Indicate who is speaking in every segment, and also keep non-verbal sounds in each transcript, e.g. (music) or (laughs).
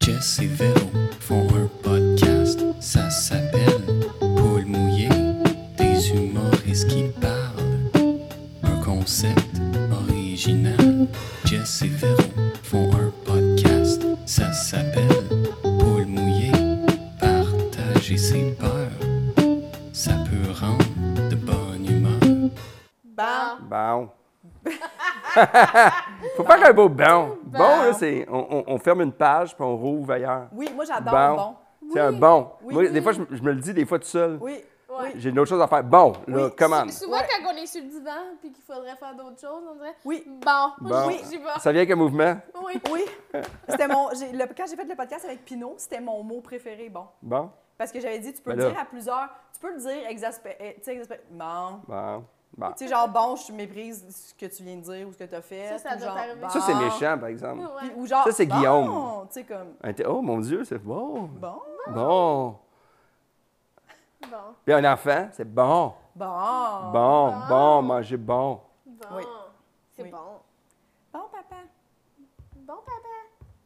Speaker 1: Chris et Véro font un podcast, ça s'appelle Paul mouillé, des humoristes qui parlent. Un concept original. Jess et Véro font un podcast, ça s'appelle Paul mouillé, partager ses peurs. Ça peut rendre de bonne humeur.
Speaker 2: Bam!
Speaker 3: Bon. Faut faire un beau bon. Bon, là, c'est. On, on- on ferme une page puis on rouvre ailleurs.
Speaker 2: Oui, moi j'adore le Ah, bon.
Speaker 3: C'est un bon.
Speaker 2: Oui.
Speaker 3: Moi, des fois, je, je me le dis, des fois tout seul.
Speaker 2: Oui,
Speaker 4: Ouais.
Speaker 2: oui.
Speaker 3: J'ai d'autres choses à faire. Bon, là, commande.
Speaker 4: Souvent,
Speaker 2: Ouais.
Speaker 4: quand on est sur le divan puis qu'il faudrait faire d'autres choses, on dirait
Speaker 2: Oui.
Speaker 4: Bon,
Speaker 3: Bon.
Speaker 4: oui, j'y vais.
Speaker 3: Ça vient avec un mouvement.
Speaker 4: Oui.
Speaker 2: Oui. C'était mon. j'ai- le- quand j'ai fait le podcast avec Pinot, c'était mon mot préféré, bon.
Speaker 3: Bon,
Speaker 2: Parce que j'avais dit, tu peux
Speaker 3: Ben
Speaker 2: le
Speaker 3: là.
Speaker 2: dire à plusieurs. Tu peux le dire exaspéré. Tu sais, exaspéré. Bon.
Speaker 3: bon, bon.
Speaker 2: Tu sais, genre, bon, je méprise ce que tu viens de dire ou ce que tu as fait.
Speaker 4: Ça, ça
Speaker 2: ou
Speaker 4: doit
Speaker 2: genre,
Speaker 4: t'arriver.
Speaker 2: bon.
Speaker 3: Ça, c'est méchant, par exemple.
Speaker 2: Puis-
Speaker 4: Ouais.
Speaker 2: Ou genre,
Speaker 3: Ça, c'est
Speaker 2: bon,
Speaker 3: Guillaume.
Speaker 2: Tu sais, comme,
Speaker 3: Un t- Oh, mon Dieu, c'est bon.
Speaker 2: bon,
Speaker 3: Bon.
Speaker 4: Bon.
Speaker 3: Puis un enfant, c'est bon.
Speaker 2: bon.
Speaker 3: Bon, bon, manger bon.
Speaker 4: Bon.
Speaker 2: Oui.
Speaker 4: C'est
Speaker 2: Oui.
Speaker 4: bon.
Speaker 2: Bon, papa.
Speaker 4: Bon,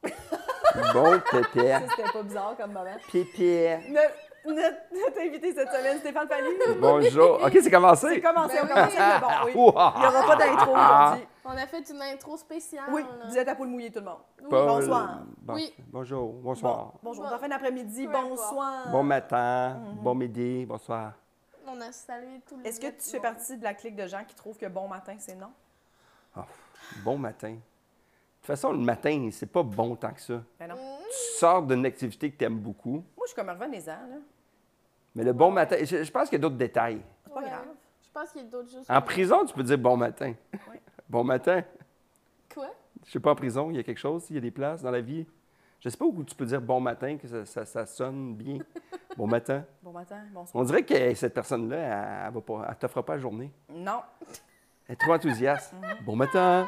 Speaker 4: papa.
Speaker 3: Bon, (laughs) pépère.
Speaker 2: Ça, c'était pas bizarre comme moment.
Speaker 3: Pépère.
Speaker 2: Notre, notre- notre invité cette semaine, Stéphane
Speaker 3: (laughs)
Speaker 2: Fallu.
Speaker 3: Bonjour. OK, c'est
Speaker 2: C'est
Speaker 3: commencé. Ah,
Speaker 2: commencé, on
Speaker 4: Ben
Speaker 2: commence avec
Speaker 3: (laughs)
Speaker 2: le bon, oui. Il n'y aura pas d'intro aujourd'hui.
Speaker 4: On a fait une intro spéciale.
Speaker 2: Oui,
Speaker 4: Ah, là.
Speaker 2: vous êtes à poule mouillée, tout le monde.
Speaker 3: Paul.
Speaker 2: Bonsoir.
Speaker 3: Bon-
Speaker 4: Oui.
Speaker 3: Bonjour.
Speaker 2: Bon, euh,
Speaker 3: Bonsoir.
Speaker 2: bonjour,
Speaker 4: Bon.
Speaker 2: bon fin d'après-midi,
Speaker 4: Peu
Speaker 2: bonsoir.
Speaker 3: Bon matin.
Speaker 2: mhm.
Speaker 3: Bon midi. Bonsoir.
Speaker 4: On a salué tout le
Speaker 2: Est-ce que
Speaker 4: monde.
Speaker 2: tu fais partie de la clique de gens qui trouvent que bon matin, c'est non?
Speaker 3: Bon matin. De toute façon, le matin, c'est pas bon tant que ça.
Speaker 2: Ben
Speaker 4: Mm.
Speaker 2: non.
Speaker 3: Tu sors d'une activité que tu aimes beaucoup,
Speaker 2: Moi, je suis comme revenez-en, là.
Speaker 3: mais le bon matin, je, je pense qu'il y a d'autres détails.
Speaker 2: C'est pas
Speaker 4: Ouais.
Speaker 2: grave.
Speaker 4: Je pense qu'il y a d'autres choses.
Speaker 3: En
Speaker 4: que-
Speaker 3: prison, tu peux dire bon matin.
Speaker 2: Ouais.
Speaker 3: (laughs) Bon matin.
Speaker 4: Quoi?
Speaker 3: Je sais pas, en prison, il y a quelque chose, il y a des places dans la vie. Je sais pas où tu peux dire bon matin, que ça, ça- ça
Speaker 2: (laughs)
Speaker 3: sonne bien. bon matin.
Speaker 2: Bon matin, bonsoir.
Speaker 3: On dirait que cette personne-là, elle, elle va pas- elle t'offre pas la journée.
Speaker 2: Non.
Speaker 3: Elle est trop enthousiaste.
Speaker 2: Mhm.
Speaker 3: bon matin.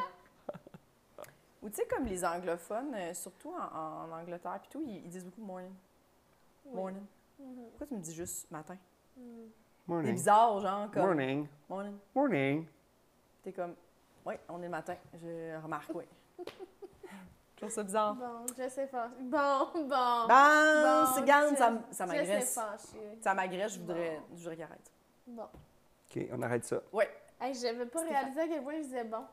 Speaker 2: Ou tu sais, comme les anglophones, euh, surtout en, en Angleterre puis tout, ils, ils disent beaucoup morning. Morning.
Speaker 4: Mm-hmm.
Speaker 2: Pourquoi tu me dis juste matin? C'est
Speaker 3: Morning.
Speaker 2: bizarre, genre, comme.
Speaker 3: Morning.
Speaker 2: Morning.
Speaker 3: Morning.
Speaker 2: T'es comme, oui, on est le matin. Je remarque, oui. (laughs) je trouve ça bizarre.
Speaker 4: Bon, je sais pas. Bon, bon.
Speaker 2: Ah. Bon,
Speaker 4: Bon,
Speaker 2: c'est garde,
Speaker 4: je-
Speaker 2: ça, m- ça
Speaker 4: Je sais
Speaker 2: m'agresse.
Speaker 4: pas, je-
Speaker 2: Ça m'agresse, je voudrais, je voudrais qu'il arrête.
Speaker 4: Bon.
Speaker 3: OK, on arrête ça.
Speaker 2: Oui.
Speaker 4: Hey, j'avais pas
Speaker 2: Stéphane.
Speaker 4: réalisé à quel point je disais bon.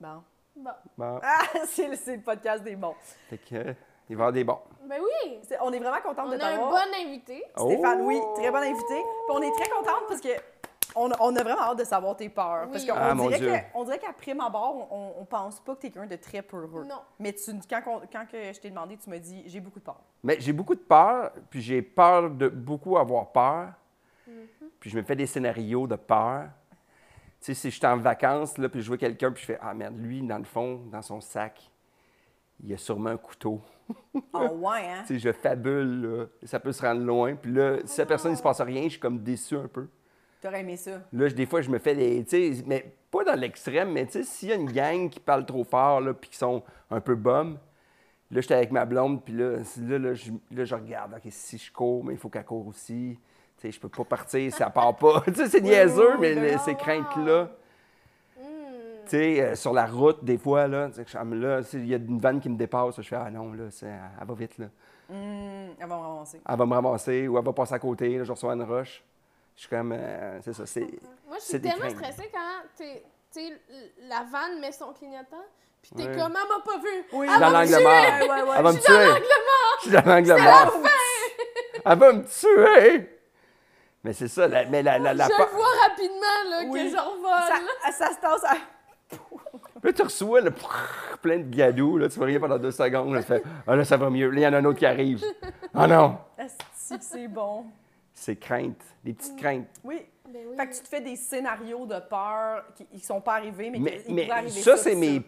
Speaker 2: Bon.
Speaker 4: Bon.
Speaker 3: Bon.
Speaker 2: Ah, (laughs) c'est le, c'est le podcast des bons.
Speaker 3: Fait que, euh, il va y avoir des bons.
Speaker 4: Ben oui!
Speaker 2: C'est- on est vraiment contente de
Speaker 4: On a un
Speaker 2: t'avoir.
Speaker 4: bon invité.
Speaker 2: Stéphane,
Speaker 3: Oh!
Speaker 2: oui, très bon invité. Puis on est très contente parce que on, on a vraiment hâte de savoir tes peurs. Parce
Speaker 4: Oui.
Speaker 2: qu'on
Speaker 3: Ah, mon
Speaker 2: dirait
Speaker 3: Dieu.
Speaker 2: que- on dirait qu'à prime abord, on, on pense pas que t'es quelqu'un de très peureux.
Speaker 4: Non.
Speaker 2: Mais tu, quand, qu'on- quand que je t'ai demandé, tu m'as dit j'ai beaucoup de peur.
Speaker 3: Mais j'ai beaucoup de peur, puis j'ai peur de beaucoup avoir peur.
Speaker 2: Mm-hmm.
Speaker 3: Puis je me fais des scénarios de peur. Tu sais, si je suis en vacances, là, puis je vois quelqu'un, puis je fais Ah merde, lui, dans le fond, dans son sac, il a sûrement un couteau.
Speaker 2: Ah ouais, hein?
Speaker 3: Tu sais, je fabule, là. Ça peut se rendre loin. Puis là, si la personne, il
Speaker 2: Ah.
Speaker 3: se passe rien, je suis comme déçu un peu.
Speaker 2: T'aurais aimé ça.
Speaker 3: Là, je- des fois, je me fais des. Tu sais, mais pas dans l'extrême, mais tu sais, s'il y a une gang qui parle trop fort, là, puis qui sont un peu bums, là, j'étais avec ma blonde, puis là, c'est- là, là, je, là, je regarde, OK, si je cours, mais il faut qu'elle court aussi. Tu sais, je peux pas partir, ça part pas. (laughs) tu sais, c'est niaiseux, mais le- ces craintes-là.
Speaker 4: Hmm.
Speaker 3: Tu sais, euh, sur la route, des fois, là, tu sais, je suis comme là, tu sais, il y a une vanne qui me dépasse, je fais, ah non, là, c'est- elle va vite, là.
Speaker 2: Hum, avant de ramasser.
Speaker 3: Elle va me ramasser ou elle va passer à côté, là, je reçois une roche. Je suis comme, euh, c'est ça, c'est.
Speaker 4: Moi, je
Speaker 3: c'est
Speaker 4: suis
Speaker 3: des
Speaker 4: tellement
Speaker 3: craintes.
Speaker 4: stressée quand t'es, t'sais, la vanne met son clignotant, puis t'es
Speaker 3: Ouais.
Speaker 4: comme « Elle m'a pas vu!
Speaker 2: Oui,
Speaker 4: Elle va
Speaker 3: dans
Speaker 4: me
Speaker 3: l'angle
Speaker 4: tuer!
Speaker 3: mort.
Speaker 2: Ouais, ouais, ouais.
Speaker 3: Elle va me tuer. Je suis dans l'angle mort. Elle va me tuer. Mais c'est ça, la, mais la, la, la
Speaker 4: Je
Speaker 3: pa-
Speaker 4: le vois rapidement là,
Speaker 2: Oui.
Speaker 4: que je revole.
Speaker 2: Ça, ça se tasse à-
Speaker 3: Là, tu reçois le prrr, plein de gadou, là, tu vas rien pendant deux secondes. Là, tu fais, ah là, ça va mieux. Là, il y en a un autre qui arrive. Ah non!
Speaker 2: Asti, c'est bon.
Speaker 3: C'est crainte, des petites craintes.
Speaker 2: Oui.
Speaker 4: Ben oui.
Speaker 2: Fait que tu te fais des scénarios de peur qui ne sont pas arrivés, mais,
Speaker 3: Mais,
Speaker 2: qui
Speaker 3: mais
Speaker 2: pourraient arriver.
Speaker 3: ça, c'est mes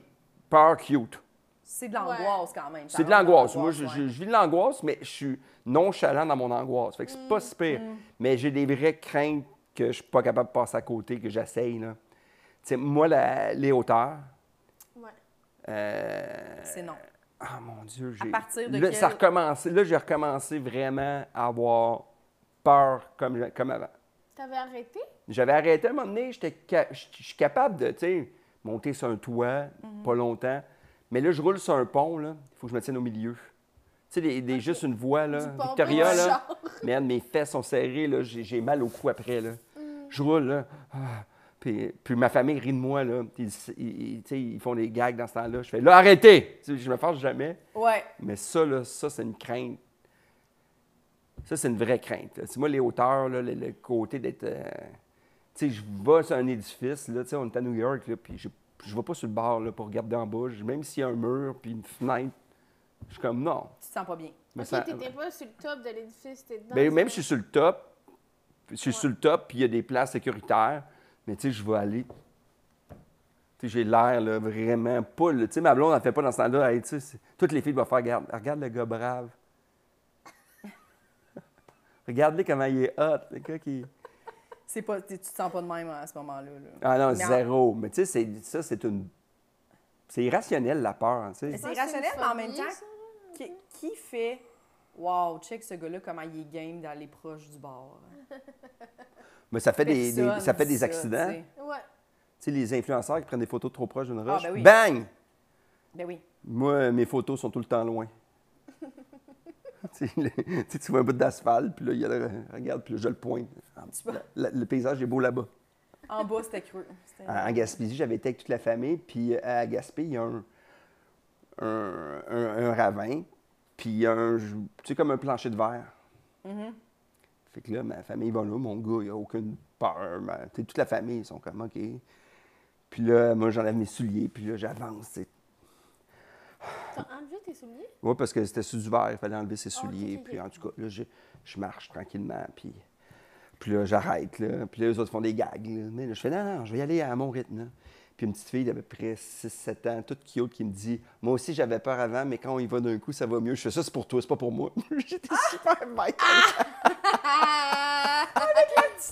Speaker 3: peurs cute.
Speaker 2: C'est de l'angoisse quand même. ça
Speaker 3: C'est de
Speaker 2: rentre dans
Speaker 3: l'angoisse. Moi, je,
Speaker 2: l'angoisse,
Speaker 3: je-
Speaker 2: ouais.
Speaker 3: je vis de l'angoisse, mais je suis nonchalant dans mon angoisse. Fait que c'est pas si pire.
Speaker 2: Mm,
Speaker 3: Mais j'ai des vraies craintes que je suis pas capable de passer à côté, que j'essaye. là. Tu sais, moi, la- les hauteurs,
Speaker 4: Ouais.
Speaker 3: euh,
Speaker 2: C'est non.
Speaker 3: Ah mon Dieu, j'ai.
Speaker 2: partir de
Speaker 3: là, ça a
Speaker 2: quel-
Speaker 3: recommencé. Là, j'ai recommencé vraiment à avoir peur comme, comme avant.
Speaker 4: T'avais arrêté?
Speaker 3: J'avais arrêté à un moment donné, j'étais ca- je je suis capable de, tu sais, monter sur un toit, pas longtemps. Mais là, je roule sur un pont, là. Il faut que je me tienne au milieu. Tu sais, des, des- juste une voix, là.
Speaker 4: Du pompon
Speaker 3: Victoria,
Speaker 4: au
Speaker 3: là.
Speaker 4: char.
Speaker 3: (laughs) Merde, mes fesses sont serrées, là. J'ai j'ai mal au cou après, là. Je roule, là. Ah. Puis, puis ma famille rit de moi, là. Puis Ils, ils- ils- tu sais, ils font des gags dans ce temps-là. Je fais, là, arrêtez! Tu sais, je me force jamais.
Speaker 2: Ouais.
Speaker 3: Mais ça, là, ça, c'est une crainte. Ça, c'est une vraie crainte. là. Tu sais, moi, les hauteurs, là, le, le côté d'être. euh, tu sais, je vais sur un édifice, là, tu sais, on est à New York, là, puis je ne vais pas sur le bord là, pour regarder en bas. Je- Même s'il y a un mur, puis une fenêtre, je suis comme non.
Speaker 2: Tu te sens pas bien.
Speaker 3: Je me
Speaker 4: Ok,
Speaker 3: sens-
Speaker 4: t'étais pas sur le top de l'édifice, t'étais dedans.
Speaker 3: Ben,
Speaker 4: c'est
Speaker 3: même
Speaker 4: ça.
Speaker 3: si je suis sur le top, je suis sur le top, puis il y a des places sécuritaires, mais tu sais, je vais aller. Tu sais, j'ai l'air là, vraiment pas. là. Tu sais, ma blonde, elle fait pas dans ce temps-là. Hey, tu sais, c'est- toutes les filles vont faire regarde, regarde le gars brave. (laughs) Regarde-le comment il est hot, le gars qui.
Speaker 2: C'est pas, tu tu te sens pas de même à ce moment-là. là.
Speaker 3: Ah non,
Speaker 2: Mais en-
Speaker 3: zéro. Mais tu sais, c'est- ça, c'est une. C'est irrationnel, la peur. hein, tu
Speaker 2: Mais
Speaker 3: sais.
Speaker 2: C'est
Speaker 4: Je pense que
Speaker 2: irrationnel,
Speaker 4: c'est
Speaker 2: mais
Speaker 4: une
Speaker 2: en même
Speaker 4: phobie,
Speaker 2: temps,
Speaker 4: ça, là.
Speaker 2: qui, qui fait Wow, check ce gars-là, comment il est game d'aller proche du bord.
Speaker 3: Mais ça fait des, des-
Speaker 2: Personne
Speaker 3: ça fait
Speaker 2: dit
Speaker 3: des accidents.
Speaker 2: tu
Speaker 3: Tu
Speaker 2: sais.
Speaker 4: Ouais.
Speaker 3: sais, les influenceurs qui prennent des photos trop proches d'une roche.
Speaker 2: ben oui.
Speaker 3: Bang!
Speaker 2: Ben oui.
Speaker 3: Moi, mes photos sont tout le temps loin. (laughs) tu, sais, le- tu sais, tu vois un bout d'asphalte, puis là, il y a le, regarde, puis là, je le pointe. Ah,
Speaker 2: Tu vois?
Speaker 3: la- le paysage est beau là-bas.
Speaker 2: En bas, c'était creux. C'était-
Speaker 3: En, en Gaspésie, j'avais été avec toute la famille, puis euh, à Gaspé, il y a un, un, un- un ravin, puis il y a un, tu sais, comme un plancher de verre. Fait que là, ma famille va là, mon gars, il a aucune peur. ma- tu sais, toute la famille, ils sont comme, OK. Puis là, moi, j'enlève mes souliers, puis là, j'avance, tu sais.
Speaker 4: T'as enlevé tes souliers?
Speaker 3: Oui, parce que c'était sous du verre, il fallait enlever ses
Speaker 4: Ah, ok,
Speaker 3: souliers.
Speaker 4: ok, ok.
Speaker 3: Puis en tout cas, là, je, je marche tranquillement, puis, puis là, j'arrête. Là, puis là, les autres font des gags. là. Mais là, je fais non, non, je vais y aller à mon rythme. là. Puis une petite fille d'à peu près 6-7 ans, toute cute, qui me dit Moi aussi, j'avais peur avant, mais quand on y va d'un coup, ça va mieux. Je fais ça, c'est pour toi, c'est pas pour moi. (laughs) J'étais super bête. (laughs)
Speaker 4: Ah!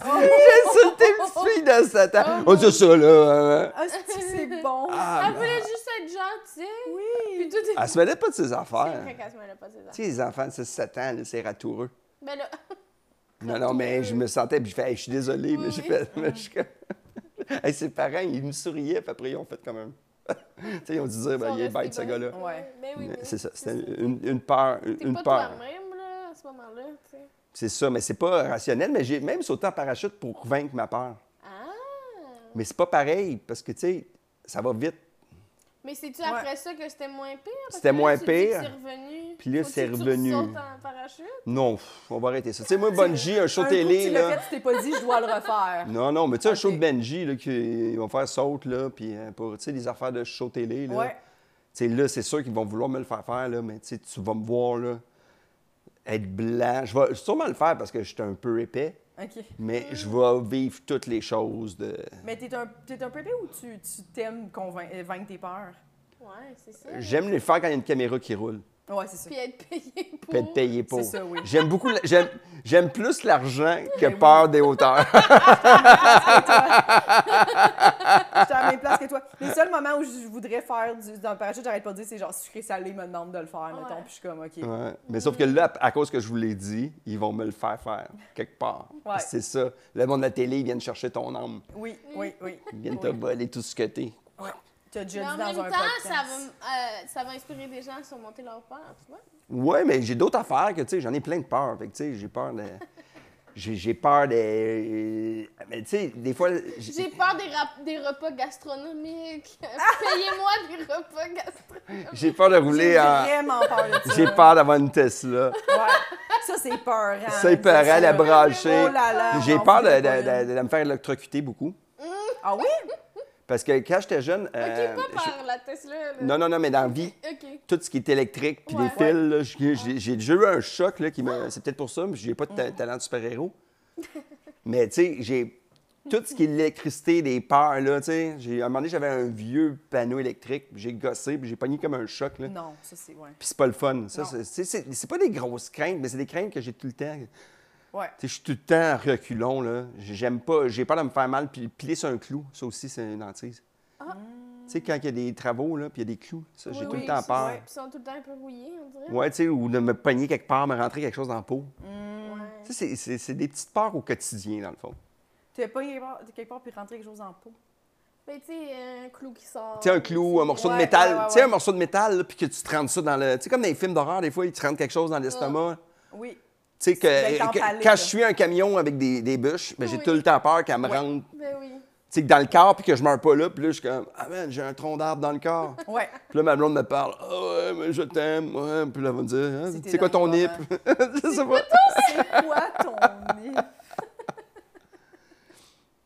Speaker 3: J'ai insulté une petite fille de 7
Speaker 4: Oh
Speaker 3: ans. on dit ça, là. euh,
Speaker 2: Ah, c'est- c'est bon.
Speaker 3: ah,
Speaker 4: Elle voulait juste être gentille. Puis
Speaker 2: Oui.
Speaker 4: tout est. (laughs)
Speaker 3: elle se mêlait pas de ses
Speaker 4: ah C'est
Speaker 3: affaires.
Speaker 4: vrai qu'elle se mêlait pas de ses
Speaker 3: Tu sais, les enfants de 6-7 ans, là, c'est ratoureux.
Speaker 4: Mais là, (laughs)
Speaker 3: Ah, Non, non, mais je me sentais, puis je fais, Hey, je suis désolé, mais j'ai
Speaker 4: Oui.
Speaker 3: fait. mais je suis comme- (laughs) Hey, ses parents, ils me souriaient, puis après, ils ont fait quand même. (laughs) tu sais, ils ont dû dire, Ben,
Speaker 4: sont
Speaker 3: il est
Speaker 4: restés
Speaker 3: bête, ce
Speaker 4: bonnes.
Speaker 3: gars-là.
Speaker 2: Ouais.
Speaker 4: Mais oui.
Speaker 3: Mais
Speaker 4: mais
Speaker 3: C'est ça, c'était une, une peur.
Speaker 4: T'es
Speaker 3: Une
Speaker 4: pas
Speaker 3: peur.
Speaker 4: toi-même, là, à ce moment-là, tu sais.
Speaker 3: C'est ça, mais c'est pas rationnel, mais j'ai même sauté en parachute pour vaincre ma peur.
Speaker 4: Ah!
Speaker 3: Mais c'est pas pareil, parce que, tu sais, ça va vite.
Speaker 4: Mais c'est-tu
Speaker 2: Ouais.
Speaker 4: après ça que c'était moins pire? Parce
Speaker 3: C'était
Speaker 4: que là,
Speaker 3: moins
Speaker 4: tu dis que
Speaker 3: pire.
Speaker 4: C'est revenu.
Speaker 3: Puis là,
Speaker 4: Faut-tu
Speaker 3: c'est
Speaker 4: que tu
Speaker 3: revenu.
Speaker 4: ressautes en parachute?
Speaker 3: Non, pff, on va arrêter ça. Tu sais, moi, Bungie, un show
Speaker 2: Un coup,
Speaker 3: télé,
Speaker 2: tu
Speaker 3: là.
Speaker 2: l'as fait, tu t'es pas dit, je dois le
Speaker 3: (laughs)
Speaker 2: refaire.
Speaker 3: Non, non, mais tu sais, un show
Speaker 2: Ok.
Speaker 3: de Benji, là, qu'ils vont faire saute, là, puis euh, pour, tu sais, des affaires de show télé, là.
Speaker 2: Ouais.
Speaker 3: Tu sais, là, c'est sûr qu'ils vont vouloir me le faire faire, là, mais tu sais, tu vas me voir, là, être blanc. Je vais sûrement le faire parce que je suis un peu épais,
Speaker 2: OK.
Speaker 3: mais je vais vivre toutes les choses de...
Speaker 2: Mais t'es un, t'es un peu épais ou tu tu t'aimes convain- euh, vaincre tes peurs?
Speaker 4: Ouais, c'est
Speaker 2: Mm.
Speaker 4: ça.
Speaker 3: J'aime le faire quand il y a une caméra qui roule,
Speaker 2: Ouais, c'est ça.
Speaker 4: Puis être payé pour.
Speaker 3: puis être payé pour.
Speaker 2: C'est ça, oui.
Speaker 3: J'aime beaucoup... la- J'aime, j'aime
Speaker 2: (laughs)
Speaker 3: plus l'argent que
Speaker 2: Ben oui.
Speaker 3: peur
Speaker 2: (laughs)
Speaker 3: des hauteurs.
Speaker 2: J'étais à la même place que toi. Les seuls moments où je voudrais faire du, dans le parachute, j'arrête pas de dire, c'est genre sucré salé me demande de le faire, mettons.
Speaker 4: Ouais.
Speaker 2: Puis je suis comme, OK.
Speaker 3: Ouais. Mais sauf que là, à cause que je vous l'ai dit, ils vont me le faire faire, quelque part. Parce que C'est ça. Le monde de la télé, ils viennent chercher ton âme.
Speaker 2: Oui, oui, oui.
Speaker 3: Ils viennent te voler tout ce que t'es.
Speaker 2: Tu as déjà
Speaker 4: Mais
Speaker 2: dit
Speaker 4: en
Speaker 2: dans
Speaker 4: même
Speaker 2: un
Speaker 4: temps,
Speaker 2: podcast.
Speaker 4: ça va, m- euh, ça va inspirer des gens à surmonter leur peur, tu vois.
Speaker 3: Ouais, mais j'ai d'autres affaires que, tu sais, j'en ai plein de peurs. Fait que, tu sais, j'ai peur de... J'ai j'ai peur des... Mais, tu sais, des fois... j'ai-
Speaker 4: J'ai peur des, rap- des
Speaker 2: (laughs)
Speaker 4: repas gastronomiques. Payez-moi des repas gastronomiques.
Speaker 3: J'ai peur de
Speaker 2: J'ai
Speaker 3: rouler en...
Speaker 2: vraiment peur de ça.
Speaker 3: euh, J'ai peur d'avoir une Tesla.
Speaker 2: Ouais. Ça, c'est peur. hein,
Speaker 3: Ça, il peut aller à
Speaker 2: là.
Speaker 3: la brancher.
Speaker 2: Oh là là,
Speaker 3: J'ai
Speaker 2: on
Speaker 3: peur de,
Speaker 2: voulait pas
Speaker 3: de-
Speaker 2: une.
Speaker 3: de- de me faire électrocuter beaucoup.
Speaker 2: Ah oui?
Speaker 3: Parce que quand j'étais jeune... euh,
Speaker 4: ok, pas
Speaker 3: je-
Speaker 4: par la Tesla. là.
Speaker 3: Non, non, non, mais dans la vie,
Speaker 4: Ok.
Speaker 3: tout ce qui est électrique, puis
Speaker 4: Ouais. Mm.
Speaker 3: les fils, là, j'ai- j'ai j'ai déjà eu un choc, là, qui me... c'est peut-être pour ça, mais j'ai pas de ta- talent
Speaker 4: (laughs)
Speaker 3: de super-héros. mais tu sais, j'ai tout ce qui est l'électricité, des peurs, là, tu sais. J'ai- À un moment donné, j'avais un vieux panneau électrique, puis j'ai gossé, puis j'ai pogné comme un choc, là.
Speaker 2: Non, ça, c'est. Ouais.
Speaker 3: Puis c'est pas le fun. Ça,
Speaker 2: Non.
Speaker 3: c'est- c'est- c'est c'est pas des grosses craintes, mais c'est des craintes que j'ai tout le temps. Tu
Speaker 2: Ouais.
Speaker 3: sais, je suis tout le temps reculon, là. J'aime pas, j'ai peur de me faire mal, puis piler sur un clou, ça aussi, c'est une hantise.
Speaker 4: Ah.
Speaker 3: Tu sais, quand il y a des travaux, là, puis il y a des clous, ça, j'ai
Speaker 4: Oui,
Speaker 3: tout le
Speaker 4: oui,
Speaker 3: temps
Speaker 4: c'est-
Speaker 3: peur.
Speaker 4: ouais, puis Ils sont tout le temps un peu rouillés, on dirait.
Speaker 3: Ouais, tu sais, ou de me pogner quelque part, me rentrer quelque chose dans la peau.
Speaker 4: Ouais.
Speaker 3: Tu sais, c'est- c'est- c'est des petites peurs au quotidien, dans le fond.
Speaker 2: Tu n'as pas quelque part, quelque part puis rentrer quelque chose en peau.
Speaker 4: Mais tu sais, un clou qui sort.
Speaker 3: Tu sais, un clou, un morceau de
Speaker 2: Ouais,
Speaker 3: métal.
Speaker 2: ouais, ouais,
Speaker 3: Tu sais, un
Speaker 2: ouais.
Speaker 3: morceau de métal, là, puis que tu te rentres ça dans le. Tu sais, comme dans les films d'horreur, des fois, ils te rentrent quelque chose dans l'estomac.
Speaker 2: Oui.
Speaker 3: Tu sais, que,
Speaker 2: doit être
Speaker 3: que-
Speaker 2: Ah. empalé,
Speaker 3: quand
Speaker 2: là.
Speaker 3: je suis un camion avec des, des bûches, ben, j'ai
Speaker 4: Oui.
Speaker 3: tout le temps peur qu'elle me
Speaker 2: Ouais.
Speaker 3: rentre.
Speaker 4: Ben oui.
Speaker 3: Tu sais, que dans le corps, puis que je meurs pas là, puis là, je suis comme, ah man, j'ai un tronc d'arbre dans
Speaker 2: (laughs)
Speaker 3: le corps.
Speaker 2: Ouais.
Speaker 3: Puis là, ma blonde me parle, ah ouais, mais je t'aime, ouais. Puis là, elle va me dire, Ah,
Speaker 2: C'était
Speaker 3: c'est quoi
Speaker 2: dans
Speaker 3: ton
Speaker 2: le
Speaker 3: nip? (laughs) Je sais pas.
Speaker 2: C'est quoi ton nez? (laughs)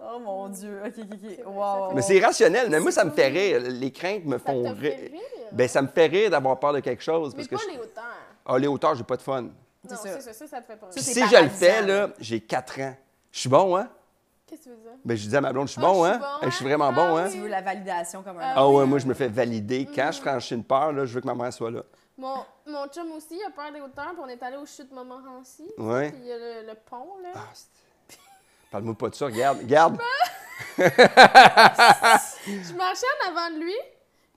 Speaker 2: Oh mon dieu, ok, ok,
Speaker 4: vrai,
Speaker 2: ok.
Speaker 4: ça
Speaker 2: Wow.
Speaker 4: fait-
Speaker 3: Mais c'est rationnel, mais moi, ça me fait rire. Les craintes me
Speaker 4: Ça te
Speaker 3: font
Speaker 4: fait
Speaker 3: rire.
Speaker 4: rire.
Speaker 3: Ben, ça me fait rire d'avoir peur de quelque chose.
Speaker 4: mais
Speaker 3: Parce que
Speaker 4: pas
Speaker 3: je-
Speaker 4: les hauteurs.
Speaker 3: Ah, les hauteurs, j'ai pas de fun.
Speaker 2: C'est
Speaker 4: Non,
Speaker 2: ça.
Speaker 4: c'est ça, ça, ça te fait pas
Speaker 2: Ça, c'est
Speaker 4: rire.
Speaker 3: si je le
Speaker 2: paralysant,
Speaker 3: fais,
Speaker 2: là.
Speaker 3: là, j'ai 4 ans. Je suis bon, hein?
Speaker 4: Qu'est-ce que tu veux dire?
Speaker 3: Ben, je dis à ma blonde, je suis
Speaker 4: Ah,
Speaker 3: bon,
Speaker 4: je
Speaker 3: hein?
Speaker 4: suis bon,
Speaker 3: Eh, Je suis
Speaker 4: hein?
Speaker 3: vraiment
Speaker 4: Ah Mm.
Speaker 3: bon, hein?
Speaker 2: Tu veux la validation comme un
Speaker 4: Ah,
Speaker 3: Ah
Speaker 4: oui.
Speaker 3: ouais, moi, je me fais valider. Quand je franchis une peur, là, je veux que ma mère soit là.
Speaker 4: Mon, mon chum aussi il a peur des hauteurs, puis on est allé aux chutes Montmorency.
Speaker 3: Ouais.
Speaker 4: Puis il y a le, le pont, là.
Speaker 3: Ah, c'est- Parle-moi pas de ça, regarde, regarde.
Speaker 4: Je marchais en avant de lui,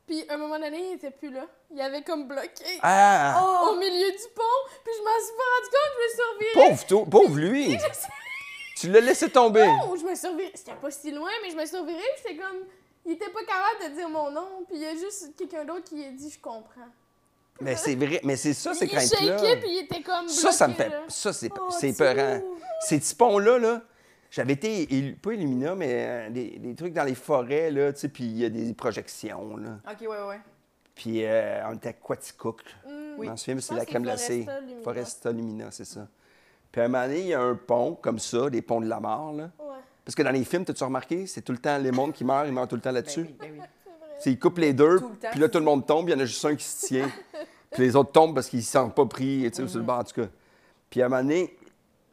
Speaker 4: puis à un moment donné, il était plus là. Il avait comme bloqué
Speaker 3: Ah!
Speaker 4: au milieu du pont, puis je m'en suis pas rendu compte, je me suis revirée.
Speaker 3: Pauvre, toi-
Speaker 4: (laughs)
Speaker 3: pauvre lui! Tu l'as laissé tomber.
Speaker 4: Oh, je me suis revirée. C'était pas si loin, mais je me suis revirée, puis j'étais comme. Il était pas capable de dire mon nom, puis il y a juste quelqu'un d'autre qui a dit Je comprends.
Speaker 3: Mais c'est vrai, mais c'est ça, ces
Speaker 4: il shakeait,
Speaker 3: craintes-là.
Speaker 4: puis il était comme.
Speaker 3: Ça, ça me
Speaker 4: bloqué,
Speaker 3: fait.
Speaker 4: là.
Speaker 3: Ça, c'est
Speaker 4: Oh,
Speaker 3: c'est
Speaker 4: Thibaut.
Speaker 3: peurant. Ces petits ponts-là, là, j'avais été, élu- pas Illumina, mais euh, des, des trucs dans les forêts, là, tu sais, puis il y a des projections, là.
Speaker 2: Ok, ouais, ouais, ouais.
Speaker 3: Ben Puis euh, on était à Quaticook.
Speaker 4: Mm.
Speaker 3: Je m'en souviens,
Speaker 4: Je
Speaker 3: c'est
Speaker 4: pense
Speaker 3: la
Speaker 4: que
Speaker 3: crème
Speaker 4: c'est
Speaker 3: glacée.
Speaker 4: Foresta Lumina.
Speaker 3: Foresta Lumina, c'est ça. Puis à un moment donné, il y a un pont comme ça, des ponts de la mort. Là.
Speaker 4: Ouais,
Speaker 3: Parce que dans les films, t'as-tu remarqué, c'est tout le temps les mondes qui meurent, ils meurent tout le temps
Speaker 2: Ben
Speaker 3: là-dessus.
Speaker 2: oui, ben oui.
Speaker 4: c'est vrai.
Speaker 3: C'est, Ils coupent les deux,
Speaker 2: Tout le temps,
Speaker 3: puis là,
Speaker 2: c'est
Speaker 3: tout le
Speaker 2: ça.
Speaker 3: monde tombe, il y en a juste un qui se
Speaker 2: (laughs)
Speaker 3: tient. puis les autres tombent parce qu'ils ne se sentent pas pris, tu sais,
Speaker 2: Mhm.
Speaker 3: sur le bord, en tout cas. Puis à un moment donné,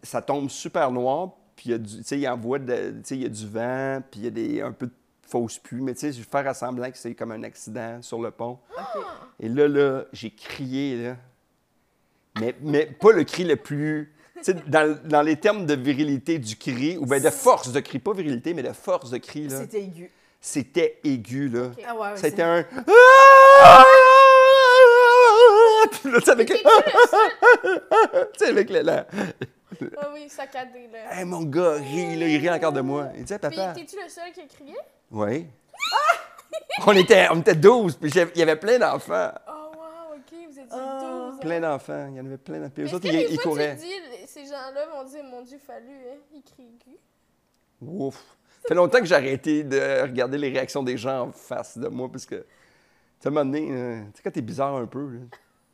Speaker 3: ça tombe super noir, puis il y a du, tu sais, il envoie de- tu sais, il y a du vent, puis il y a des, un peu de fausse pluie, mais tu sais, je vais faire à semblant que c'est comme un accident sur le pont.
Speaker 2: Ah! Ok.
Speaker 3: Et là, là, j'ai crié, là. Mais, mais pas le cri le plus. Tu sais, dans, dans les termes de virilité du cri, ou bien de force de cri, pas virilité, mais de force de cri, là,
Speaker 2: C'était aigu.
Speaker 3: c'était aigu, là.
Speaker 4: Ok.
Speaker 2: Ah ouais, ouais.
Speaker 3: C'était
Speaker 2: c'est-
Speaker 3: un. Ah! Puis là, tu sais, avec,
Speaker 4: T'étais-tu le
Speaker 3: (laughs)
Speaker 4: seul?
Speaker 3: tu sais, avec le- la-
Speaker 4: Ah oui, saccadé, là.
Speaker 3: Hey, mon gars rit, là, il rit encore de moi. Il dit à papa.
Speaker 4: Puis, t'es-tu le seul qui a crié?
Speaker 3: Oui.
Speaker 4: Ah!
Speaker 3: On était, on était 12, puis j'avais- il y avait plein d'enfants.
Speaker 4: Oh, wow, OK, vous étiez
Speaker 2: Ah.
Speaker 4: 12.
Speaker 3: Plein d'enfants. Il y en avait plein d'enfants. Puis
Speaker 4: Mais
Speaker 3: eux
Speaker 4: est-ce
Speaker 3: autres,
Speaker 4: que
Speaker 3: ils,
Speaker 4: des
Speaker 3: ils
Speaker 4: fois,
Speaker 3: couraient.
Speaker 4: tu dis, ces gens-là vont dire, mon Dieu, fallu, hein, ils crient aigu.
Speaker 3: Ouf. Ça fait longtemps que j'ai arrêté de regarder les réactions des gens en face de moi, parce que. Tu sais, à un moment donné, euh, tu sais, quand t'es bizarre un peu, là.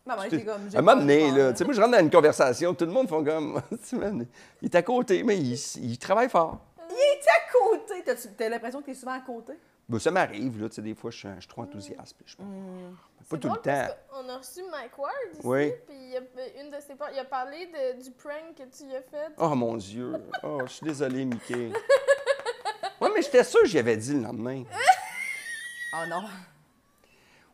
Speaker 2: Maman, j'étais comme. j'ai
Speaker 3: À un moment
Speaker 2: pas
Speaker 3: donné,
Speaker 2: peur,
Speaker 3: là, tu sais, moi, je rentre dans une conversation, tout le monde font comme. (laughs) Tu sais, man, il est à côté, mais il, il travaille fort.
Speaker 2: À côté. T'as-tu- T'as l'impression que t'es souvent à côté?
Speaker 3: Ben, ça m'arrive, là, tu sais, des fois, je suis, je suis trop enthousiaste. puis je- Pas
Speaker 2: Hmm.
Speaker 4: C'est
Speaker 3: tout le
Speaker 4: drôle parce
Speaker 3: temps.
Speaker 4: qu'on a reçu Mike Ward ici,
Speaker 3: Oui.
Speaker 4: puis il y a- une de ses parts, il a parlé de- du prank que tu lui as fait.
Speaker 3: Oh mon Dieu. Oh, je suis désolé, Mickey. Oui, mais j'étais sûr que j'y avais dit le lendemain.
Speaker 2: Oh non.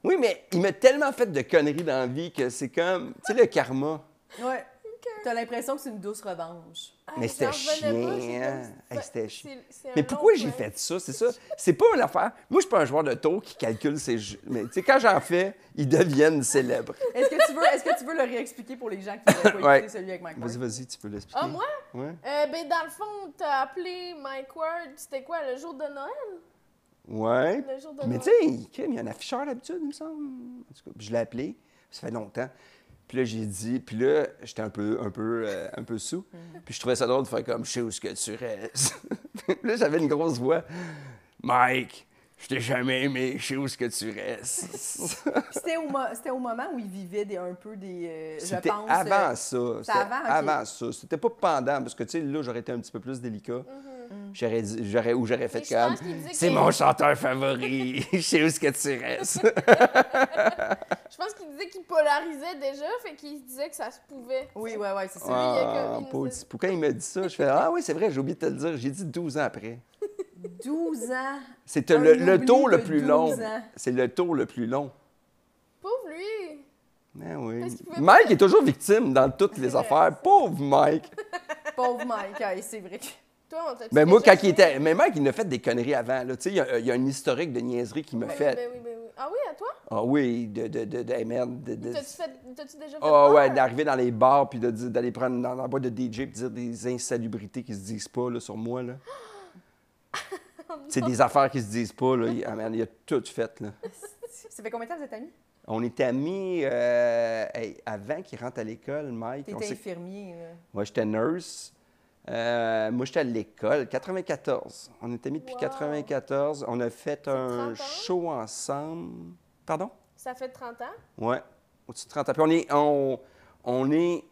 Speaker 3: Oui, mais il m'a tellement fait de conneries dans la vie que c'est comme. Tu sais, le karma.
Speaker 2: (laughs) Ouais. T'as l'impression que c'est une douce revanche.
Speaker 4: Ah,
Speaker 3: Mais c'était
Speaker 4: j'en revenais pas, j'ai
Speaker 3: chiant,
Speaker 4: comme-
Speaker 3: hein. Hey, c'était
Speaker 4: c'est-
Speaker 3: chiant.
Speaker 4: c'est un
Speaker 3: Mais
Speaker 4: long
Speaker 3: pourquoi j'ai
Speaker 4: prank.
Speaker 3: fait ça? C'est ça? C'est pas une affaire. Moi, je suis pas un joueur de tour qui calcule ses jeux. Mais tu sais, quand j'en fais, ils deviennent célèbres.
Speaker 2: Est-ce que tu veux, est-ce que tu veux le réexpliquer pour les gens qui n'ont pas écouté
Speaker 3: Ouais.
Speaker 2: celui avec Mike Ward?
Speaker 3: Vas-y, vas-y, tu peux l'expliquer.
Speaker 4: Ah, moi?
Speaker 3: Ouais.
Speaker 4: Euh, ben, dans le fond, t'as appelé Mike Ward, c'était quoi, le jour de Noël?
Speaker 3: Ouais.
Speaker 4: Le jour de
Speaker 3: Mais
Speaker 4: Noël.
Speaker 3: tu sais, crime, il y a un afficheur d'habitude, il me semble. En tout cas, je l'ai appelé, ça fait longtemps. Puis là, j'ai dit, puis là, j'étais un peu, un peu, euh, un peu sous.
Speaker 4: Mm.
Speaker 3: Puis je trouvais ça drôle de faire comme, je sais où ce que tu restes. (laughs) Puis là, j'avais une grosse voix. Mike, je t'ai jamais aimé, je sais où ce que tu
Speaker 4: (laughs)
Speaker 3: restes.
Speaker 2: Puis C'était au, mo- c'était au moment où il vivait des, un peu des. euh, je
Speaker 3: C'était
Speaker 2: pense. euh,
Speaker 3: avant ça. C'était
Speaker 2: avant, ok.
Speaker 3: avant ça. C'était pas pendant, parce que tu sais, là, j'aurais été un petit peu plus délicat. J'aurais dit- j'aurais, ou j'aurais fait
Speaker 4: Mm-hmm. je pense
Speaker 3: comme,
Speaker 4: qu'il disait
Speaker 3: c'est
Speaker 4: que-
Speaker 3: mon chanteur favori, (laughs) je sais où ce que tu
Speaker 4: (laughs)
Speaker 3: restes.
Speaker 4: Je pense qu'il disait qu'il polarisait déjà, fait qu'il se disait que ça se pouvait.
Speaker 2: Oui, ouais, ouais, c'est ça.
Speaker 4: Ouais. il y a
Speaker 3: Ah,
Speaker 4: comme une-
Speaker 3: Paul, c'est- Pourquoi il me dit ça? Je fais Ah oui, c'est vrai, j'ai oublié de te le dire. J'ai dit 12 ans après.
Speaker 2: 12 ans.
Speaker 3: C'est
Speaker 4: Ah,
Speaker 2: Un
Speaker 3: le, le
Speaker 2: oubli
Speaker 3: tour le
Speaker 2: de
Speaker 3: plus
Speaker 2: 12
Speaker 3: long.
Speaker 2: ans.
Speaker 3: C'est le tour le plus long.
Speaker 4: Pauvre lui!
Speaker 3: Ah oui.
Speaker 4: Parce qu'il pouvait
Speaker 3: Mike est toujours victime dans toutes
Speaker 4: C'est
Speaker 3: les
Speaker 4: vrai.
Speaker 3: affaires. Pauvre Mike.
Speaker 2: Pauvre Mike, hey, c'est vrai. que- (laughs)
Speaker 4: Toi, on t'a
Speaker 3: Mais Ben, moi, quand il était. Mais Mike, il a fait des conneries avant. là. Tu sais, Il y, a- il y a un historique de niaiserie qui me fait.
Speaker 4: Ben oui, ben oui. Ah oui, à toi?
Speaker 3: Ah oui, de. de, de, de- hey, merde. de- de-
Speaker 4: T'as-tu fait- t'as-tu déjà fait
Speaker 3: Ah
Speaker 4: peur?
Speaker 3: ouais, d'arriver dans les bars puis de dire- d'aller prendre dans la boîte de DJ puis dire des insalubrités qui se disent pas là, sur moi. Là. C'est des affaires qui se disent pas, là. Il, ah, man, il a tout fait, là.
Speaker 2: Ça fait combien de temps que vous êtes amis?
Speaker 3: On est amis euh, hey, avant qu'il rentre à l'école, Mike. on
Speaker 2: T'étais
Speaker 3: s'est-
Speaker 2: infirmier, là.
Speaker 3: Moi, j'étais nurse. Euh, moi, j'étais à l'école, 94. On est amis depuis
Speaker 4: Wow.
Speaker 3: 94. On a fait un
Speaker 4: 30 ans?
Speaker 3: show ensemble. Pardon?
Speaker 4: Ça fait 30 ans.
Speaker 3: Ouais, au-dessus de 30 ans. Puis on est, on, on est,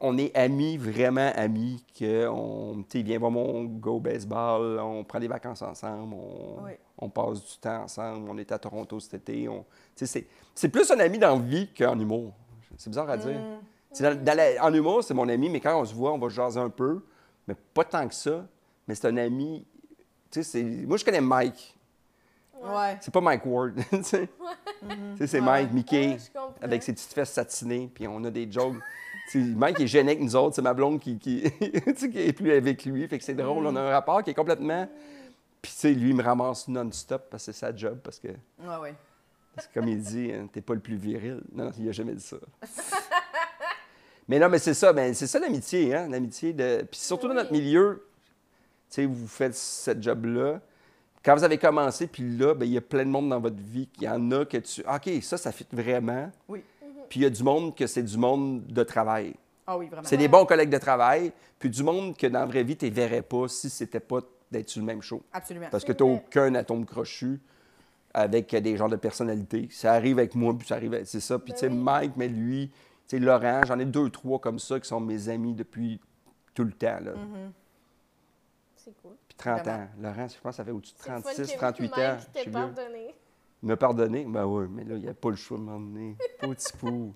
Speaker 3: on est amis, vraiment amis, que on, tu sais, viens voir mon go baseball, on prend des vacances ensemble, on,
Speaker 2: Oui.
Speaker 3: on passe du temps ensemble, on est à Toronto cet été. On, tu sais, c'est, c'est plus un ami dans la vie qu'en humour. C'est bizarre à dire. Tu sais, dans- dans la- en humour, c'est mon ami, mais quand on se voit, on va jaser un peu, mais pas tant que ça. Mais c'est un ami. Tu sais, c'est, moi, je connais Mike.
Speaker 2: Ouais.
Speaker 3: C'est pas Mike Ward. (laughs) tu sais. Tu sais, c'est
Speaker 2: Ouais.
Speaker 3: Mike, Mickey
Speaker 4: Ouais, Ah, je comprends.
Speaker 3: avec ses petites fesses satinées, puis on a des jokes. (laughs) Tu sais, Mike est gêné avec nous autres, c'est ma blonde qui, qui, (laughs) tu sais, qui est plus avec lui, fait que c'est drôle, on a un rapport qui est complètement... Puis tu sais, lui, il me ramasse non-stop parce que c'est sa job, parce que,
Speaker 2: Ouais, ouais.
Speaker 3: parce que comme il dit, hein, t'es pas le plus viril. Non, non, il a jamais dit ça. mais non, mais c'est ça, ben, c'est ça l'amitié, hein, l'amitié de... Puis surtout dans
Speaker 4: Oui.
Speaker 3: notre milieu, tu sais, vous faites cette job-là, quand vous avez commencé, puis là, ben, il y a plein de monde dans votre vie, qu'il y en a que tu... Ah, OK, ça, ça fit vraiment.
Speaker 2: Oui.
Speaker 3: Puis il y a du monde que c'est du monde de travail.
Speaker 2: Ah oui, vraiment.
Speaker 3: C'est des bons collègues de travail, puis du monde que dans la vraie vie, tu ne verrais pas si c'était pas d'être sur le même show.
Speaker 2: Absolument.
Speaker 3: Parce que tu
Speaker 4: vrai.
Speaker 3: aucun atome crochu avec des genres de personnalités. Ça arrive avec moi, puis ça arrive, avec- c'est ça. Puis
Speaker 4: Ben
Speaker 3: tu sais,
Speaker 4: oui.
Speaker 3: Mike, mais lui, tu sais, Laurent, j'en ai deux, trois comme ça qui sont mes amis depuis tout le temps, là.
Speaker 4: C'est cool.
Speaker 3: Puis 30
Speaker 2: Mhm. Vraiment.
Speaker 3: ans. Laurent, je pense que ça fait au-dessus de
Speaker 4: C'est le fun
Speaker 3: 36,
Speaker 4: que
Speaker 3: 38
Speaker 4: Mike
Speaker 3: ans. Je
Speaker 4: t'ait
Speaker 3: suis vieux.
Speaker 4: pardonné.
Speaker 3: Me pardonner? Ben oui, mais là, il n'y a pas le choix de m'emmener.
Speaker 2: (laughs)
Speaker 3: Petit pou.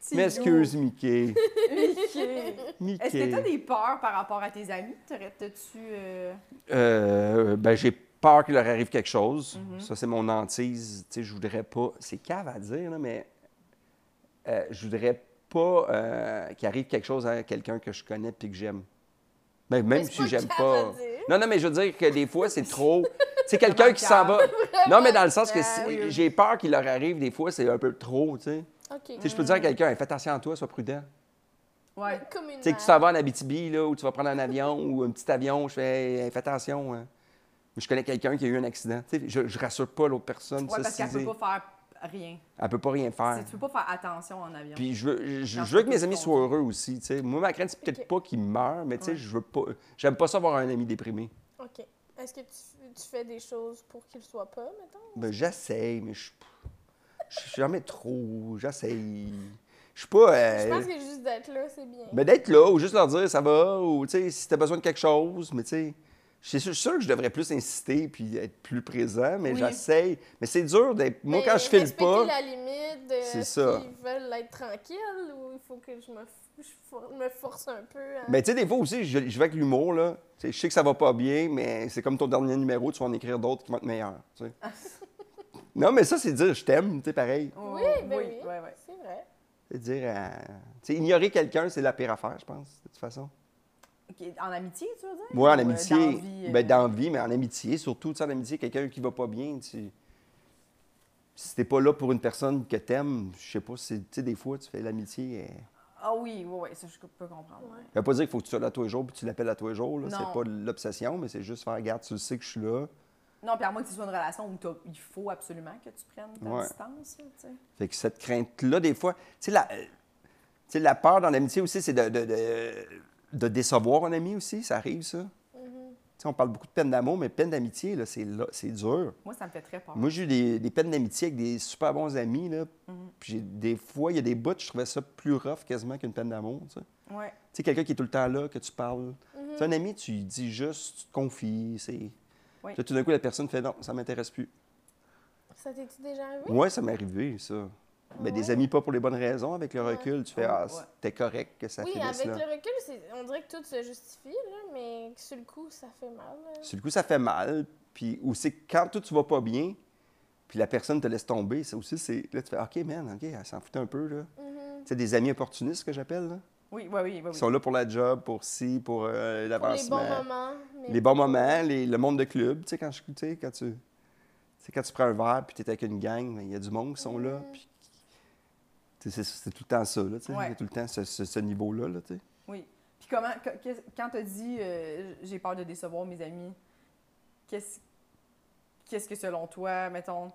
Speaker 2: Petit
Speaker 3: M'excuse, Mickey.
Speaker 2: Ok.
Speaker 3: Mickey.
Speaker 2: (laughs) Est-ce que t'as des peurs par rapport à tes amis? T'aurais- T'as-tu... euh,
Speaker 3: Euh, ben, j'ai peur qu'il leur arrive quelque chose.
Speaker 4: Mhm.
Speaker 3: Ça, c'est mon hantise. Tu sais, je voudrais pas. C'est cave à dire, là, mais euh, je voudrais pas euh, qu'il arrive quelque chose à quelqu'un que je connais puis que j'aime. Ben, même
Speaker 4: c'est
Speaker 3: si
Speaker 4: pas
Speaker 3: j'aime
Speaker 4: cave
Speaker 3: pas.
Speaker 4: à dire.
Speaker 3: Non, non, mais je veux dire que des fois,
Speaker 4: (laughs)
Speaker 3: c'est trop. C'est quelqu'un qui s'en va. Non, mais dans le sens que si-
Speaker 2: oui, oui.
Speaker 3: j'ai peur qu'il leur arrive des fois, c'est un peu trop, tu sais.
Speaker 4: OK.
Speaker 3: Tu sais, je peux dire à quelqu'un, Hey, fais attention à toi, sois prudent.
Speaker 2: Ouais.
Speaker 4: Comme une
Speaker 3: Tu sais, que
Speaker 4: mère.
Speaker 3: tu t'en vas en Abitibi, là, ou tu vas prendre un avion ou un petit avion, je fais Hey, hey, fais attention. hein. Je connais quelqu'un qui a eu un accident. Tu sais, je, je rassure pas l'autre personne.
Speaker 2: Ouais,
Speaker 3: ça,
Speaker 2: parce
Speaker 3: si
Speaker 2: qu'elle
Speaker 3: c'est-
Speaker 2: peut pas faire rien.
Speaker 3: elle peut pas rien faire.
Speaker 2: C'est- Tu peux pas faire attention en avion.
Speaker 3: Puis je veux, je- je
Speaker 2: Dans
Speaker 3: veux que
Speaker 2: tout
Speaker 3: mes
Speaker 2: le
Speaker 3: amis
Speaker 2: fond.
Speaker 3: soient heureux aussi. tu sais. Moi, ma crainte, c'est peut-être
Speaker 4: Ok.
Speaker 3: pas qu'ils meurent, mais tu sais,
Speaker 2: Ouais.
Speaker 3: je veux pas. J'aime pas ça voir un ami déprimé.
Speaker 4: OK. Est-ce que tu, tu fais des choses pour qu'il soit pas, mettons?
Speaker 3: Ben, j'essaye, mais je suis- je suis jamais trop. J'essaye. Je suis pas. euh,
Speaker 4: Je pense que juste d'être là, c'est bien.
Speaker 3: Mais Ben, d'être là, ou juste leur dire ça va, ou tu sais, si t'as besoin de quelque chose, mais tu sais, je suis sûr- je suis sûr que je devrais plus insister puis être plus présent, mais
Speaker 2: Oui.
Speaker 3: j'essaye. Mais c'est dur d'être. Moi, quand
Speaker 4: Mais
Speaker 3: je file
Speaker 4: respecter
Speaker 3: pas,
Speaker 4: la limite de
Speaker 3: C'est ça.
Speaker 4: s'ils veulent être tranquilles ou il faut que je me, f- je for- me force un peu à...
Speaker 3: mais ben, tu sais, des fois aussi, je, je vais avec l'humour, là. Tu sais, je sais que ça va pas bien, mais c'est comme ton dernier numéro, tu vas en écrire d'autres qui vont être meilleurs,
Speaker 4: (laughs)
Speaker 3: tu sais. non, mais ça, c'est dire je t'aime, tu sais, pareil.
Speaker 2: Oh,
Speaker 4: Oui, ben oui,
Speaker 2: Ouais, ouais.
Speaker 4: c'est vrai.
Speaker 3: C'est dire. euh, tu sais, ignorer quelqu'un, c'est la pire affaire, je pense, de toute façon.
Speaker 2: Ok, En amitié, tu veux dire?
Speaker 3: Moi, en
Speaker 2: Ou, euh,
Speaker 3: amitié,
Speaker 2: dans la vie, euh,
Speaker 3: ben, dans la vie, mais en amitié, surtout, tu sais, en amitié, quelqu'un qui va pas bien, tu... Si t'es pas là pour une personne que t'aimes, je sais pas, c'est- tu sais, des fois, tu fais l'amitié... elle-
Speaker 2: Ah oui, oui, oui, ça je peux comprendre. ouais.
Speaker 3: Ça veut pas dire qu'il faut que tu sois là tous les jours puis tu l'appelles à tous les jours, là.
Speaker 2: Non.
Speaker 3: C'est pas l'obsession, mais c'est juste faire, regarde, tu le sais que je suis là.
Speaker 2: Non, puis à moins que ce soit une relation où t'as- il faut absolument que tu prennes ta
Speaker 3: Ouais.
Speaker 2: distance, là, tu sais.
Speaker 3: Fait que cette crainte-là, des fois... Tu sais, la... euh, tu sais, la peur dans l'amitié aussi, c'est de, de, de, de décevoir un ami aussi, ça arrive, ça.
Speaker 2: Mm-hmm.
Speaker 3: Tu sais, on parle beaucoup de peine d'amour, mais peine d'amitié, là, c'est là- c'est dur.
Speaker 2: Moi, ça me fait très peur.
Speaker 3: Moi, j'ai eu des, des peines d'amitié avec des super bons amis. Là. Puis j'ai- des fois, il y a des bouts, je trouvais ça plus rough quasiment qu'une peine d'amour. Tu sais,
Speaker 2: Ouais.
Speaker 3: Tu sais, quelqu'un qui est tout le temps là, que tu parles. Tu sais, un ami, tu lui dis juste, tu te confies. C'est...
Speaker 2: Oui.
Speaker 3: Là, tout d'un coup, la personne fait non, ça m'intéresse plus.
Speaker 4: Ça t'est-tu déjà arrivé?
Speaker 3: Ouais, ça m'est arrivé, ça. Mais des
Speaker 4: Ouais.
Speaker 3: amis pas pour les bonnes raisons, avec le
Speaker 4: Ouais.
Speaker 3: recul, tu fais
Speaker 2: Ouais,
Speaker 3: Ah,
Speaker 2: ouais.
Speaker 3: c'était correct que ça
Speaker 4: Oui,
Speaker 3: finisse
Speaker 4: avec
Speaker 3: là.
Speaker 4: le recul, c'est- on dirait que tout se justifie, là, mais que sur le coup, ça fait mal. là.
Speaker 3: Sur le coup, ça fait mal. Puis aussi, quand tout tu va pas bien, puis la personne te laisse tomber, ça aussi, c'est. Là, tu fais OK, man, OK, elle s'en foutait un peu. Là.
Speaker 4: Mhm.
Speaker 3: Tu sais, des amis opportunistes que j'appelle. Là.
Speaker 2: Oui, oui, Ah oui, oui.
Speaker 3: Ils sont là pour la job, pour ci, pour euh,
Speaker 4: Pour les
Speaker 3: l'avancement.
Speaker 4: bons moments. Mais...
Speaker 3: Les bons moments, les- le monde de club. Tu sais, quand, je- tu sais, quand, tu, tu sais, quand tu prends un verre puis tu es avec une gang, ben, il y a du monde qui sont là. puis tu sais, c'est c'est tout le temps ça. là, tu sais. Il y
Speaker 2: Ouais.
Speaker 3: a tout le temps ce, ce- ce niveau-là. Là, tu sais.
Speaker 2: Oui. Puis comment, que- qu'est-ce- quand t'as dit euh, j'ai peur de décevoir mes amis, qu'est-ce qu'est-ce que selon toi, mettons,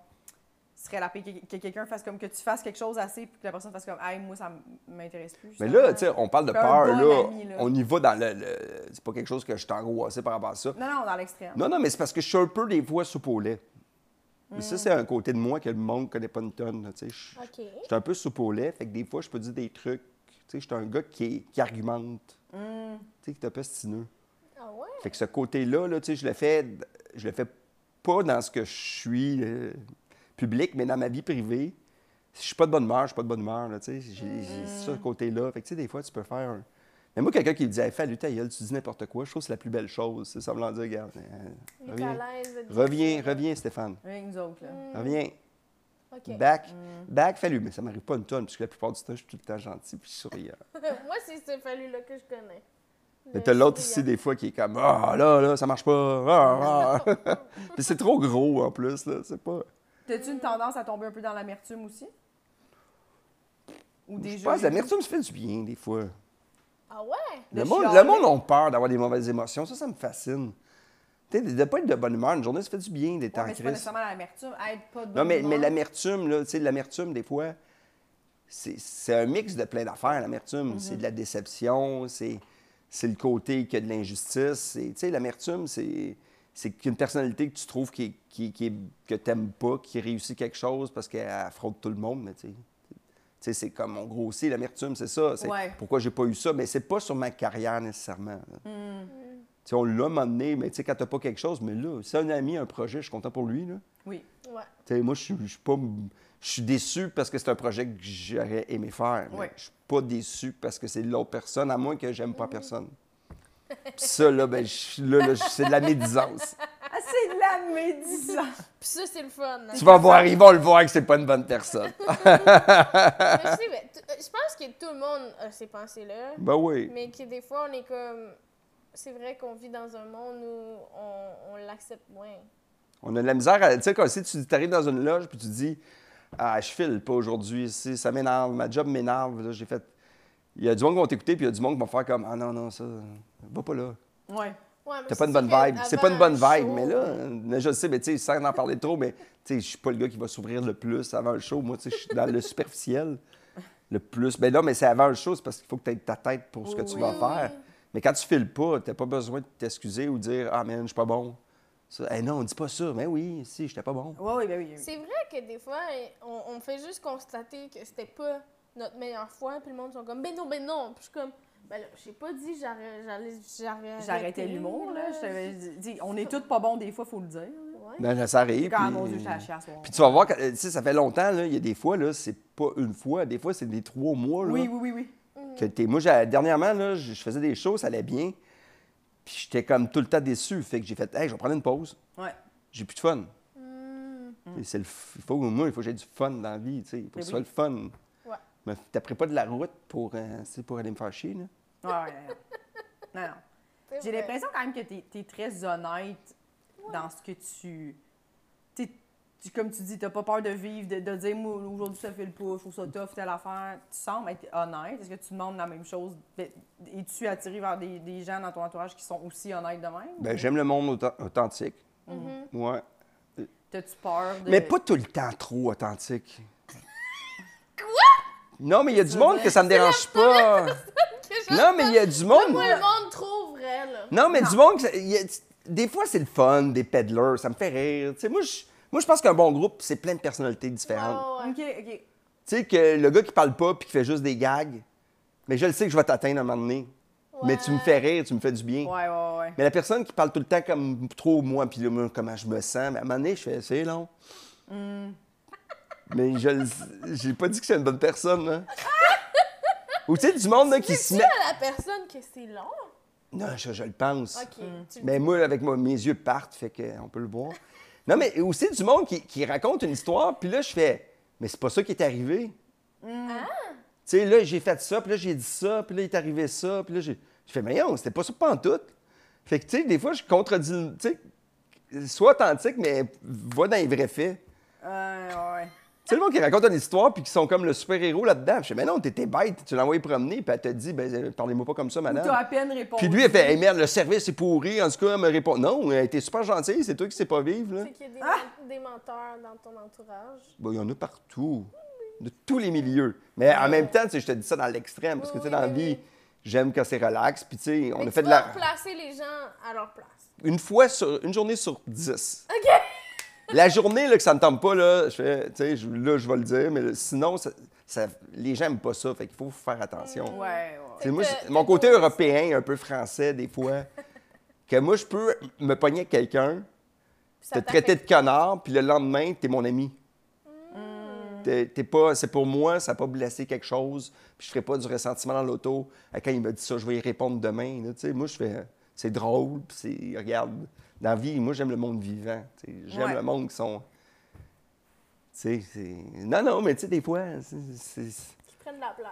Speaker 2: serait la paix que, que quelqu'un fasse comme que tu fasses quelque chose assez puis que la personne fasse comme Hey, moi, ça m'intéresse plus.
Speaker 3: Mais
Speaker 2: justement.
Speaker 3: là, tu sais, on parle de
Speaker 2: Comme
Speaker 3: peur,
Speaker 2: un
Speaker 3: là,
Speaker 2: bon ami, là.
Speaker 3: On y va dans le. le- C'est pas quelque chose que je suis angoissé par rapport à ça.
Speaker 2: Non, non, dans l'extrême.
Speaker 3: Non, non, mais c'est parce que je suis un peu des voix soupe au lait. Mais
Speaker 2: Mm.
Speaker 3: ça, c'est un côté de moi que le monde connaît pas une tonne. là, tu sais. Je
Speaker 4: OK.
Speaker 3: je suis un peu soupe au lait, fait que des fois, je peux dire des trucs. Tu sais, je suis un gars qui, qui argumente,
Speaker 4: Mm.
Speaker 3: tu sais, qui est un peu stineux.
Speaker 4: Ah ouais?
Speaker 3: Fait que ce côté-là, là, tu sais, je le fais, je le fais pas dans ce que je suis euh, public, mais dans ma vie privée. Si je suis pas de bonne humeur, je suis pas de bonne humeur, là, tu sais. J'ai
Speaker 4: Mm.
Speaker 3: j'ai ce côté-là. Fait que, tu sais, des fois, tu peux faire un... Mais moi, quelqu'un qui me disait, fais lui ta gueule, tu dis n'importe quoi, je trouve que c'est la plus belle chose. C'est Ça me dire, regarde, euh,
Speaker 4: Il est à
Speaker 3: reviens,
Speaker 4: l'aise. de dire
Speaker 3: reviens,
Speaker 4: ça.
Speaker 3: reviens, Stéphane.
Speaker 2: Rien que nous autres, là.
Speaker 4: Mm.
Speaker 3: Reviens,
Speaker 4: OK.
Speaker 3: back,
Speaker 2: Mm.
Speaker 3: back, fais-lui. Mais ça m'arrive pas une tonne, puisque la plupart du temps, je suis tout le temps gentil puis souriant.
Speaker 4: (laughs)
Speaker 2: (laughs)
Speaker 4: Moi, c'est ce fallu-là que je connais.
Speaker 3: Mais
Speaker 4: Le
Speaker 3: t'as l'autre
Speaker 4: souriant.
Speaker 3: ici, des fois, qui est comme Ah, là, là, ça marche pas. Ah,
Speaker 2: (laughs)
Speaker 3: ah. (laughs) Puis c'est trop gros, en plus, là. C'est pas.
Speaker 2: T'as-tu une tendance à tomber un peu dans l'amertume aussi? Ou
Speaker 3: Je
Speaker 2: déjà.
Speaker 3: pense que l'amertume se fait du bien, des fois.
Speaker 4: Ah ouais?
Speaker 2: De
Speaker 3: Le monde,
Speaker 2: chialer.
Speaker 3: le monde a peur d'avoir des mauvaises émotions. Ça, ça me fascine. Tu sais, de pas être de bonne humeur, une journée, ça fait du bien d'être
Speaker 2: Ouais,
Speaker 3: en
Speaker 2: mais c'est pas
Speaker 3: crise.
Speaker 2: nécessairement l'amertume. Être pas de
Speaker 3: Non,
Speaker 2: bonne
Speaker 3: mais, mais
Speaker 2: humeur.
Speaker 3: l'amertume, là, tu sais, l'amertume, des fois, c'est c'est un mix de plein d'affaires, l'amertume. C'est de la déception, c'est c'est le côté qui a de l'injustice. c'est- Tu sais, l'amertume, c'est c'est qu'une personnalité que tu trouves qui, est- qui, qui est- que t'aimes pas, qui réussit quelque chose parce qu'elle affronte tout le monde, mais tu sais. Tu sais, c'est comme on grossit l'amertume, c'est ça. C'est
Speaker 2: Ouais.
Speaker 3: pourquoi j'ai pas eu ça. Mais c'est pas sur ma carrière nécessairement. là. Tu sais, on l'a mené, mais tu sais, quand t'as pas quelque chose, mais là, c'est un ami, un projet, je suis content pour lui. Là.
Speaker 2: Oui.
Speaker 3: (laughs)
Speaker 4: Ouais.
Speaker 3: Tu sais, moi, je suis- je suis pas. Je suis déçu parce que c'est un projet que j'aurais aimé faire. mais
Speaker 2: Ouais.
Speaker 3: Je suis pas déçu parce que c'est l'autre personne, à moins que j'aime pas personne. Puis ça, là, ben, je- là, là, je- c'est de la médisance.
Speaker 2: Ah, c'est de la médisance.
Speaker 4: Puis ça, c'est le fun. hein.
Speaker 3: tu vas voir, ils vont le voir que c'est pas une bonne personne.
Speaker 4: Mais je sais, mais t- euh, je pense que tout le monde a ces pensées-là.
Speaker 3: ben oui.
Speaker 4: Mais que des fois, on est comme. C'est vrai qu'on vit dans un monde où on, on l'accepte moins.
Speaker 3: On a de la misère. à- Tu sais, quand si tu arrives dans une loge puis tu dis Ah, je file pas aujourd'hui, c'est- ça m'énerve, ma job m'énerve. là, J'ai fait. Il y a du monde qui vont t'écouter, puis il y a du monde qui vont faire comme Ah non, non, ça, va pas là.
Speaker 2: Ouais.
Speaker 4: Ouais, mais
Speaker 3: T'as pas une
Speaker 4: c'est
Speaker 3: bonne
Speaker 4: sûr que
Speaker 3: vibe. C'est
Speaker 4: avant
Speaker 3: pas une bonne
Speaker 4: un
Speaker 3: vibe,
Speaker 4: show,
Speaker 3: mais là, euh, là, je le sais, mais tu sais, sans en parler trop, mais tu sais, je suis pas le gars qui va s'ouvrir le plus avant le show. Moi, tu sais, je suis dans le superficiel. Le plus. Ben Mais là, mais c'est avant le show, c'est parce qu'il faut que tu aies ta tête pour ce que tu vas
Speaker 4: Oui.
Speaker 3: faire. Mais quand tu files pas, t'as pas besoin de t'excuser ou dire Ah, man, je suis pas bon. Ça, Hey, non, on dit pas ça. Mais oui, si, j'étais pas bon.
Speaker 2: Ouais, oui, ben oui.
Speaker 4: C'est vrai que des fois, on, on fait juste constater que c'était pas notre meilleure fois, puis le monde sont comme, ben non, ben non. Puis je suis comme, ben là, j'ai pas dit j'arrête- j'allais- j'arrête-
Speaker 2: J'arrêtais l'humour, là. Je t'avais dit, on est tous pas bons des fois, faut le dire.
Speaker 4: Ouais.
Speaker 3: Ben, là, ça
Speaker 2: C'est
Speaker 3: arrive.
Speaker 2: quand
Speaker 3: puis-
Speaker 2: même mon Dieu, j'étais à chier à soir.
Speaker 3: Puis tu vas voir, quand- euh, tu sais, ça fait longtemps, là, il y a des fois, là, c'est pas une fois, des fois, c'est des trois mois. Là.
Speaker 2: Oui, oui, oui, oui.
Speaker 3: que t'es- Moi, j'ai- dernièrement, là, je je faisais des choses, ça allait bien. Puis j'étais comme tout le temps déçu. Fait que j'ai fait, hey, je vais prendre une pause.
Speaker 2: Ouais.
Speaker 3: J'ai plus de fun. Et c'est le f- il faut, moi, il faut que j'ai du fun dans la vie. tu sais. Il faut que
Speaker 2: Mais
Speaker 3: ce soit
Speaker 2: oui.
Speaker 3: le fun.
Speaker 4: Ouais.
Speaker 3: Mais t'apprends pas de la route pour, euh, tu sais, pour aller me faire chier. Là.
Speaker 2: Ouais, ouais, ouais. Non, non.
Speaker 4: C'est
Speaker 2: J'ai
Speaker 4: vrai.
Speaker 2: l'impression quand même que t'es es très honnête dans ce que tu. t'sais, tu comme tu dis, t'as pas peur de vivre, de, de dire, moi, aujourd'hui, ça fait le pas, je trouve ça tough, telle affaire. Tu sembles être honnête. Est-ce que tu demandes la même chose? Ben, Es-tu attiré vers des, des gens dans ton entourage qui sont aussi honnêtes de même?
Speaker 3: Ben, j'aime le monde authent- authentique.
Speaker 4: Mhm.
Speaker 3: Ouais.
Speaker 2: T'as-tu peur de.
Speaker 3: Mais pas tout le temps trop authentique. Quoi? Non, mais il y a du monde que ça me dérange pas.
Speaker 4: Que genre,
Speaker 3: Non, mais il y a du monde.
Speaker 4: moi, le monde trop vrai, là.
Speaker 3: Non, mais
Speaker 2: Non.
Speaker 3: du monde, que ça- il y a- des fois, c'est le fun, des peddlers, ça me fait rire. Tu sais, moi, je, moi, je pense qu'un bon groupe, c'est plein de personnalités différentes.
Speaker 4: Ah, Ouais, ouais, ouais.
Speaker 2: Ok, ok.
Speaker 3: Tu sais, que le gars qui parle pas puis qui fait juste des gags, mais je le sais que je vais t'atteindre à un moment donné. Mais tu me
Speaker 4: Ouais.
Speaker 3: fais rire, tu me fais du bien.
Speaker 2: Ouais, ouais, ouais.
Speaker 3: Mais la personne qui parle tout le temps comme trop moi, puis là, moi, comment je me sens, mais à un moment donné, je fais, c'est long. Mais je le- j'ai pas dit que c'est une bonne personne, là. Ou tu sais, du monde là, qui se met.
Speaker 4: À la personne que c'est long.
Speaker 3: Non, je, je le pense.
Speaker 4: Ok.
Speaker 2: Hmm.
Speaker 4: tu-
Speaker 3: Mais Ben, moi, avec moi, mes yeux partent, fait qu'on peut le voir. Non, mais aussi du monde qui, qui raconte une histoire, puis là, je fais, mais c'est pas ça qui est arrivé. Tu sais, là, j'ai fait ça, puis là, j'ai dit ça, puis là, il est arrivé ça, puis là, j'ai. Je fais, mais non, c'était pas ça pantoute. Fait que, tu sais, des fois, je contredis. le- Tu sais, sois authentique, mais va dans les vrais faits.
Speaker 2: Ouais, ouais.
Speaker 3: sais, le monde qui raconte une histoire puis qui sont comme le super-héros là-dedans. Je sais, mais non, t'étais bête, tu l'as envoyé promener, puis elle te dit, ben, euh, parlez-moi pas comme ça,
Speaker 2: Ou t'as à
Speaker 3: madame.
Speaker 2: peine répondu.
Speaker 3: Puis lui, il fait, hey merde, le service est pourri, en tout cas, elle me répond. Non, elle était super gentille, c'est toi qui sais pas vivre, là.
Speaker 4: C'est qu'il y a des,
Speaker 2: ah!
Speaker 4: des menteurs dans ton entourage.
Speaker 3: Bon, il y en a partout, de tous les milieux. Mais en même temps, tu sais, je te dis ça dans l'extrême, parce que tu sais, dans la
Speaker 4: Oui, oui,
Speaker 3: vie, j'aime quand c'est relax, puis tu sais, on
Speaker 4: Mais
Speaker 3: a
Speaker 4: tu
Speaker 3: fait de
Speaker 4: vas
Speaker 3: la.
Speaker 4: placer les gens à leur place.
Speaker 3: une fois sur une journée sur 10. OK. La journée là, que ça ne tente pas, là, je fais, tu sais, je- là, je vais le dire, mais là, sinon, ça, ça- les gens n'aiment pas ça, fait qu'il faut faire attention.
Speaker 2: Ouais, ouais.
Speaker 3: Tu sais, moi,
Speaker 4: T'as-
Speaker 3: c'est-
Speaker 4: t'as
Speaker 3: mon côté
Speaker 4: ton-
Speaker 3: européen, un peu français, des fois, que moi, je peux me pogner avec quelqu'un,
Speaker 4: Puis
Speaker 3: te
Speaker 4: ça
Speaker 3: traiter de
Speaker 4: t'affecte.
Speaker 3: connard, puis le lendemain, t'es mon ami. T'es t'es pas, c'est pour moi, ça n'a pas blessé quelque chose, puis je ferai pas du ressentiment dans l'auto. Euh, Quand il me dit ça, je vais y répondre demain. là, tu sais, moi, je fais, c'est drôle, puis c'est, regarde, dans la vie, moi, j'aime le monde vivant. tu sais, J'aime
Speaker 2: Ouais.
Speaker 3: le monde qui sont. tu sais, c'est- Non, non, mais tu sais, des fois, c'est. c'est- c'est-
Speaker 4: Qu'ils prennent la place.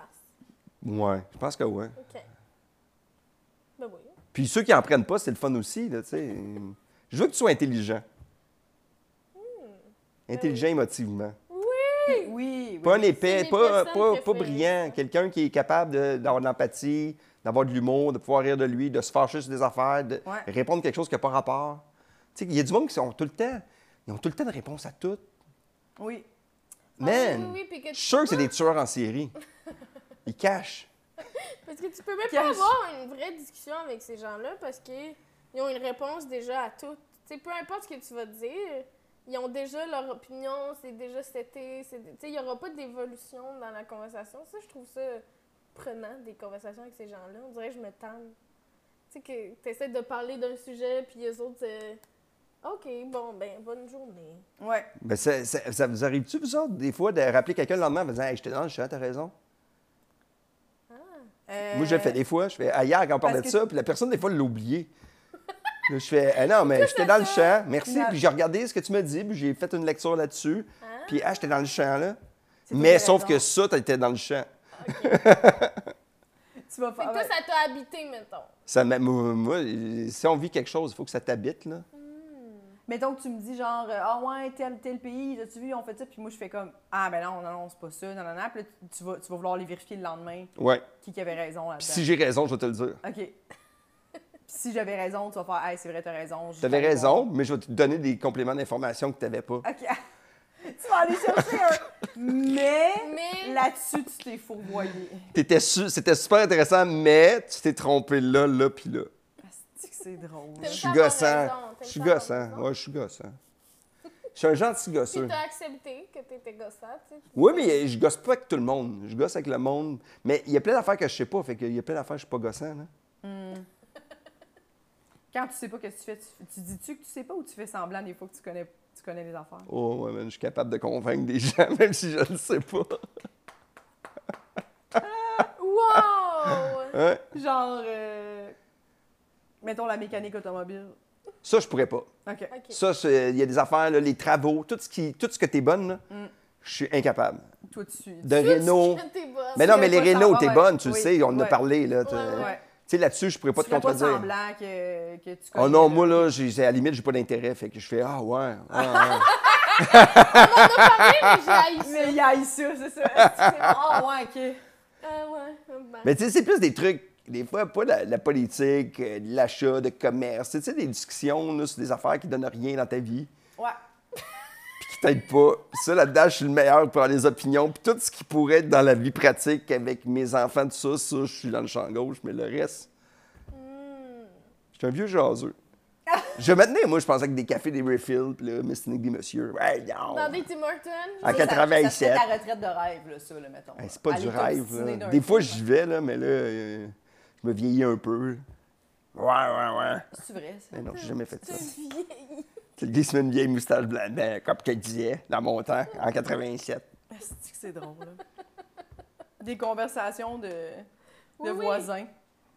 Speaker 3: Ouais, je pense que ouais.
Speaker 4: OK. Ben oui.
Speaker 3: Puis ceux qui en prennent pas, c'est le fun aussi, là, tu sais. Je veux que tu sois intelligent. Intelligent émotivement.
Speaker 2: Oui, oui.
Speaker 3: Pas un
Speaker 4: C'est
Speaker 3: épais,
Speaker 4: mes
Speaker 3: pas,
Speaker 4: personnes
Speaker 3: pas, pas
Speaker 4: préférées.
Speaker 3: brillant. Quelqu'un qui est capable de- d'avoir de l'empathie, d'avoir de l'humour, de pouvoir rire de lui, de se fâcher sur des affaires, de
Speaker 2: Ouais.
Speaker 3: répondre quelque chose qui n'a pas rapport. Tu sais, il y a du monde qui sont tout le temps, ils ont tout le temps de réponse à tout.
Speaker 2: Oui.
Speaker 4: Ah
Speaker 3: Man,
Speaker 4: oui, oui, puis que
Speaker 3: je
Speaker 4: tu
Speaker 3: suis sûr que c'est des tueurs en série. Ils cachent.
Speaker 4: Parce que tu peux même
Speaker 2: Cache.
Speaker 4: pas avoir une vraie discussion avec ces gens-là parce qu'ils ont une réponse déjà à tout. Tu sais, peu importe ce que tu vas dire, ils ont déjà leur opinion, c'est déjà c'était. c'est- Tu sais, il n'y aura pas d'évolution dans la conversation. Ça, je trouve ça prenant, des conversations avec ces gens-là. On dirait que je me tanne. Tu sais, que tu essaies de parler d'un sujet, puis les autres, euh, OK, bon, ben, bonne journée.
Speaker 2: Ouais.
Speaker 3: Ben, ça, ça- ça vous arrive-tu, vous autres, des fois, de rappeler quelqu'un le lendemain en disant Hey, je te donne, je suis t'as raison.
Speaker 2: Euh,
Speaker 3: Moi, je le fais des fois. Je fais ailleurs quand on parlait de
Speaker 2: parce que-
Speaker 3: ça, puis la personne, des fois, l'a oublié. Là, je fais ah non, mais j'étais dans le champ, merci.
Speaker 2: Non.
Speaker 3: Puis j'ai regardé ce que tu m'as dit, puis j'ai fait une lecture là-dessus. Puis ah, j'étais dans le champ, là.
Speaker 2: C'est toi
Speaker 3: Mais
Speaker 2: qui as
Speaker 3: sauf que
Speaker 2: raison.
Speaker 3: ça, t'étais dans le champ.
Speaker 2: Tu vas
Speaker 4: Fait
Speaker 2: faire.
Speaker 3: Ah
Speaker 4: que toi, ça t'a habité, mettons.
Speaker 3: Ça m'a- moi, moi, si on vit quelque chose, il faut que ça t'habite, là.
Speaker 2: Mettons que tu me dis genre, euh, ah ouais, tel, tel pays, as-tu vu, on fait ça, puis moi je fais comme, ah ben non, non, non, c'est pas ça, non, non, non, puis là, tu- tu vas, tu vas vouloir les vérifier le lendemain,
Speaker 3: Ouais.
Speaker 2: qui qui avait raison
Speaker 3: Puis
Speaker 2: là-dedans.
Speaker 3: si j'ai raison, je vais te le dire.
Speaker 2: OK. Puis si j'avais raison, tu vas faire, hey, c'est vrai, t'as raison. je-
Speaker 3: T'avais raison, mais je vais te donner des compléments d'information que t'avais pas.
Speaker 2: OK. (laughs) tu vas aller chercher un. Mais,
Speaker 4: Mais-
Speaker 2: là-dessus, tu t'es fourvoyé.
Speaker 3: T'étais su- C'était super intéressant, mais tu t'es trompé là, là, puis là.
Speaker 2: Asti que C'est drôle.
Speaker 3: Je
Speaker 4: T'aimes
Speaker 3: suis
Speaker 4: ça avoir
Speaker 3: gossant.
Speaker 4: raison, t'aimes
Speaker 3: Je suis
Speaker 4: ça avoir
Speaker 3: gossant.
Speaker 4: raison.
Speaker 3: Ouais, je suis gossant. Je suis un gentil
Speaker 4: Puis
Speaker 3: gosseux.
Speaker 4: t'as accepté que t'étais gossante, tu sais.
Speaker 3: Oui, mais je gosse pas avec tout le monde. Je gosse avec le monde. Mais il y a plein d'affaires que je sais pas. Fait qu'il y a plein d'affaires que je suis pas gossant. là.
Speaker 2: Quand tu sais pas ce que tu fais, tu, tu dis-tu que tu sais pas ou tu fais semblant des fois que tu connais, tu connais les affaires?
Speaker 3: Oh, ouais, man, je suis capable de convaincre des (laughs) gens, même si je le sais pas.
Speaker 4: Wow!
Speaker 3: Hein?
Speaker 2: Genre, euh, mettons la mécanique automobile.
Speaker 3: Ça, je pourrais pas.
Speaker 2: OK.
Speaker 4: OK.
Speaker 3: Ça, c'est- il y a des affaires, là, les travaux, tout ce, qui, tout ce que t'es bonne, là, je suis incapable.
Speaker 2: Toi, Mm. tu.
Speaker 3: De
Speaker 4: Tout ce
Speaker 3: réno.
Speaker 4: que t'es bonne.
Speaker 3: Mais non,
Speaker 2: tu
Speaker 3: mais les
Speaker 2: fais pas
Speaker 3: rénaux,
Speaker 2: semblant,
Speaker 3: t'es
Speaker 2: ouais.
Speaker 3: bonne, tu le
Speaker 2: Oui,
Speaker 3: sais, on en a
Speaker 2: ouais.
Speaker 3: parlé. là. Tu
Speaker 4: Ouais,
Speaker 2: ouais.
Speaker 3: tu sais, là-dessus, je pourrais pas
Speaker 2: tu
Speaker 3: te
Speaker 2: fais pas
Speaker 3: contredire.
Speaker 2: semblant que, que tu connais.
Speaker 3: Oh non,
Speaker 2: le-
Speaker 3: moi, là, j'ai, à la limite, j'ai pas d'intérêt. Fait que je fais Ah, ouais. ouais, ouais.
Speaker 4: Mais j'ai haï
Speaker 3: (laughs)
Speaker 4: ça.
Speaker 2: Mais il y a ça, c'est ça. Asti, c'est- Ah ouais, OK.
Speaker 4: Ah ouais, ben.
Speaker 3: Mais tu sais, c'est plus des trucs, des fois, pas la, la politique, euh, de l'achat, de commerce. Tu sais, des discussions là, sur des affaires qui donnent rien dans ta vie,
Speaker 2: Ouais.
Speaker 3: puis qui t'aident pas. Puis ça, là-dedans, je suis le meilleur pour avoir les opinions. Puis tout ce qui pourrait être dans la vie pratique avec mes enfants, tout ça, ça, je suis dans le champ gauche, mais le reste,
Speaker 4: Hmm.
Speaker 3: je suis un vieux jaseux. je maintenais, moi, je pensais que des cafés, des refills, puis là, mais c'est des messieurs. Ouais, non.
Speaker 4: Dans des Tim Hortons.
Speaker 2: Ça,
Speaker 3: À
Speaker 2: ça-
Speaker 3: 87.
Speaker 2: Ça serait ta retraite de rêve, là, ça, là, mettons.
Speaker 3: Hey, c'est pas
Speaker 2: Aller
Speaker 3: du rêve.
Speaker 2: t'obstiner
Speaker 3: là.
Speaker 2: d'un
Speaker 3: Des fois,
Speaker 2: film.
Speaker 4: hein.
Speaker 3: j'y vais, là, mais là, euh, je me vieillis un peu. Ouais, ouais, ouais.
Speaker 2: C'est vrai, ça.
Speaker 3: Mais Eh non, j'ai jamais fait ça.
Speaker 4: Tu vieillis.
Speaker 3: Tu le glisses une vieille moustache blanche, ben, comme que je disais, dans mon temps, en 87.
Speaker 2: Asti que C'est drôle, là. Des conversations de, de
Speaker 4: Oui, oui.
Speaker 2: voisins.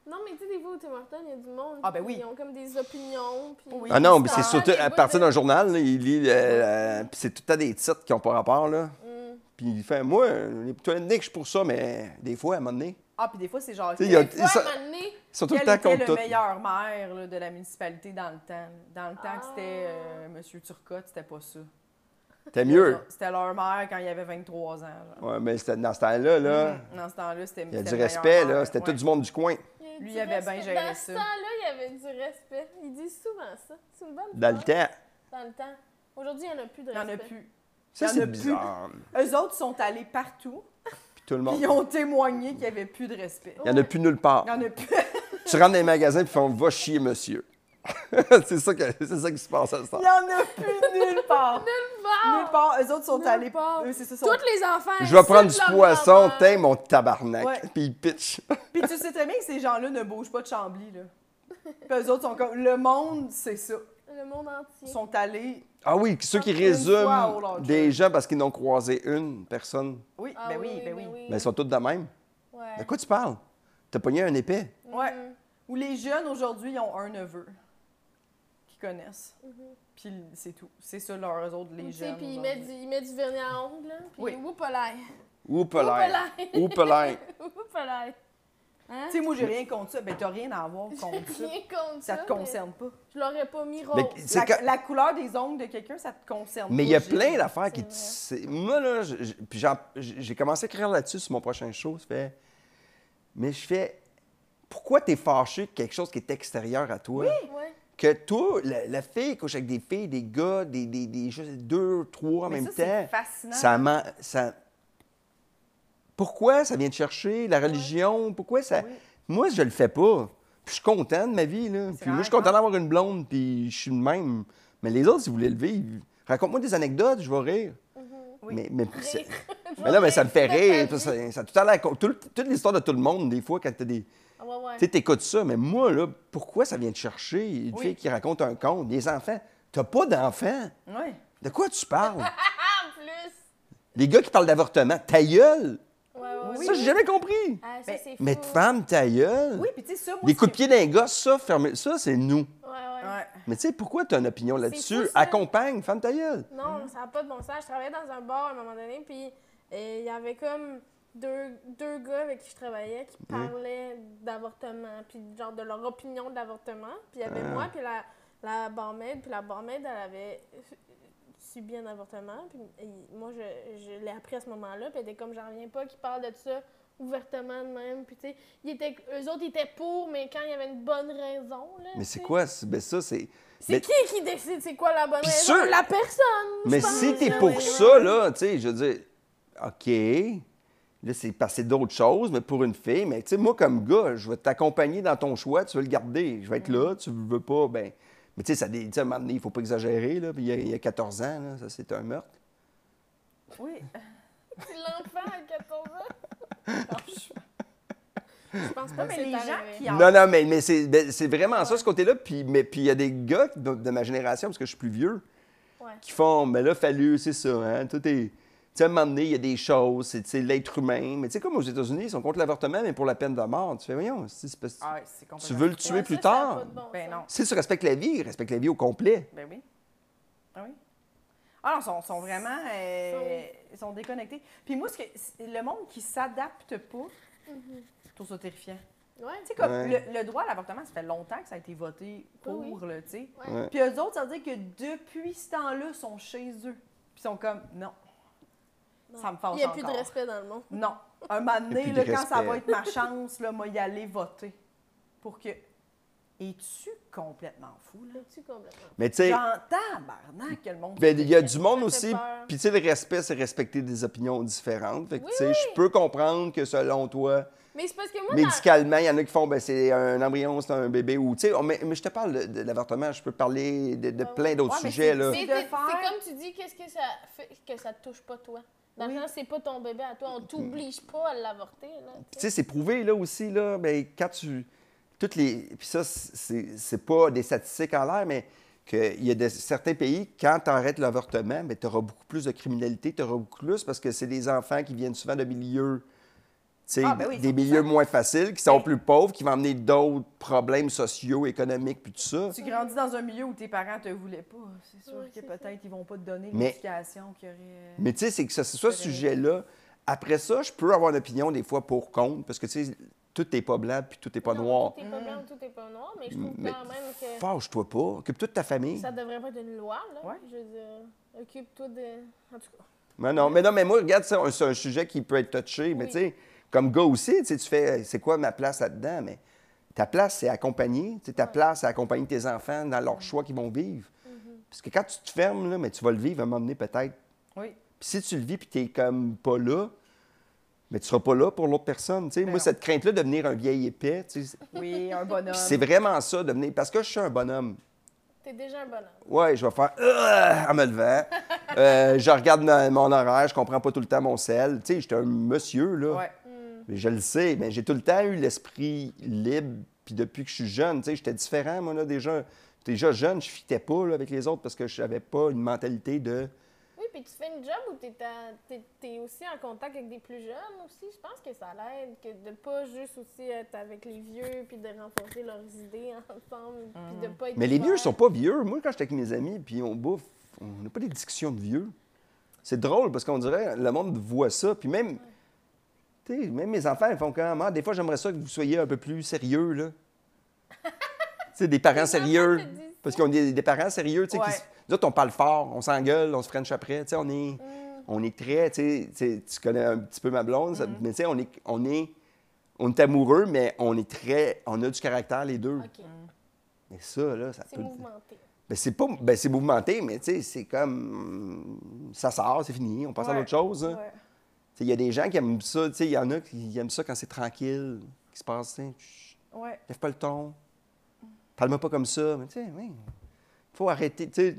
Speaker 4: Non, mais tu sais, des fois, au Tim Hortons, il y a du monde.
Speaker 2: Ah, ben
Speaker 4: puis
Speaker 2: oui.
Speaker 4: Ils ont comme des opinions. Puis...
Speaker 2: Oui.
Speaker 3: Ah non, mais c'est
Speaker 4: Ah,
Speaker 3: surtout
Speaker 4: des
Speaker 3: à
Speaker 4: bouts
Speaker 3: partir
Speaker 4: de-
Speaker 3: d'un journal, là, il lit, euh, euh, puis c'est tout le temps des titres qui n'ont pas rapport, là.
Speaker 2: Mm.
Speaker 4: Hmm.
Speaker 3: Puis il fait, moi, les toilettes de Nick, je suis pour ça, mais des fois, à un moment donné,
Speaker 2: Ah, puis des fois, c'est genre.
Speaker 3: Tu sais, il y a-
Speaker 2: quel,
Speaker 4: Des fois,
Speaker 3: ça-
Speaker 4: à un moment donné,
Speaker 3: ils sont tout
Speaker 2: quel
Speaker 3: le temps
Speaker 2: était
Speaker 3: contre
Speaker 2: le
Speaker 3: tout.
Speaker 2: meilleur maire là, de la municipalité dans le temps? Dans le temps que c'était
Speaker 4: Ah.
Speaker 2: euh, M. Turcotte, c'était pas ça.
Speaker 3: T'es mieux.
Speaker 2: C'était leur mère quand il avait 23 ans. genre.
Speaker 3: Ouais, mais c'était dans ce temps-là, là,
Speaker 2: Mhm. Dans ce temps-là, c'était
Speaker 3: il y a du
Speaker 2: c'était le meilleur
Speaker 3: respect,
Speaker 2: mère.
Speaker 3: là. C'était
Speaker 2: Ouais.
Speaker 3: tout du monde du coin.
Speaker 4: Il y a
Speaker 2: Lui,
Speaker 4: du
Speaker 2: il avait bien
Speaker 4: respect.
Speaker 2: géré ça.
Speaker 4: Dans ce temps-là, il y avait du respect. Ils disent souvent ça. C'est une bonne
Speaker 3: Dans le
Speaker 4: phrase.
Speaker 3: temps.
Speaker 4: Dans le temps. Aujourd'hui, il n'y en a plus de
Speaker 2: Il n'y en
Speaker 4: respect.
Speaker 2: a plus.
Speaker 3: Ça,
Speaker 2: Il y en a
Speaker 3: c'est
Speaker 2: plus.
Speaker 3: bizarre.
Speaker 2: Eux autres sont allés partout,
Speaker 3: Puis tout le
Speaker 2: puis
Speaker 3: monde.
Speaker 2: ils ont témoigné qu'il n'y avait plus de respect.
Speaker 3: Il n'y en a plus nulle part.
Speaker 2: Il n'y en a plus.
Speaker 3: Ah. Tu rentres dans les magasins puis ils font va chier, monsieur. (laughs) c'est ça, que- c'est ça qui se passe à ce
Speaker 2: Il
Speaker 3: temps.
Speaker 2: n'y en a plus nulle part.
Speaker 4: Bah!
Speaker 2: Nulle part. Eux autres sont
Speaker 4: Nulle
Speaker 2: allés.
Speaker 4: part.
Speaker 2: Eux, c'est ça. sont-
Speaker 4: Tous les enfants.
Speaker 3: Je vais prendre
Speaker 4: insultent
Speaker 3: du
Speaker 4: leur
Speaker 3: poisson,
Speaker 4: grand-mère.
Speaker 3: t'es mon tabarnak.
Speaker 2: Ouais.
Speaker 3: Puis ils pitchent.
Speaker 2: Puis tu sais très bien que ces gens-là ne bougent pas de Chambly, là. Puis eux autres sont comme. Le monde, c'est
Speaker 4: (laughs)
Speaker 2: ça.
Speaker 4: Le monde
Speaker 2: Ils
Speaker 4: entier.
Speaker 2: sont allés.
Speaker 3: (laughs) Ah oui, ceux qui
Speaker 2: Une fois au
Speaker 3: résument
Speaker 2: launcher.
Speaker 3: des gens parce qu'ils n'ont croisé une personne.
Speaker 2: Oui,
Speaker 4: Ah
Speaker 2: ben oui, ben oui.
Speaker 3: Mais ils sont toutes de même.
Speaker 4: Ouais.
Speaker 3: De quoi tu parles? T'as pogné un épais?
Speaker 2: Ouais.
Speaker 4: Mhm.
Speaker 2: Ou les jeunes aujourd'hui, ils ont un neveu qu'ils connaissent. Puis c'est tout. C'est ça, leurs eux autres, les
Speaker 4: Mm-hmm. Tu sais,
Speaker 2: jeunes.
Speaker 4: Puis il
Speaker 2: aujourd'hui.
Speaker 4: met, du, il met du vernis à ongles, là, puis
Speaker 2: Oui.
Speaker 4: oupalaï.
Speaker 3: Ou pelin.
Speaker 4: Oupalaï.
Speaker 3: Ou pelin.
Speaker 4: (laughs) Oupalaï. Hein?
Speaker 2: Tu sais, moi, j'ai rien contre ça. Ben, t'as rien à
Speaker 4: (laughs)
Speaker 2: avoir contre ça.
Speaker 4: Rien contre ça.
Speaker 2: Ça te
Speaker 4: mais
Speaker 2: concerne pas.
Speaker 4: Je l'aurais pas mis rose.
Speaker 3: Mais c'est
Speaker 2: La,
Speaker 3: quand-
Speaker 2: la couleur des ongles de quelqu'un, ça te concerne
Speaker 3: Mais
Speaker 2: pas.
Speaker 3: il y a
Speaker 2: j'ai-
Speaker 3: plein d'affaires qui.
Speaker 4: c'est
Speaker 3: te- c'est- Moi, là, je- je- puis j'en- j'ai j'ai commencé à écrire là-dessus sur mon prochain show. Ça fait... Mais je fais. Pourquoi t'es fâché que quelque chose qui est extérieur à toi?
Speaker 4: Ouais.
Speaker 3: Que toi, la, la fille couche avec des filles, des gars, des, des, des- je sais, deux, trois en
Speaker 2: Mais
Speaker 3: même
Speaker 2: ça, c'est
Speaker 3: temps.
Speaker 2: fascinant.
Speaker 3: Ça, m'en- ça- Pourquoi ça vient te chercher? La religion? Pourquoi ça.
Speaker 2: Oui.
Speaker 3: Moi, je le fais pas. Puis je suis content de ma vie, là. Puis moi, je suis
Speaker 2: vraiment
Speaker 3: content d'avoir une blonde, puis je suis le même. Mais les autres, si vous voulez le vivre, raconte-moi des anecdotes, je vais rire.
Speaker 2: Mm-hmm. Oui.
Speaker 3: Mais, mais, c'est-
Speaker 2: (laughs)
Speaker 3: mais là, mais ça me fait rire. Ça, ça, ça a tout à l'air con- tout le- toute l'histoire de tout le monde, des fois, quand t'as des.
Speaker 4: Ah ouais, ouais.
Speaker 3: Tu sais, t'écoutes ça, mais moi, là, pourquoi ça vient te chercher? Une
Speaker 2: Oui.
Speaker 3: fille qui raconte un conte, des enfants. T'as pas d'enfants?
Speaker 2: Ouais.
Speaker 3: De quoi tu parles?
Speaker 4: En plus.
Speaker 3: les gars qui parlent d'avortement, ta gueule!
Speaker 4: Ouais, ouais,
Speaker 3: Ça, j'ai jamais compris!
Speaker 4: Ah, ça,
Speaker 2: Mais-
Speaker 4: c'est fou.
Speaker 3: Mais de femme, ta gueule!
Speaker 2: Oui, puis tu sais, ça, moi.
Speaker 3: Des
Speaker 2: ce
Speaker 3: coups de
Speaker 2: que-
Speaker 3: pied d'un gars, ça, fermez- ça, c'est nous.
Speaker 4: Ouais, ouais.
Speaker 2: Ouais.
Speaker 3: Mais tu sais, pourquoi tu as une opinion là-dessus?
Speaker 4: Ah. fou, ça.
Speaker 3: Accompagne, femme ta gueule.
Speaker 4: Non, ça n'a pas de bon sens. Je travaillais dans un bar à un moment donné, puis euh, il y avait comme deux, deux gars avec qui je travaillais qui parlaient d'avortement, puis genre de leur opinion de l'avortement. Puis il y avait
Speaker 3: Ah.
Speaker 4: moi, puis la, la barmaid, puis la barmaid, elle avait subi un avortement. Puis et moi, je, je l'ai appris à ce moment-là, puis elle était comme, j'en reviens pas, qu'ils parlent de ça ouvertement de même. Puis tu sais, ils étaient- eux autres ils étaient pour, mais quand il y avait une bonne raison. Là, tu
Speaker 3: Mais c'est
Speaker 4: sais.
Speaker 3: quoi? c'est- Ben ça, c'est.
Speaker 4: C'est
Speaker 3: Mais-
Speaker 4: qui qui décide c'est quoi la bonne
Speaker 3: Puis
Speaker 4: raison?
Speaker 3: sûr-
Speaker 4: La personne!
Speaker 3: Mais
Speaker 4: pense,
Speaker 3: si t'es
Speaker 4: là,
Speaker 3: pour
Speaker 4: ouais,
Speaker 3: ça,
Speaker 4: ouais.
Speaker 3: là, tu sais, je veux dire, OK, là, c'est passé d'autres choses, mais pour une fille, mais tu sais, moi, comme gars, je vais t'accompagner dans ton choix, tu veux le garder, je vais être
Speaker 4: Mm.
Speaker 3: là, tu veux pas, ben. Mais tu sais, ça, dé- tu sais, à un moment donné, il faut pas exagérer, là, puis il y a, il y a 14 ans, là, ça, c'est un meurtre.
Speaker 4: (laughs)
Speaker 2: Oui.
Speaker 4: L'enfant à 14 ans. Je pense pas
Speaker 2: Non, mais
Speaker 4: que
Speaker 2: les
Speaker 4: c'est
Speaker 2: gens
Speaker 4: arrivé.
Speaker 2: qui en
Speaker 3: Non, non, mais, mais c'est ben, c'est vraiment ça, ce côté-là. Puis mais- puis il y a des gars de, de ma génération, parce que je suis plus vieux,
Speaker 4: Ouais.
Speaker 3: qui font, mais là, fallu, c'est ça, hein, tout est... Tu sais, à un moment donné, il y a des choses, c'est tu sais, l'être humain. Mais tu sais, comme aux États-Unis, ils sont contre l'avortement, mais pour la peine de mort. Tu fais, voyons, c'est c'est parce que
Speaker 2: Ah, c'est complètement.
Speaker 3: tu veux le tuer
Speaker 4: Ouais, ça,
Speaker 3: plus
Speaker 4: ça a
Speaker 3: tard.
Speaker 4: pas de bon
Speaker 2: Ben
Speaker 4: sens.
Speaker 2: non.
Speaker 3: Si tu respectes la vie, respecte la vie au complet.
Speaker 2: Ben oui. Ah oui. Ah non, ils sont, sont vraiment. euh, ils sont déconnectés. Puis moi, ce que, c'est le monde qui s'adapte pas,
Speaker 4: Mm-hmm.
Speaker 2: je trouve ça terrifiant.
Speaker 4: Ouais.
Speaker 2: Tu sais, comme
Speaker 3: Ouais.
Speaker 2: le, le droit à l'avortement, ça fait longtemps que ça a été voté pour,
Speaker 4: Oui,
Speaker 2: là, tu sais.
Speaker 4: Ouais.
Speaker 3: Ouais.
Speaker 2: Puis eux autres, ça veut dire que depuis ce temps-là, ils sont chez eux. Puis ils sont comme, non. Ça me fâche
Speaker 4: Il n'y a plus de
Speaker 2: encore.
Speaker 4: respect dans le monde.
Speaker 2: Non. Un moment donné,
Speaker 3: Il y a
Speaker 2: là,
Speaker 3: plus de
Speaker 2: quand ça va
Speaker 3: respect.
Speaker 2: être ma chance, là, moi, y aller voter. Pour que. Es-tu complètement fou, là?
Speaker 4: Tu complètement.
Speaker 3: Mais tu sais,
Speaker 2: J'entends, Barnac, que le monde.
Speaker 3: ben, il y a du monde
Speaker 4: Ça fait
Speaker 3: aussi.
Speaker 4: peur.
Speaker 3: Puis tu sais, le respect, c'est respecter des opinions différentes. Fait que
Speaker 4: Oui,
Speaker 3: tu sais, je peux comprendre que selon toi,
Speaker 4: Mais c'est parce que moi, dans-
Speaker 3: médicalement, il y en a qui font, ben, c'est un embryon, c'est un bébé. Ou, tu sais, on- mais, mais je te parle de, de l'avortement, je peux parler de, de plein d'autres
Speaker 2: Euh, Ouais, mais
Speaker 3: sujets. Là.
Speaker 2: de
Speaker 4: c'est c'est- c'est
Speaker 2: faire-
Speaker 4: comme tu dis, qu'est-ce que ça fait que ça te touche pas toi? Dans
Speaker 2: Oui.
Speaker 4: le sens, c'est pas ton bébé à toi. On t'oblige pas à l'avorter. là,
Speaker 3: Tu
Speaker 4: tu sais.
Speaker 3: sais, c'est prouvé, là aussi, là, ben, quand tu. Toutes les. Puis ça, c'est c'est pas des statistiques en l'air, mais qu'il y a des- certains pays, quand tu arrêtes l'avortement, ben, tu auras beaucoup plus de criminalité, tu auras beaucoup plus parce que c'est des enfants qui viennent souvent de milieux. tu sais,
Speaker 2: Ah, ben oui,
Speaker 3: des
Speaker 2: 100%.
Speaker 3: milieux moins faciles, qui sont
Speaker 2: Ben-
Speaker 3: plus pauvres, qui vont amener d'autres problèmes sociaux, économiques, puis tout ça.
Speaker 2: Tu grandis dans un milieu où tes parents te voulaient pas. C'est sûr
Speaker 4: Ouais,
Speaker 2: que
Speaker 4: c'est
Speaker 2: peut-être ils vont pas te donner
Speaker 3: Mais-
Speaker 2: l'éducation qu'il y aurait.
Speaker 3: Mais tu sais, c'est que ce, ce
Speaker 2: C'est vrai.
Speaker 3: sujet-là, après ça, je peux avoir une opinion des fois pour contre, parce que tu sais, tout n'est pas blanc puis tout n'est pas
Speaker 4: Non,
Speaker 3: noir.
Speaker 4: Tout est pas blanc, tout est pas noir, mais je trouve
Speaker 3: Mais
Speaker 4: quand même que
Speaker 3: Fâche-toi pas. Occupe toute ta famille.
Speaker 4: ça devrait pas être une loi, là.
Speaker 2: Ouais.
Speaker 4: Je veux dire, occupe-toi de. En tout cas.
Speaker 3: Mais non, mais non, mais moi, regarde, c'est un, c'est un sujet qui peut être touché, mais
Speaker 4: Oui.
Speaker 3: tu sais, comme gars aussi, tu sais, tu fais, euh, c'est quoi ma place là-dedans? Mais ta place, c'est accompagner. Tu sais, ta place, c'est accompagner tes enfants dans leurs choix qu'ils vont vivre.
Speaker 4: Mm-hmm.
Speaker 3: Parce que quand tu te fermes, là, mais tu vas le vivre à un moment donné, peut-être.
Speaker 2: Oui.
Speaker 3: Puis si tu le vis, puis tu comme pas là, mais tu seras pas là pour l'autre personne. Tu sais,
Speaker 2: Ben
Speaker 3: moi,
Speaker 2: non.
Speaker 3: cette crainte-là de devenir un vieil épais, tu sais,
Speaker 2: Oui, un bonhomme.
Speaker 3: puis c'est vraiment ça, devenir. Parce que je suis un bonhomme.
Speaker 4: T'es déjà un bonhomme.
Speaker 3: Ouais, je vais faire euh, en me levant. Euh, je regarde ma- mon horaire, je comprends pas tout le temps mon sel. Tu sais, j'étais un monsieur, là.
Speaker 2: Ouais.
Speaker 3: Mais je le sais, mais j'ai tout le temps eu l'esprit libre. Puis depuis que je suis jeune, tu sais, j'étais différent, moi, là, déjà. Déjà jeune, je fitais pas là, avec les autres parce que je n'avais pas une mentalité de.
Speaker 4: Oui, puis tu fais une job où t'es à- t'es es aussi en contact avec des plus jeunes aussi. Je pense que ça l'aide que de pas juste aussi être avec les vieux puis de renforcer leurs idées ensemble puis de pas être
Speaker 3: Mais les vieux
Speaker 4: ouvert.
Speaker 3: sont pas vieux. Moi, quand j'étais avec mes amis, puis on bouffe, on n'a pas des discussions de vieux. C'est drôle parce qu'on dirait le monde voit ça, puis même, tu sais, même mes enfants ils font quand même. Ah, des fois, j'aimerais ça que vous soyez un peu plus sérieux là. tu sais, des parents sérieux,
Speaker 4: enfants te disent
Speaker 3: parce qu'ils ont des, des parents sérieux, tu sais, qui
Speaker 2: Ouais.
Speaker 3: se- nous autres, on parle fort, on s'engueule, on se french après, tu sais, on
Speaker 4: Mm.
Speaker 3: est, on est très, tu sais, tu sais, tu connais un petit peu ma blonde,
Speaker 4: Mm.
Speaker 3: ça- mais tu sais, on est, on est, on est amoureux, mais on est très, on a du caractère les deux.
Speaker 4: OK,
Speaker 3: Mais ça, là, ça
Speaker 4: c'est
Speaker 3: peut.
Speaker 4: mouvementé.
Speaker 3: Ben, c'est pas ben, c'est mouvementé, mais tu sais, c'est comme hum, ça sort, c'est fini, on passe à
Speaker 2: Ouais.
Speaker 3: d'autres choses. hein.
Speaker 2: Ouais.
Speaker 3: Tu sais, Il y a des gens qui aiment ça, tu sais, il y en a qui aiment ça quand c'est tranquille, qui se passe, tu sais, Chut,
Speaker 2: Ouais.
Speaker 3: lève pas le ton, parle-moi pas comme ça, mais tu sais, oui, faut arrêter, tu sais.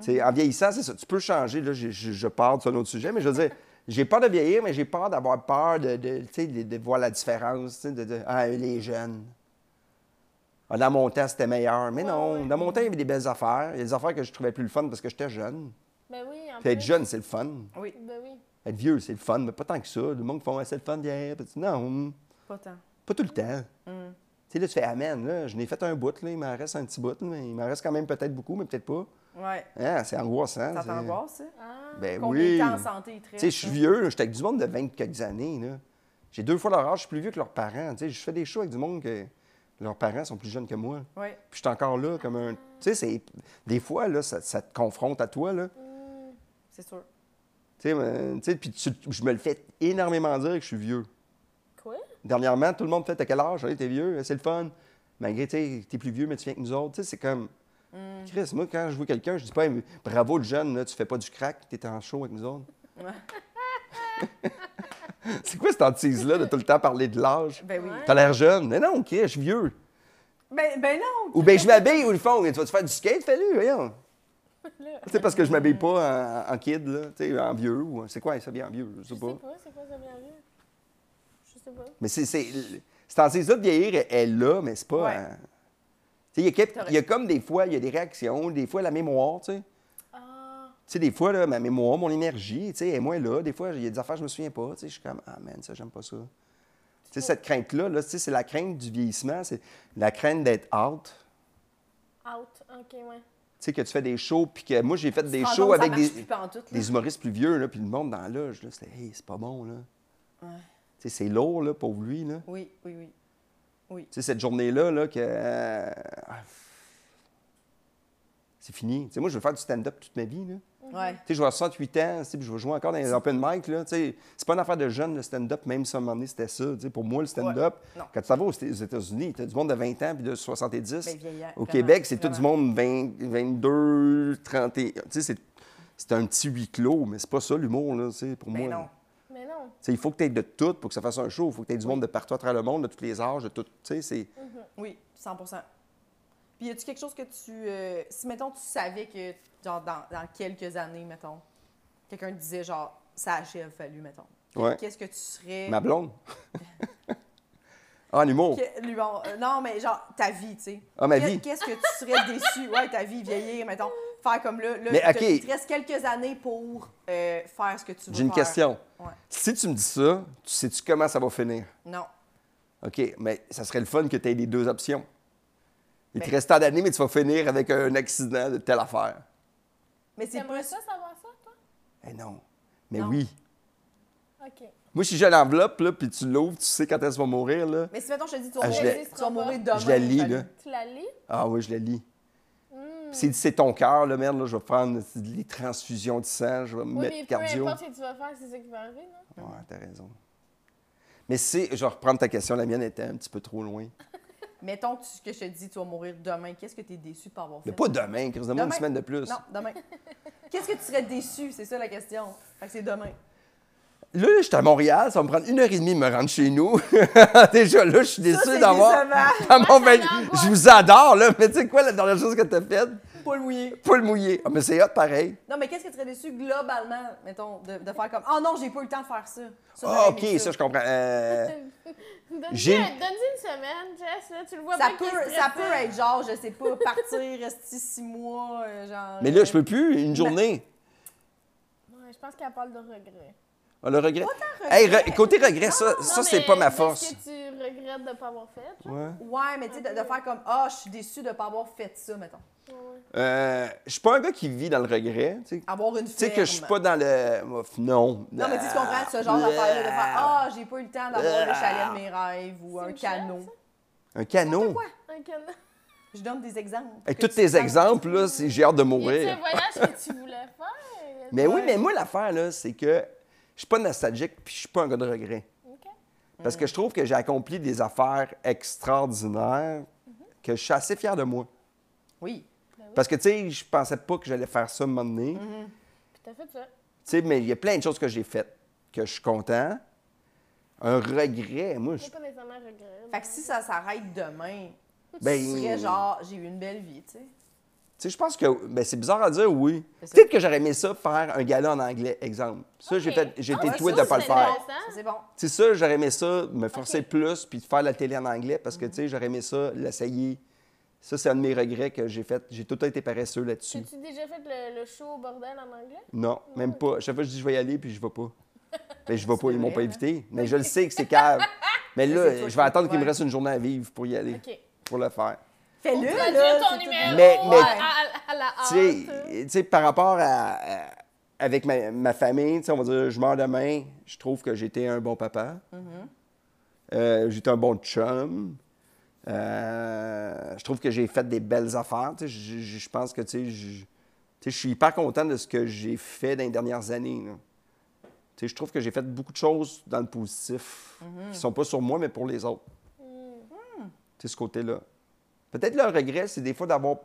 Speaker 3: Tu sais, en vieillissant, c'est ça. Tu peux changer. Là, je, je- je pars sur un autre sujet, mais je veux dire, (laughs) j'ai peur de vieillir, mais j'ai peur d'avoir peur de, de, tu sais, de- de voir la différence. tu sais, De, de- ah, les jeunes. Ah, dans mon temps, c'était meilleur. Mais
Speaker 4: Ouais,
Speaker 3: non,
Speaker 4: ouais.
Speaker 3: dans mon temps, il y avait des belles affaires. Il y a des affaires que je trouvais plus le fun parce que j'étais jeune.
Speaker 4: Ben oui, en
Speaker 3: Puis être
Speaker 4: plus.
Speaker 3: jeune, c'est le fun.
Speaker 2: Oui,
Speaker 4: Ben oui.
Speaker 3: Être vieux, c'est le fun, mais pas tant que ça. Le monde font Ah, c'est le fun d'hier. Puis tu- Non,
Speaker 2: pas tant.
Speaker 3: pas tout le temps.
Speaker 2: Mm.
Speaker 3: Tu sais, là, tu fais Amen. Là, je n'ai fait un bout, là, il m'en reste un petit bout, mais il m'en reste quand même peut-être beaucoup, mais peut-être pas.
Speaker 2: Ouais.
Speaker 3: Ah, c'est angoissant.
Speaker 2: Ça
Speaker 3: c'est-
Speaker 2: t'angoisse, ça?
Speaker 4: Ah,
Speaker 3: Ben
Speaker 2: Combien de
Speaker 3: oui.
Speaker 2: temps en santé il te
Speaker 3: Tu
Speaker 2: reste?
Speaker 3: sais, je suis vieux, là, j'étais avec du monde de 20 quelques années. là. J'ai deux fois leur âge, je suis plus vieux que leurs parents. Tu sais, je fais des shows avec du monde que leurs parents sont plus jeunes que moi.
Speaker 2: Ouais.
Speaker 3: Puis je suis encore là comme un. Tu sais, c'est- des fois, là, ça, ça te confronte à toi. Là.
Speaker 2: C'est sûr.
Speaker 3: Tu sais, mais- tu sais, puis tu- je me le fais énormément dire que je suis vieux.
Speaker 4: quoi?
Speaker 3: Dernièrement, tout le monde fait T'as quel âge? Hey, T'es vieux, c'est le fun. Malgré, tu sais, t'es plus vieux, mais tu viens avec nous autres. Tu sais, c'est comme.
Speaker 4: Mm.
Speaker 3: Chris, moi, quand je vois quelqu'un, je dis pas Hey, bravo le jeune, là, tu fais pas du crack, t'es en show avec nous autres.
Speaker 2: Ouais.
Speaker 3: (laughs) c'est quoi cette hantise-là de tout le temps parler de l'âge?
Speaker 2: Ben oui.
Speaker 4: Ouais.
Speaker 3: T'as l'air jeune. Mais non, Chris, je suis vieux.
Speaker 2: Ben, ben non!
Speaker 3: Ou bien je m'habille ou le fond. Tu vas-tu faire du skate? Fais-le, voyons.
Speaker 4: (laughs) Là,
Speaker 3: C'est parce que je m'habille pas en, en kid, là, tu sais, en vieux. ou- C'est quoi, ça bien en vieux? Je
Speaker 4: je
Speaker 3: sais
Speaker 4: sais
Speaker 3: pas.
Speaker 4: pas, c'est quoi ça bien vu? Je sais pas.
Speaker 3: Mais c'est. c'est- Cette hantise-là de vieillir elle est là, mais c'est pas.
Speaker 2: Ouais.
Speaker 3: hein. Tu sais, il y a quel-
Speaker 2: T'as
Speaker 3: il y, a comme des fois, il y a des réactions, des fois la mémoire, tu sais.
Speaker 4: Ah,
Speaker 3: Tu sais, des fois, là, ma mémoire, mon énergie, tu sais, elle est moins là. Des fois, il y a des affaires, je me souviens pas. Tu sais, je suis comme, ah, man, ça, j'aime pas ça. Tu sais, cette crainte-là, là, tu sais, c'est la crainte du vieillissement, c'est la crainte d'être out.
Speaker 4: out. OK, ouais.
Speaker 3: Tu sais, que tu fais des shows, puis que moi, j'ai fait des
Speaker 2: Tu te rends
Speaker 3: shows
Speaker 2: compte que
Speaker 3: avec
Speaker 2: ça
Speaker 3: des,
Speaker 2: marche plus pantoute, là.
Speaker 3: des humoristes plus vieux, là, puis le monde dans la loge, là, c'était, hey, c'est pas bon, là. Tu sais, c'est lourd, là, pour lui, là.
Speaker 2: Oui, oui, oui.
Speaker 3: Tu sais, cette journée-là, là, que. euh, ah, c'est fini. Tu sais, moi, je veux faire du stand-up toute ma vie, là.
Speaker 4: Mhm.
Speaker 2: Ouais.
Speaker 3: Tu sais, je vais avoir 68 ans, tu sais, puis je vais jouer encore dans les open mic, là. Tu sais, c'est pas une affaire de jeune, le stand-up, même si à un moment donné, c'était ça. Tu sais, pour moi, le stand-up,
Speaker 2: Non.
Speaker 3: quand tu t'en vas aux États-Unis, t'as du monde de 20 ans puis de 70.
Speaker 2: Ben, vieillant,
Speaker 3: Au
Speaker 2: vraiment,
Speaker 3: Québec, c'est tout du
Speaker 2: vraiment.
Speaker 3: monde de 20, 22, 31. Tu sais, c'est, c'est un petit huis clos, mais c'est pas ça l'humour, là, tu sais, pour
Speaker 2: Ben
Speaker 3: moi.
Speaker 2: non.
Speaker 4: Mais non.
Speaker 3: Tu sais, il faut que tu aies de tout pour que ça fasse un show. Il faut que tu aies du monde de partout à travers le monde, de tous les âges, de tout. Tu sais, c'est.
Speaker 2: Oui, 100 Puis y a-tu quelque chose que tu. euh, si, mettons, tu savais que, genre, dans, dans quelques années, mettons, quelqu'un te disait, genre, ça achève, fallu, mettons.
Speaker 3: Ouais.
Speaker 2: Qu'est-ce que tu serais.
Speaker 3: Ma blonde. ah, en humour.
Speaker 2: Que- lui, on- euh, non, mais genre, ta vie, tu sais.
Speaker 3: Ah, ma
Speaker 2: Qu'est-
Speaker 3: vie.
Speaker 2: Qu'est-ce que tu serais déçu? Ouais, ta vie, vieillir, mettons. Faire comme là. là
Speaker 3: Mais,
Speaker 2: t'as-
Speaker 3: OK.
Speaker 2: Il te reste quelques années pour euh, faire ce que tu veux.
Speaker 3: J'ai une
Speaker 2: faire.
Speaker 3: question.
Speaker 2: Ouais.
Speaker 3: Si tu me dis ça, tu sais-tu comment ça va finir?
Speaker 2: Non.
Speaker 3: OK, mais ça serait le fun que tu aies les deux options. Il te
Speaker 2: Ben-
Speaker 3: reste tant d'années, mais tu vas finir avec un accident de telle affaire.
Speaker 2: Mais c'est
Speaker 4: T'aimerais
Speaker 2: plus.
Speaker 4: ça savoir ça, toi?
Speaker 3: Eh non. Mais
Speaker 2: Non.
Speaker 3: oui.
Speaker 4: OK.
Speaker 3: Moi, si j'ai l'enveloppe, là, puis tu l'ouvres, tu sais quand elle va mourir, là.
Speaker 2: Mais si maintenant je te dis, tu
Speaker 3: Ah,
Speaker 2: vas
Speaker 3: je
Speaker 2: mourir-
Speaker 3: l'ai-
Speaker 2: tu vas mourir demain.
Speaker 3: je la lis,
Speaker 2: Fanny.
Speaker 3: là.
Speaker 4: Tu la lis?
Speaker 3: Ah oui, je la lis.
Speaker 4: Hmm.
Speaker 3: Puis c'est- c'est ton cœur, là, merde, là, je vais prendre les transfusions de sang, je vais me
Speaker 4: Oui,
Speaker 3: mettre
Speaker 4: mais peu
Speaker 3: cardio.
Speaker 4: importe ce que tu vas faire, c'est ça qui va arriver, non?
Speaker 3: Ouais, t'as raison. Mais c'est, je vais reprendre ta question, la mienne était un petit peu trop loin.
Speaker 2: Mettons que, tu- que je te dis, tu vas mourir demain. Qu'est-ce que tu es déçu de pas avoir fait?
Speaker 3: Mais pas demain, Chris, demain, une
Speaker 2: Demain.
Speaker 3: semaine de plus.
Speaker 2: Non, demain. Qu'est-ce que tu serais déçu? C'est ça la question. Fait que c'est demain.
Speaker 3: Là, là, je suis à Montréal, ça va me prendre une heure et demie de me rendre chez nous. (laughs) Déjà, là, je suis
Speaker 2: Ça,
Speaker 3: déçu
Speaker 2: c'est
Speaker 3: d'avoir.
Speaker 2: décevant.
Speaker 3: Ah, mon
Speaker 4: ça
Speaker 3: ben,
Speaker 4: l'envoie.
Speaker 3: je vous adore, là, mais tu sais quoi, la dernière chose que t'as faite?
Speaker 2: Pas le mouiller.
Speaker 3: (laughs) Pas le mouiller. Ah, mais c'est hot pareil.
Speaker 2: Non, mais qu'est-ce que tu serais déçu globalement, mettons, de, de faire comme. Oh non, j'ai pas eu le temps de faire ça. Ça,
Speaker 3: Ah,
Speaker 2: j'aurais aimé
Speaker 3: OK, ça, je comprends. Euh,
Speaker 4: Donne-y
Speaker 3: J'ai-
Speaker 4: un- donne-y une semaine, Jess, là, tu le vois
Speaker 2: Ça
Speaker 4: bien qu'il est
Speaker 2: peut, ça
Speaker 4: stressé.
Speaker 2: peut être genre, je sais pas, partir, rester six mois, euh, genre.
Speaker 3: mais là, je peux plus,
Speaker 2: Ben,
Speaker 3: une journée.
Speaker 4: Ouais, je pense qu'elle parle de regret.
Speaker 3: Ah, le regret.
Speaker 2: regret. Ah,
Speaker 3: Hey, re- côté regret, ça, ça
Speaker 4: Non,
Speaker 3: c'est
Speaker 4: mais
Speaker 3: pas ma
Speaker 4: de
Speaker 3: force.
Speaker 4: Ce que tu regrettes de ne pas avoir fait. genre.
Speaker 3: Ouais.
Speaker 2: euh, Ouais, mais tu sais, de, de faire comme, ah, je suis déçu de pas avoir fait ça, mettons.
Speaker 3: Euh, je suis pas un gars qui vit dans le regret. Tu sais.
Speaker 2: Avoir une
Speaker 3: Tu sais que je suis
Speaker 2: Ah, ferme.
Speaker 3: pas dans le. Ouf, Non. Euh,
Speaker 2: Non, mais tu sais, tu comprends ce genre d'affaire-là, de faire Ah, j'ai pas eu le temps d'avoir le chalet de mes rêves ou
Speaker 4: C'est
Speaker 2: un
Speaker 4: une chaîne,
Speaker 2: canot.
Speaker 3: Un canot.
Speaker 2: Quoi?
Speaker 4: Un canard.
Speaker 2: Je donne des exemples.
Speaker 3: Avec
Speaker 2: Que
Speaker 3: tous
Speaker 2: tu
Speaker 3: tes
Speaker 2: penses.
Speaker 3: exemples, là, c'est- j'ai hâte de
Speaker 4: Y a
Speaker 3: mourir.
Speaker 4: voyage que tu voulais faire?
Speaker 3: Mais oui, mais moi, l'affaire, là, c'est que je suis pas nostalgique puis je suis pas un gars de regret.
Speaker 4: Ok.
Speaker 3: Parce
Speaker 4: Mm.
Speaker 3: que je trouve que j'ai accompli des affaires extraordinaires
Speaker 4: Mm-hmm.
Speaker 3: que je suis assez fier de moi.
Speaker 2: Oui.
Speaker 4: Ben
Speaker 3: Parce que, tu sais, je pensais pas que j'allais faire ça un moment donné.
Speaker 4: Mm-hmm. Puis t'as fait ça.
Speaker 3: Tu sais, mais il y a plein de choses que j'ai faites que je suis content. Un regret, moi, je...
Speaker 4: J'ai pas nécessairement regret.
Speaker 2: Fait que si ça s'arrête demain,
Speaker 3: Ben,
Speaker 2: tu serais genre, j'ai eu une belle vie, tu sais.
Speaker 3: Tu sais, je pense que ben, c'est bizarre à dire, oui.
Speaker 2: C'est ça.
Speaker 3: Peut-être que j'aurais aimé ça, faire un gala en anglais, exemple. Ça, j'ai
Speaker 4: Ok.
Speaker 3: fait, j'ai
Speaker 4: Ah,
Speaker 3: été
Speaker 4: ouais,
Speaker 3: tweet
Speaker 4: ça,
Speaker 3: de pas le
Speaker 4: c'est
Speaker 3: faire.
Speaker 4: intéressant.
Speaker 2: Ça, c'est bon.
Speaker 3: Tu sais, ça, j'aurais aimé ça, me forcer
Speaker 4: Ok.
Speaker 3: plus, puis de faire la télé en anglais, parce
Speaker 2: Mhm.
Speaker 3: que, tu sais, j'aurais aimé ça, l'essayer. Ça, c'est un de mes regrets que j'ai fait. J'ai tout le temps été paresseux là-dessus.
Speaker 4: As-tu déjà fait le, le show au bordel en anglais?
Speaker 3: Non, même pas. Chaque fois, je dis je vais y aller, puis je vais pas. Ben, je vais pas,
Speaker 2: (laughs) C'est
Speaker 3: ils m'ont pas
Speaker 2: vrai, hein?
Speaker 3: invité. Mais je le sais que c'est
Speaker 2: (laughs)
Speaker 3: cave. Mais
Speaker 2: c'est toi
Speaker 3: là,
Speaker 2: qui
Speaker 3: je vais attendre
Speaker 2: le
Speaker 3: qu'il me
Speaker 2: fais.
Speaker 3: reste une journée à vivre pour y aller,
Speaker 4: Ok.
Speaker 3: pour le faire.
Speaker 2: Fais-le,
Speaker 4: Tu
Speaker 2: là.
Speaker 4: vas dire ton
Speaker 2: c'est
Speaker 4: numéro
Speaker 3: Mais- mais-
Speaker 4: à, à- à la
Speaker 3: Tu sais,
Speaker 4: hâte.
Speaker 3: tu sais, par rapport à, à- avec ma, ma famille, tu sais, on va dire, je meurs demain, je trouve que j'étais un bon papa. Euh, j'étais un bon chum. Euh, je trouve que j'ai fait des belles affaires. tu sais, Je je- je pense que tu sais, je- tu sais, je suis hyper content de ce que j'ai fait dans les dernières années. là. Tu sais, Je trouve que j'ai fait beaucoup de choses dans le positif qui sont pas sur moi, mais pour les autres. Tu sais, ce côté-là. Peut-être le regret, c'est des fois d'avoir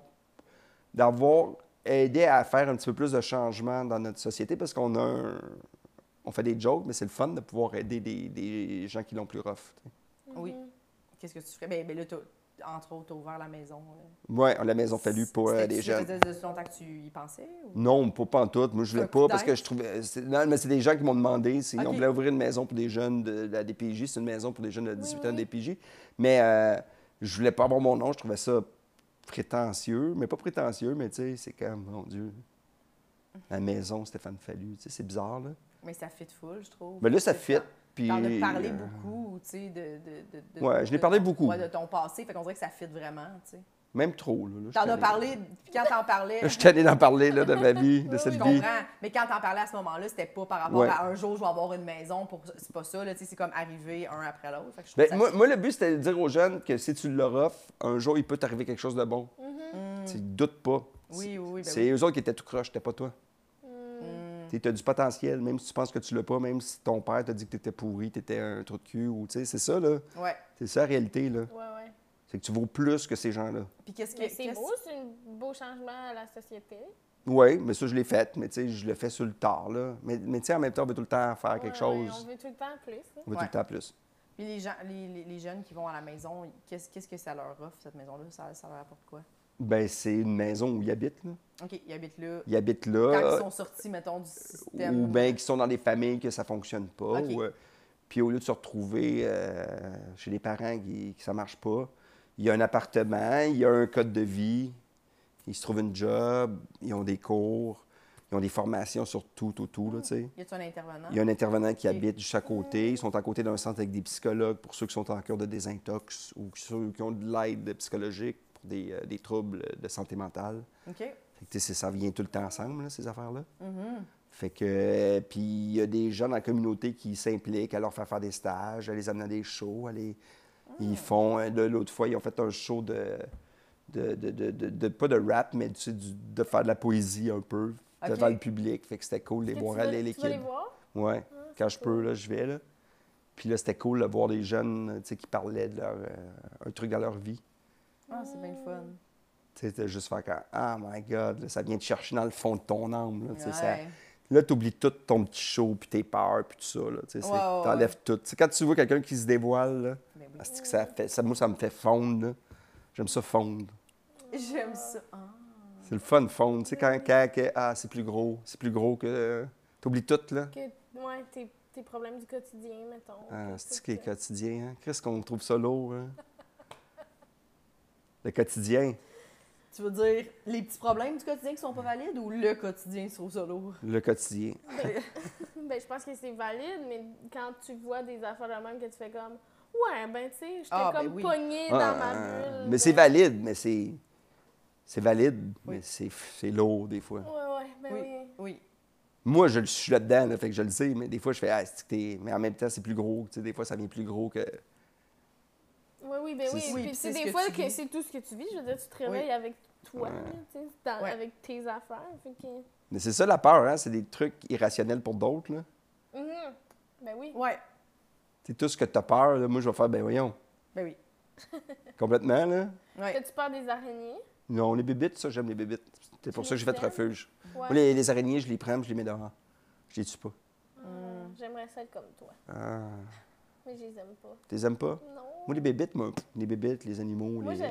Speaker 3: d'avoir aidé à faire un petit peu plus de changement dans notre société parce qu'on a un- on fait des jokes, mais c'est le fun de pouvoir aider des, des gens qui l'ont plus rough. tu sais.
Speaker 2: Oui. Qu'est-ce que tu ferais? Ben, ben là, t'as- entre autres, t'as ouvert la maison. euh. là.
Speaker 3: Ouais, la maison fallu pour euh,
Speaker 2: C'était-
Speaker 3: les
Speaker 2: tu-
Speaker 3: jeunes. Mm.
Speaker 2: Ça faisait de longtemps que tu y pensais? Ou...
Speaker 3: Non, pas pantoute. Moi, je
Speaker 2: Un
Speaker 3: voulais
Speaker 2: coup
Speaker 3: pas parce que
Speaker 2: d'air?
Speaker 3: je trouvais. c'est- Non, mais c'est des gens qui m'ont demandé si on
Speaker 2: Ok.
Speaker 3: voulait ouvrir une maison pour des jeunes de la DPJ. C'est une maison pour des jeunes de 18 ans de
Speaker 4: oui.
Speaker 3: DPJ. Mais euh, je voulais pas avoir mon nom. Je trouvais ça prétentieux. Mais pas prétentieux, mais tu sais, c'est comme, mon Dieu. La maison Stéphane Fallu. Tu sais, c'est bizarre, là.
Speaker 2: Mais ça fit full, je trouve.
Speaker 3: Mais là, ça
Speaker 2: T'as-
Speaker 3: fit. Puis.
Speaker 2: T'en as parlé
Speaker 3: Ben, euh,
Speaker 2: beaucoup, tu sais, de, de, de, de-
Speaker 3: Ouais, je n'ai
Speaker 2: de
Speaker 3: parlé
Speaker 2: ton-
Speaker 3: beaucoup.
Speaker 2: ouais, de ton passé, fait qu'on dirait que ça fit vraiment, tu sais.
Speaker 3: Même trop, là. là, je
Speaker 2: T'en
Speaker 3: suis
Speaker 2: as
Speaker 3: allé-
Speaker 2: parlé, euh, puis quand t'en parlais,
Speaker 3: Là, (laughs) Je suis tanné d'en parler, là,
Speaker 2: (laughs)
Speaker 3: de ma vie, de
Speaker 2: je
Speaker 3: cette vie.
Speaker 2: comprends, mais quand t'en parlais à ce moment-là, c'était pas par rapport
Speaker 3: Ouais.
Speaker 2: à un jour, je vais avoir une maison, pour c'est pas ça, là, tu sais, c'est comme arriver un après l'autre, fait que je trouve
Speaker 3: Ben,
Speaker 2: ça
Speaker 3: moi, moi, le but, c'était de dire aux jeunes que si tu leur offres, un jour, il peut t'arriver quelque chose de bon. Tu doutes pas.
Speaker 2: Mm-hmm. Oui, oui, oui, ben
Speaker 3: C'est
Speaker 2: oui. Mm.
Speaker 3: eux autres qui étaient tout croche, c'était pas toi. Tu as du potentiel, même si tu penses que tu l'as pas, même si ton père t'a dit que tu étais pourri, tu étais un trou de cul. ou tu sais, C'est ça, là.
Speaker 2: Ouais.
Speaker 3: C'est ça la réalité, là.
Speaker 4: Ouais, ouais.
Speaker 3: C'est que tu vaux plus que ces gens-là.
Speaker 2: Puis qu'est-ce
Speaker 4: Mais
Speaker 2: que
Speaker 4: c'est
Speaker 2: qu'est-ce-
Speaker 4: beau, c'est un beau changement à la société.
Speaker 3: Oui, mais ça, je l'ai fait, mais tu sais, je le fais sur le tard, là. Mais, mais tu sais, en même temps, on veut tout le temps faire quelque
Speaker 4: Ouais, ouais,
Speaker 3: chose.
Speaker 4: on veut tout le temps plus. hein.
Speaker 3: On veut
Speaker 2: Ouais.
Speaker 3: tout le temps plus.
Speaker 2: Puis les gens, les, les- les jeunes qui vont à la maison, qu'est-ce qu'est-ce que ça leur offre cette maison-là, ça, ça leur apporte quoi
Speaker 3: Ben, c'est une maison où ils habitent, là.
Speaker 2: Ok, ils habitent là.
Speaker 3: Ils habitent
Speaker 2: Quand
Speaker 3: là.
Speaker 2: ils sont sortis, mettons, du système.
Speaker 3: ou ben bien qui sont dans des familles que ça fonctionne pas.
Speaker 2: OK.
Speaker 3: ou, euh, puis au lieu de se retrouver euh, chez les parents qui, qui ça marche pas, il y a un appartement, il y a un code de vie, ils se trouvent une job, ils ont des cours, ils ont des formations sur tout, tout, tout, là, tu sais.
Speaker 2: Y a-tu un intervenant
Speaker 3: Il y a un intervenant qui
Speaker 2: Ah. OK.
Speaker 3: habite juste à côté. Ils sont à côté d'un centre avec des psychologues pour ceux qui sont en cure de désintox ou ceux qui ont de l'aide psychologique pour des, euh, des troubles de santé mentale.
Speaker 2: Ok.
Speaker 4: Mm-hmm.
Speaker 3: Fait que, tu sais, c'est- ça vient tout le temps ensemble, là, ces affaires-là. Fait que, euh, puis il y a des gens dans la communauté qui s'impliquent à leur faire faire des stages, à les amener à des shows, à les-
Speaker 4: Mm.
Speaker 3: Ils font, euh, là, l'autre fois, ils ont fait un show de, de, de- de- de- de- pas de rap, mais tu sais, du- de faire de la poésie un peu
Speaker 2: Ok.
Speaker 3: devant le public. Fait que c'était cool de les
Speaker 4: Est-ce que
Speaker 3: voir
Speaker 4: tu vas-
Speaker 3: aller, les
Speaker 4: Tu vas les
Speaker 3: kids.
Speaker 4: voir? Ah,
Speaker 3: Ouais, quand je peux, là, je vais, là. Puis là, c'était cool de voir les jeunes, tu sais, qui parlaient de leur, euh, un truc dans leur vie.
Speaker 2: Ah, c'est bien le fun.
Speaker 3: Tu sais, c'était juste faire comme « Ah my God! là, ça vient te chercher dans le fond de ton âme. Là, tu sais, ça-
Speaker 2: Ouais.
Speaker 3: là t'oublies tout ton petit show, puis tes peurs, puis tout ça. Là, tu sais, c'est-
Speaker 2: Ouais, ouais,
Speaker 3: t'enlèves tout. Tu sais, quand tu vois quelqu'un qui se dévoile, là,
Speaker 2: Ben oui.
Speaker 3: asti que ça fait, ça, moi, ça me fait fondre. là. J'aime ça fondre.
Speaker 2: J'aime ça. Ah.
Speaker 3: C'est le fun, fondre. Tu sais, quand, quand que, ah, c'est plus gros, c'est plus gros que... euh, T'oublies tout, là.
Speaker 4: Que, ouais, tes, tes problèmes du quotidien, mettons.
Speaker 3: Ah,
Speaker 4: que
Speaker 3: c'est-tu
Speaker 4: ça,
Speaker 3: que les
Speaker 4: ça-
Speaker 3: quotidiens, hein? Qu'est-ce qu'on trouve ça lourd, hein? Le quotidien.
Speaker 2: Tu veux dire les petits problèmes du quotidien qui sont
Speaker 3: Mm.
Speaker 2: pas valides ou le quotidien sur ça lourd?
Speaker 3: Le quotidien.
Speaker 4: (laughs) Ben, je pense que c'est valide, mais quand tu vois des affaires de même que tu fais comme Ouais, ben, tu sais, j'étais
Speaker 2: Ah, ben
Speaker 4: comme
Speaker 2: oui.
Speaker 4: pognée
Speaker 3: Ah,
Speaker 4: dans ma bulle.
Speaker 3: mais c'est
Speaker 4: ben-
Speaker 3: valide, mais c'est. C'est valide,
Speaker 2: Oui.
Speaker 3: mais c'est c'est lourd des fois.
Speaker 4: Ouais, ouais, ben oui.
Speaker 2: Oui.
Speaker 3: Moi, je le suis là-dedans, là, fait que je le sais, mais des fois, je fais, ah, c'est que t'es- Mais en même temps, c'est plus gros, tu sais, des fois, ça vient plus gros que.
Speaker 4: Oui, oui, ben
Speaker 3: C'est-
Speaker 4: oui.
Speaker 3: Oui,
Speaker 4: Puis
Speaker 2: puis
Speaker 4: c'est
Speaker 2: c'est ce
Speaker 4: des
Speaker 2: que
Speaker 4: fois
Speaker 2: tu
Speaker 4: que
Speaker 2: vis.
Speaker 4: c'est tout ce que tu vis. Je veux dire, tu te réveilles avec toi, là, tu sais, dans-
Speaker 2: Ouais.
Speaker 4: avec tes affaires. Fait que-
Speaker 3: Mais c'est ça la peur, hein, c'est des trucs irrationnels pour d'autres, là.
Speaker 4: Mhm. Ben oui.
Speaker 2: Ouais.
Speaker 3: Tu sais, tout ce que t'as peur, là, moi, je vais faire, ben voyons,
Speaker 2: Ben oui.
Speaker 3: complètement, là.
Speaker 2: Ouais.
Speaker 4: T'as-tu peur des araignées?
Speaker 3: Non, les bébites, ça, j'aime les bébites. C'est pour
Speaker 4: Tu
Speaker 3: ça que j'ai fait
Speaker 4: les aimes?
Speaker 3: refuge.
Speaker 4: Ouais.
Speaker 3: Moi, les, les araignées, je les prends, puis je les mets dehors. Je les tue pas.
Speaker 4: Euh, J'aimerais ça être comme toi.
Speaker 3: Ah,
Speaker 4: Mais je les aime pas.
Speaker 3: tu les aimes pas?
Speaker 4: Non.
Speaker 3: Moi, les bébites, moi, pff, les bébites, les animaux,
Speaker 4: Moi,
Speaker 3: les. euh,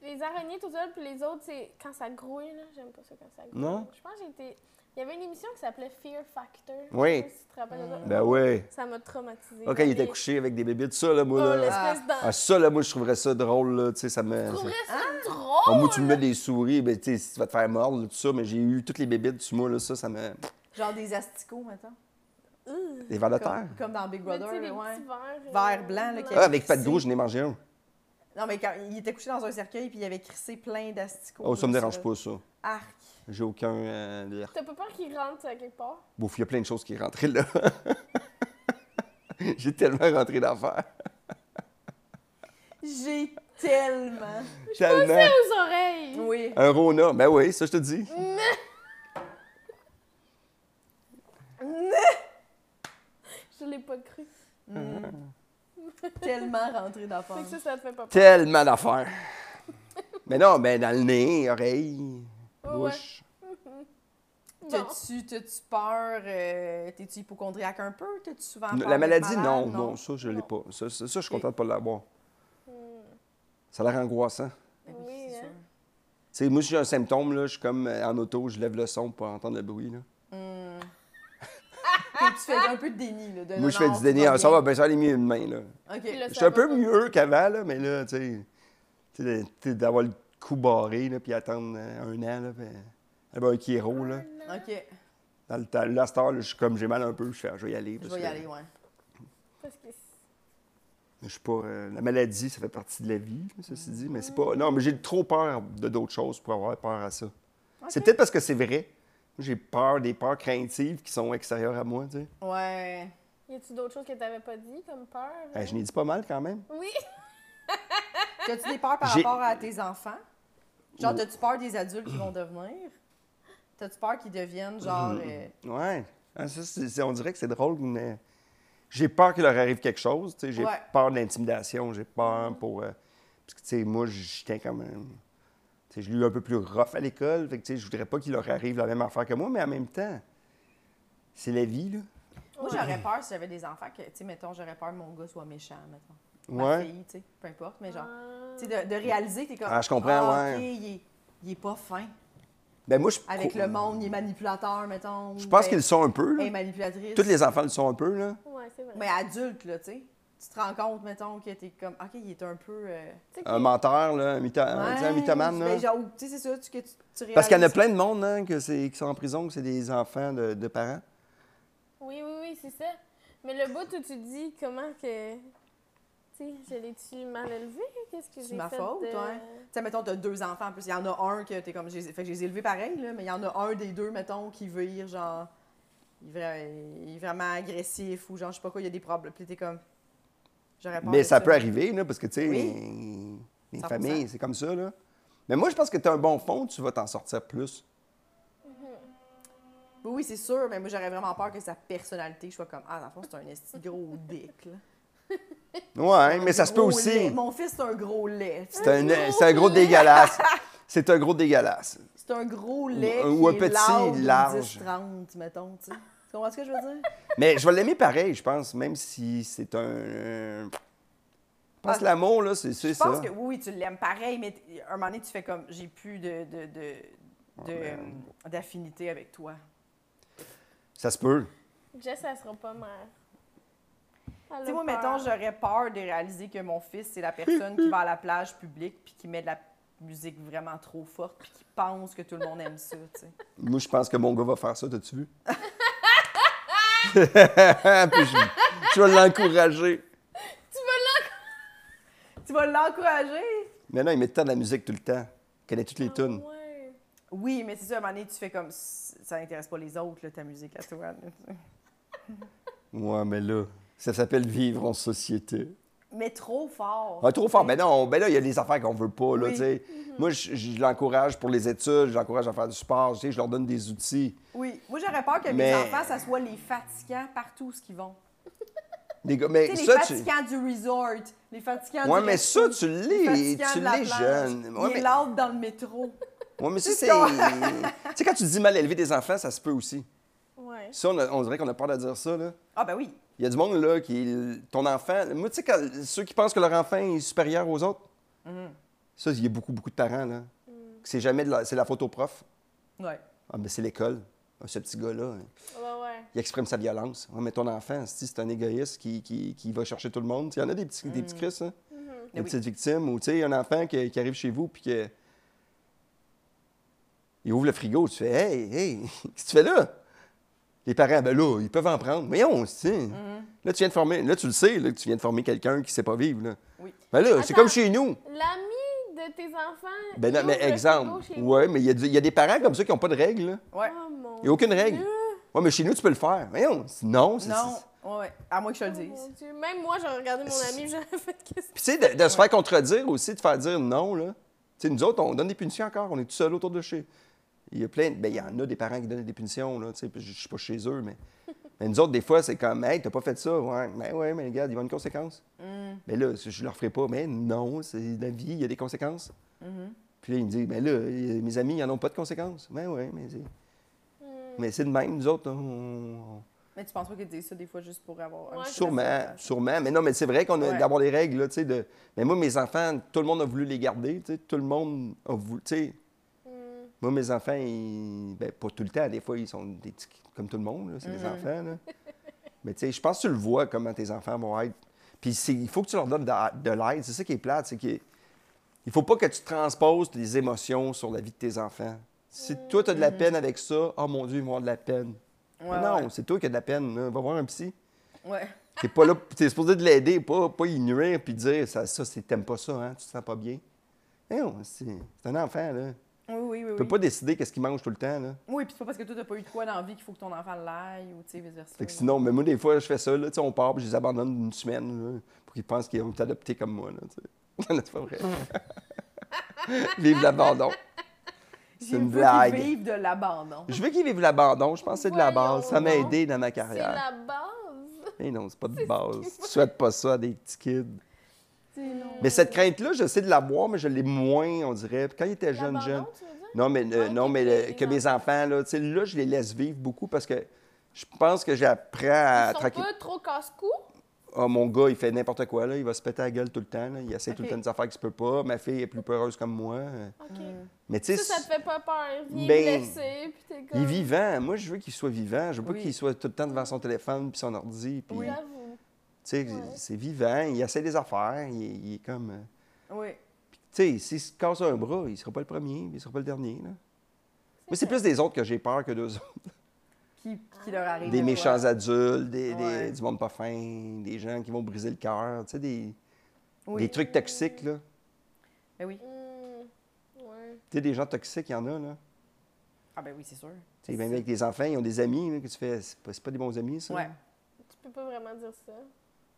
Speaker 4: je- les, les araignées tout seul, puis les autres, c'est quand ça grouille, là. J'aime pas ça quand ça grouille.
Speaker 3: Non?
Speaker 4: Je pense que j'étais. Il y avait une émission qui s'appelait Fear Factor. Je
Speaker 3: Oui.
Speaker 4: sais pas si tu te rappelles de ça.
Speaker 3: Ben ouais.
Speaker 4: Ça m'a traumatisée.
Speaker 3: Ah, quand il était
Speaker 4: Les-
Speaker 3: couché avec des bébites, ça, là,
Speaker 4: Oh,
Speaker 3: moi, là.
Speaker 4: l'espèce d'en-
Speaker 3: Ah, ça, là, moi, je trouverais ça drôle, là. Tu sais, ça me.
Speaker 4: Je
Speaker 3: ça-
Speaker 4: trouverais ça
Speaker 3: Ah,
Speaker 4: drôle!
Speaker 3: moi, tu me mets des souris, ben, tu sais, si tu vas te faire mordre, là, tout ça, mais j'ai eu toutes les bébites sur moi, là, ça, ça me.
Speaker 2: Genre des asticots, maintenant.
Speaker 4: Ugh.
Speaker 3: Des vers de terre.
Speaker 2: Comme, comme dans Big
Speaker 4: Mais tu
Speaker 2: Brother,
Speaker 4: sais, les
Speaker 2: là, ouais.
Speaker 4: petits verres.
Speaker 2: Verres
Speaker 4: euh,
Speaker 2: blancs, là, qui-
Speaker 3: Ah, avec pas de gros, je n'ai mangé un.
Speaker 2: Non, mais quand il était couché dans un cercueil puis il avait crissé plein d'asticots.
Speaker 3: Oh, ça me
Speaker 2: là,
Speaker 3: dérange pas, ça.
Speaker 2: Arc.
Speaker 3: J'ai aucun. euh, l'air.
Speaker 4: T'as pas peur qu'ils rentrent à
Speaker 2: (laughs)
Speaker 4: quelque part?
Speaker 3: Bouf, il y a plein de choses qui rentraient là. (laughs) j'ai tellement rentré d'affaires.
Speaker 2: J'ai
Speaker 4: (laughs)
Speaker 2: tellement.
Speaker 3: Tellement.
Speaker 4: Aux oreilles!
Speaker 2: Oui.
Speaker 3: Un Rona, ben oui, ça, je te dis.
Speaker 2: (laughs)
Speaker 4: Je l'ai pas cru.
Speaker 2: Mm. tellement rentré
Speaker 4: Fait
Speaker 2: d'affaires.
Speaker 4: que ça, ça te fait pas peur.
Speaker 3: Tellement
Speaker 4: (laughs)
Speaker 3: d'affaires. mais non, ben, dans le nez, oreille,
Speaker 4: Ouais, ouais.
Speaker 3: bouche.
Speaker 4: Bon.
Speaker 2: T'as-tu t'as-tu peur? euh, T'es-tu hypochondriaque un peu? T'as-tu souvent peur?
Speaker 3: La
Speaker 2: d'être
Speaker 3: maladie, non,
Speaker 2: malade?
Speaker 3: non, ça, je l'ai pas. Ça, ça, ça, je suis
Speaker 2: Ok.
Speaker 3: content de pas l'avoir.
Speaker 4: Hmm.
Speaker 3: Ça a l'air angoissant.
Speaker 2: Ben oui,
Speaker 4: Oui,
Speaker 2: c'est
Speaker 4: hein.
Speaker 2: sûr.
Speaker 3: Tu sais, moi, si j'ai un symptôme, là, je suis comme euh, en auto, je lève le son pour entendre le bruit. Là.
Speaker 4: hein?
Speaker 2: (laughs) Hmm. Fait que tu fais un peu de déni, là. de
Speaker 3: moi, je fais
Speaker 2: non,
Speaker 3: du
Speaker 2: tout
Speaker 3: déni. Ah, ça va,
Speaker 2: bien.
Speaker 3: ben, ça allait mieux demain. Là.
Speaker 2: OK.
Speaker 4: Puis là, ça
Speaker 3: Je suis un
Speaker 4: va
Speaker 3: peu
Speaker 4: pas.
Speaker 3: mieux qu'avant, là, mais là, tu sais, tu sais, de- tu sais, d'avoir le coup barré, là, puis attendre euh, un an, là, puis, euh, ben, un kiro, là.
Speaker 2: OK.
Speaker 3: Dans le temps, là, à cette heure, là, je suis comme j'ai mal un peu, je fais, ah, je vais y aller.
Speaker 2: Je
Speaker 3: parce
Speaker 2: vais y
Speaker 3: que
Speaker 2: aller, ouais.
Speaker 4: Parce que
Speaker 3: Je suis pas. euh, la maladie, ça fait partie de la vie, ceci dit, mais c'est pas. Non, mais j'ai trop peur de d'autres choses pour avoir peur à ça. C'est
Speaker 2: Ok.
Speaker 3: peut-être parce que c'est vrai. J'ai peur des peurs craintives qui sont extérieures à moi, tu sais.
Speaker 2: Ouais.
Speaker 4: y a-tu d'autres choses que t'avais pas dit comme peur?
Speaker 3: Eh, je n'ai dit pas mal quand même.
Speaker 4: Oui!
Speaker 2: T'as-tu des peurs par
Speaker 3: J'ai-
Speaker 2: rapport à tes enfants? Genre, t'as-tu peur des adultes qui vont devenir? T'as-tu peur qu'ils deviennent, genre...
Speaker 3: Mm.
Speaker 2: euh,
Speaker 3: Ouais. Ah, ça, c'est- c'est- on dirait que c'est drôle, mais j'ai peur qu'il leur arrive quelque chose. tu sais. J'ai
Speaker 2: Ouais. Mm-hmm.
Speaker 3: peur de l'intimidation, j'ai peur pour. euh, Parce que, tu sais, moi, j'étais quand même. Tu sais, je l'ai eu un peu plus rough à l'école. Fait que, tu sais, je voudrais pas qu'il leur arrive la même affaire que moi, mais en même temps, c'est la vie, là.
Speaker 2: Moi, j'aurais peur si j'avais des enfants que, tu sais, mettons, j'aurais peur que mon gars soit méchant, mettons. Ma
Speaker 3: Ouais.
Speaker 2: fille, tu sais, peu importe, mais genre...
Speaker 4: Ah.
Speaker 2: Tu sais, de, de réaliser que t'es comme...
Speaker 3: Ah, je comprends,
Speaker 2: Ah,
Speaker 3: ouais.
Speaker 2: OK, il est, il est pas fin
Speaker 3: Ben, moi, je.
Speaker 2: avec le monde, ben, il est manipulateur, mettons. euh,
Speaker 3: Je pense qu'ils le sont un peu,
Speaker 2: Elle est
Speaker 3: là.
Speaker 2: manipulatrice.
Speaker 3: Tous les enfants le sont un peu, là.
Speaker 4: Ouais, c'est vrai.
Speaker 2: Mais adulte, là, tu sais. Tu te rends compte, mettons, que t'es comme... OK, il est un peu... euh,
Speaker 4: Tu sais que-
Speaker 3: Un menteur, là, un, mytho- Euh, tu sais, un
Speaker 2: ouais,
Speaker 3: mythomane, là.
Speaker 2: ben, genre, ou, tu sais, c'est ça, tu, que tu, tu
Speaker 3: Parce qu'il y en a
Speaker 2: réalises
Speaker 3: plein de monde hein, que c'est- qui sont en prison, que c'est des enfants de, de parents.
Speaker 4: Oui, oui, oui, c'est ça. Mais le bout où tu dis comment que. Tu sais, je l'ai-tu mal élevé? Qu'est-ce que j'ai fait?
Speaker 2: C'est ma faute,
Speaker 4: de-
Speaker 2: ouais. Tu sais, mettons, t'as deux enfants en plus. Il y en a un que t'es comme. j'ai- Fait que je les ai élevés pareil, là, mais il y en a un des deux, mettons, qui vire, genre. il, est vra- il est vraiment agressif ou genre, je sais pas quoi, il y a des problèmes. Puis t'es comme. J'aurais peur
Speaker 3: Mais
Speaker 2: de
Speaker 3: ça peut arriver, là, parce que, tu sais, les
Speaker 2: 100%.
Speaker 3: familles, c'est comme ça, là. Mais moi, je pense que tu as un bon fond, tu vas t'en sortir plus.
Speaker 2: Oui, oui, c'est sûr, mais moi, j'aurais vraiment peur que sa personnalité, je sois comme, ah, dans le fond, c'est un esti de gros (laughs) dick, là.
Speaker 3: Ouais, mais ça se peut
Speaker 2: Gros
Speaker 3: aussi.
Speaker 2: lait. Ah, Mon fils, c'est un gros lait.
Speaker 3: C'est un, c'est un gros dégueulasse. C'est un gros dégueulasse.
Speaker 2: C'est un gros lait.
Speaker 3: Ou-
Speaker 2: Ou,
Speaker 3: ou un
Speaker 2: qui
Speaker 3: petit
Speaker 2: est large.
Speaker 3: large.
Speaker 2: 30 mettons, tu sais. Tu comprends ce que je veux dire?
Speaker 3: Mais je vais l'aimer pareil, je pense, même si c'est un. euh, Je pense que l'amour, là, c'est c'est
Speaker 2: Ah. Je
Speaker 3: ça.
Speaker 2: pense que oui, oui, tu l'aimes pareil, mais t- un moment donné, tu fais comme, j'ai plus de, de, de,
Speaker 3: Oh,
Speaker 2: de, euh, d'affinité avec toi.
Speaker 3: Ça se peut.
Speaker 4: Jess, elle sera pas mère. Elle
Speaker 2: Tu sais,
Speaker 4: a
Speaker 2: moi,
Speaker 4: peur.
Speaker 2: mettons, j'aurais peur de réaliser que mon fils, c'est la personne qui va à la plage publique puis qui met de la musique vraiment trop forte puis qui pense que tout le monde aime ça, tu sais.
Speaker 3: Moi, je pense que mon gars va faire ça, t'as-tu vu? (laughs) Puis je, je vais l'encourager.
Speaker 2: (laughs) Tu vas l'encourager?
Speaker 3: Mais non, il met tout le temps de la musique tout le temps. Il connaît toutes les
Speaker 4: Ah,
Speaker 3: tunes.
Speaker 4: ouais.
Speaker 2: Oui, mais c'est ça, à un moment donné, tu fais comme, ça n'intéresse pas les autres, là, ta musique à toi. là, tu sais.
Speaker 3: Ouais, mais là, ça s'appelle vivre en société.
Speaker 2: Mais trop fort.
Speaker 3: Ah, trop fort. Ben non, ben là, il y a des affaires qu'on veut pas,
Speaker 2: Oui.
Speaker 3: là,
Speaker 2: Mhm.
Speaker 3: tu sais. Moi, je, je l'encourage pour les études, je l'encourage à faire du sport, tu sais, je leur donne des outils.
Speaker 2: Oui, moi j'aurais peur que
Speaker 3: Mais-
Speaker 2: mes enfants, ça soit les fatigants partout où ce qu'ils vont.
Speaker 3: Des gars, mais
Speaker 2: Tu sais, les
Speaker 3: ça, tu...
Speaker 2: fatigants du resort, les fatigants
Speaker 3: Ouais,
Speaker 2: du
Speaker 3: mais
Speaker 2: resto,
Speaker 3: ça, tu
Speaker 2: les
Speaker 3: l'es,
Speaker 2: fatigants
Speaker 3: tu
Speaker 2: de la
Speaker 3: l'es
Speaker 2: plage,
Speaker 3: jeune. Ouais,
Speaker 2: les
Speaker 3: mais,
Speaker 2: lâches dans le métro.
Speaker 3: ouais, mais ça,
Speaker 2: C'est
Speaker 3: c'est... (laughs) tu sais, quand tu dis mal élever des enfants, ça se peut aussi.
Speaker 4: Ouais.
Speaker 3: Ça, on, a- on dirait qu'on a peur de dire ça, là.
Speaker 2: Ah ben oui,
Speaker 3: Il y a du monde, là, qui... Ton enfant... Moi, tu sais, quand- ceux qui pensent que leur enfant est supérieur aux autres, ça, il y a beaucoup, beaucoup de parents, là. C'est jamais de la... C'est la faute au prof.
Speaker 2: ouais.
Speaker 3: Ah, ben, c'est l'école. Ah, ce petit gars-là... hein.
Speaker 4: Ouais, ouais.
Speaker 3: il exprime sa violence. Ouais, mais ton enfant, si c'est un égoïste qui, qui, qui va chercher tout le monde. Il y en a des petits, des petits Chris, hein, des
Speaker 2: Eh oui.
Speaker 3: petites victimes. Ou tu sais, un enfant qui, qui arrive chez vous puis que. Il ouvre le frigo, tu fais Hey, hey, (laughs) qu'est-ce que tu fais là? Les parents, ben là, ils peuvent en prendre. Voyons, tu Là, tu viens de former. Là, tu le sais, là, que tu viens de former quelqu'un qui sait pas vivre. Là.
Speaker 2: Oui.
Speaker 3: Ben là, c'est
Speaker 4: Attends.
Speaker 3: comme chez nous.
Speaker 4: L'ami de tes enfants.
Speaker 3: Ben
Speaker 4: il
Speaker 3: non,
Speaker 4: ouvre
Speaker 3: mais
Speaker 4: le frigo
Speaker 3: exemple.
Speaker 4: chez vous.
Speaker 3: Oui, mais il y, a du- il y a des parents comme ça qui n'ont pas de règles. là.
Speaker 2: Ouais.
Speaker 4: Oh, mon
Speaker 3: Il n'y a aucune règle.
Speaker 4: Dieu.
Speaker 3: Oui, mais chez nous, tu peux le faire. Voyons. Non, c'est.
Speaker 2: Non, ouais, ouais. à moins que je te le
Speaker 4: Oh, mon
Speaker 2: dise.
Speaker 4: Dieu. Même moi, j'ai regardé mon ami, (laughs) j'avais fait qu'est-ce que
Speaker 3: Puis, tu sais, de, de se faire contredire aussi, de faire dire non, là. Tu sais, nous autres, on donne des punitions encore. On est tout seul autour de chez. Il y a plein. Ben, il y en a des parents qui donnent des punitions, là. Tu sais, puis je je suis pas chez eux, mais. Mais nous autres, des fois, c'est comme, hey, t'as pas fait ça. Ouais, mais ouais, mais regarde, il y a une conséquence.
Speaker 4: Ah,
Speaker 2: Hum,
Speaker 3: Mais là, je leur ferai pas. Mais non, c'est la vie, il y a des conséquences.
Speaker 2: hum.
Speaker 3: Puis là, il me dit, mais là, euh, mes amis, ils n'en ont pas de conséquences. Mais ouais, mais c'est. Mais c'est de même, nous autres, on- on-
Speaker 2: Mais tu penses pas qu'ils disent ça des fois juste pour avoir un
Speaker 4: Ouais,
Speaker 2: petit-
Speaker 3: Sûrement, sûrement. Mais non, mais c'est vrai qu'on a
Speaker 2: Ouais.
Speaker 3: d'avoir des règles, là, tu sais. De... Mais moi, mes enfants, tout le monde a voulu les garder, tu sais. Tout le monde a voulu, tu sais.
Speaker 2: Hmm.
Speaker 3: Moi, mes enfants, ils... ben, pas tout le temps. Des fois, ils sont des petits- comme tout le monde, là, c'est des
Speaker 2: Hmm.
Speaker 3: enfants,
Speaker 2: (laughs)
Speaker 3: là. mais tu sais, je pense que tu le vois comment tes enfants vont être. Puis c'est- il faut que tu leur donnes de, de l'aide. C'est ça qui est plate, c'est qu'il il faut pas que tu transposes les émotions sur la vie de tes enfants. Si
Speaker 2: Hmm.
Speaker 3: toi, tu as de la peine avec ça, oh mon Dieu, ils vont avoir de la peine.
Speaker 2: Ouais,
Speaker 3: non, c'est toi qui as de la peine. là. Va voir un psy.
Speaker 2: Ouais.
Speaker 3: T'es pas là, t'es supposé de l'aider, pas, pas y nuire puis dire ça, ça c'est, t'aimes pas ça, hein, tu te sens pas bien. Non, c'est, c'est un enfant, là.
Speaker 2: Oui, oui, oui.
Speaker 3: Tu
Speaker 2: Oui,
Speaker 3: peux pas décider qu'est-ce qu'il mange tout le temps, là.
Speaker 2: oui puis c'est pas parce que toi, t'as pas eu de quoi dans la vie qu'il faut que ton enfant l'aille ou tu sais, vice-versa.
Speaker 3: Fait que sinon, mais moi, des fois, je fais ça, là, tu sais, on part, puis je les abandonne une semaine, là, pour qu'ils pensent qu'ils vont t'adopter comme moi, là, tu sais. (laughs) Non, c'est
Speaker 4: (laughs)
Speaker 3: pas vrai. Vive l'abandon.
Speaker 2: J'ai
Speaker 3: C'est une
Speaker 2: vu qu'ils
Speaker 3: blague.
Speaker 2: vivent de l'abandon.
Speaker 3: Je veux qu'ils vivent l'abandon, je pense que c'est de la
Speaker 4: Voyons
Speaker 3: base. Ça m'a
Speaker 4: donc.
Speaker 3: aidé dans ma
Speaker 4: c'est
Speaker 3: carrière.
Speaker 4: la base.
Speaker 3: Mais non, c'est pas de base. Tu souhaites pas ça à des petits kids.
Speaker 2: C'est long.
Speaker 3: Mais cette crainte-là, je sais de l'avoir, mais je l'ai moins, on dirait. Quand il était jeune,
Speaker 4: L'abandon,
Speaker 3: jeune.
Speaker 4: tu veux dire?
Speaker 3: Non, mais, euh,
Speaker 4: Ah,
Speaker 3: non,
Speaker 4: ok,
Speaker 3: mais
Speaker 4: les-
Speaker 3: le-
Speaker 4: les
Speaker 3: que mes enfants, là, tu sais, là, je les laisse vivre beaucoup parce que je pense que j'apprends à
Speaker 4: Ils sont
Speaker 3: traquer.
Speaker 4: pas trop casse-cou.
Speaker 3: Ah, mon gars, il fait n'importe quoi, là. Il va se péter la gueule tout le temps, là. Il essaie tout le
Speaker 2: Ok.
Speaker 3: temps des affaires qu'il peut pas. Ma fille est plus peureuse comme moi. Euh,
Speaker 4: OK.
Speaker 2: Hum,
Speaker 3: Mais tu sais,
Speaker 4: Ça, ça te fait pas peur. Il est
Speaker 3: Ben,
Speaker 4: blessé, puis t'es
Speaker 3: il
Speaker 4: comme...
Speaker 3: est vivant. Moi, je veux qu'il soit vivant. Je veux pas
Speaker 2: Oui.
Speaker 3: qu'il soit tout le temps devant son téléphone puis son ordi. Puis,
Speaker 4: Oui.
Speaker 3: tu
Speaker 4: J'avoue.
Speaker 3: sais,
Speaker 4: Ouais.
Speaker 3: c'est vivant. Il essaie des affaires. Il, est- il est comme... euh,
Speaker 2: Oui.
Speaker 3: Tu sais, s'il se casse un bras, il sera pas le premier, puis il sera pas le dernier, là. Moi, c'est plus des autres que j'ai peur que d'eux autres.
Speaker 2: Qui, qui leur arrive.
Speaker 3: Des
Speaker 2: de
Speaker 3: méchants
Speaker 2: quoi.
Speaker 3: adultes, des, des-
Speaker 2: Ouais.
Speaker 3: du monde pas fin, des gens qui vont briser le cœur, tu sais, des,
Speaker 2: Oui.
Speaker 3: des trucs toxiques, là.
Speaker 2: Ben oui.
Speaker 4: Hmm. Ouais.
Speaker 3: Tu sais, des gens toxiques, il y en a, là.
Speaker 2: Ah ben oui, c'est sûr.
Speaker 3: Tu sais, même avec des enfants, ils ont des amis là, que tu fais. C'est pas, c'est pas des bons amis, ça?
Speaker 2: Ouais.
Speaker 4: Tu peux pas vraiment dire ça.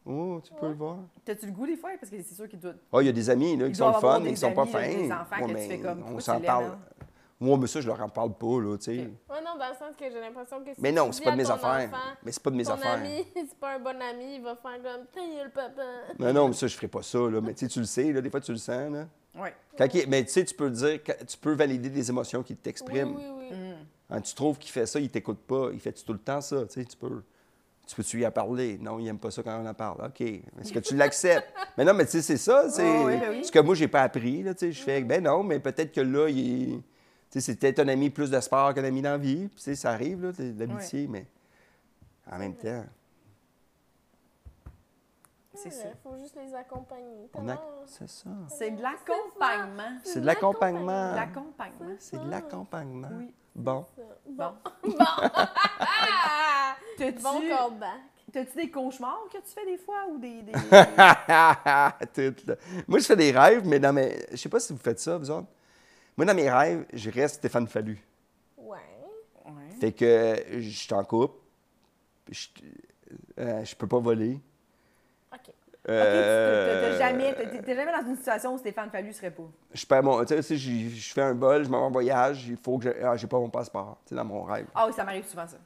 Speaker 3: Oh, tu peux
Speaker 4: Ouais.
Speaker 3: le voir.
Speaker 2: T'as-tu le goût des fois? Parce que c'est sûr qu'il doit...
Speaker 3: Ah, il y a des amis là,
Speaker 2: Il
Speaker 3: qui
Speaker 2: doit
Speaker 3: sont le
Speaker 2: avoir
Speaker 3: fun,
Speaker 2: des
Speaker 3: mais qui sont pas
Speaker 2: amis, là,
Speaker 3: fins.
Speaker 2: des enfants que tu fais comme,
Speaker 3: on
Speaker 2: pourquoi
Speaker 3: s'en
Speaker 2: tu l'aimes,
Speaker 3: parle.
Speaker 2: hein?
Speaker 3: Moi, mais ça, je leur en parle pas, là, tu sais.
Speaker 4: Ouais, non, dans le sens que j'ai l'impression que si
Speaker 3: Mais
Speaker 4: tu
Speaker 3: non,
Speaker 4: dis
Speaker 3: c'est pas
Speaker 4: à
Speaker 3: de mes
Speaker 4: ton
Speaker 3: affaires.
Speaker 4: enfant,
Speaker 3: Mais c'est pas de mes
Speaker 4: ton
Speaker 3: affaires.
Speaker 4: ami, (laughs) c'est pas un bon ami, il va faire comme Ta gueule, papa.
Speaker 3: Non, non, mais ça, je ferais pas ça, là. Mais tu sais, tu le sais, là, des fois, tu le sens, là.
Speaker 2: Ouais.
Speaker 3: Quand il- Mais tu sais, tu peux dire, que- tu peux valider des émotions qu'il
Speaker 4: Oui,
Speaker 3: t'exprime.
Speaker 4: oui, oui.
Speaker 2: Hum.
Speaker 3: Quand Hein, tu trouves qu'il fait ça, il t'écoute pas, il fait tout le temps ça, tu sais, tu peux. Tu peux-tu y en parler? Non, il aime pas ça quand on en parle. OK. Est-ce que tu (laughs) l'acceptes? mais non, mais tu sais, c'est ça. C'est
Speaker 2: Ah oui, ben oui.
Speaker 3: ce que moi, j'ai pas appris. Là, tu sais. je fais, ben non, mais peut-être que là, il... tu sais, c'est peut-être un ami plus de sport qu'un ami d'envie. Puis, tu sais, ça arrive, là, de- de l'amitié, mais en même temps.
Speaker 2: C'est
Speaker 4: Ouais,
Speaker 2: sûr.
Speaker 4: faut juste les accompagner.
Speaker 3: On a...
Speaker 4: Tellement-
Speaker 3: C'est ça.
Speaker 2: C'est de l'accompagnement.
Speaker 3: C'est de l'accompagnement.
Speaker 2: L'accompagnement.
Speaker 3: C'est de l'accompagnement.
Speaker 2: Oui.
Speaker 3: Bon.
Speaker 4: (laughs)
Speaker 2: Bon.
Speaker 4: Ah!
Speaker 2: (laughs) T'as-tu
Speaker 4: Bon comeback.
Speaker 2: t'as-tu des cauchemars que tu fais des fois ou
Speaker 4: (laughs)
Speaker 2: des. des...
Speaker 3: (laughs) Tout, là. Moi, je fais des rêves, mais dans mes. Je sais pas si vous faites ça, vous autres. Moi, dans mes rêves, je reste Stéphane Fallu.
Speaker 4: Ouais.
Speaker 2: Ouais.
Speaker 3: Fait que je suis en couple. Je, euh, je peux pas voler.
Speaker 4: OK.
Speaker 2: Ok, tu t'as- t'as
Speaker 3: Euh,
Speaker 2: jamais, t'as- t'es t'es jamais dans une situation où Stéphane Fallu serait pas.
Speaker 3: Je perds mon. Tu sais, si je je fais un bol, je m'en vais en voyage, il faut que je. Ah, j'ai pas mon passeport, tu sais, dans mon rêve.
Speaker 2: Ah oui, ça m'arrive souvent ça.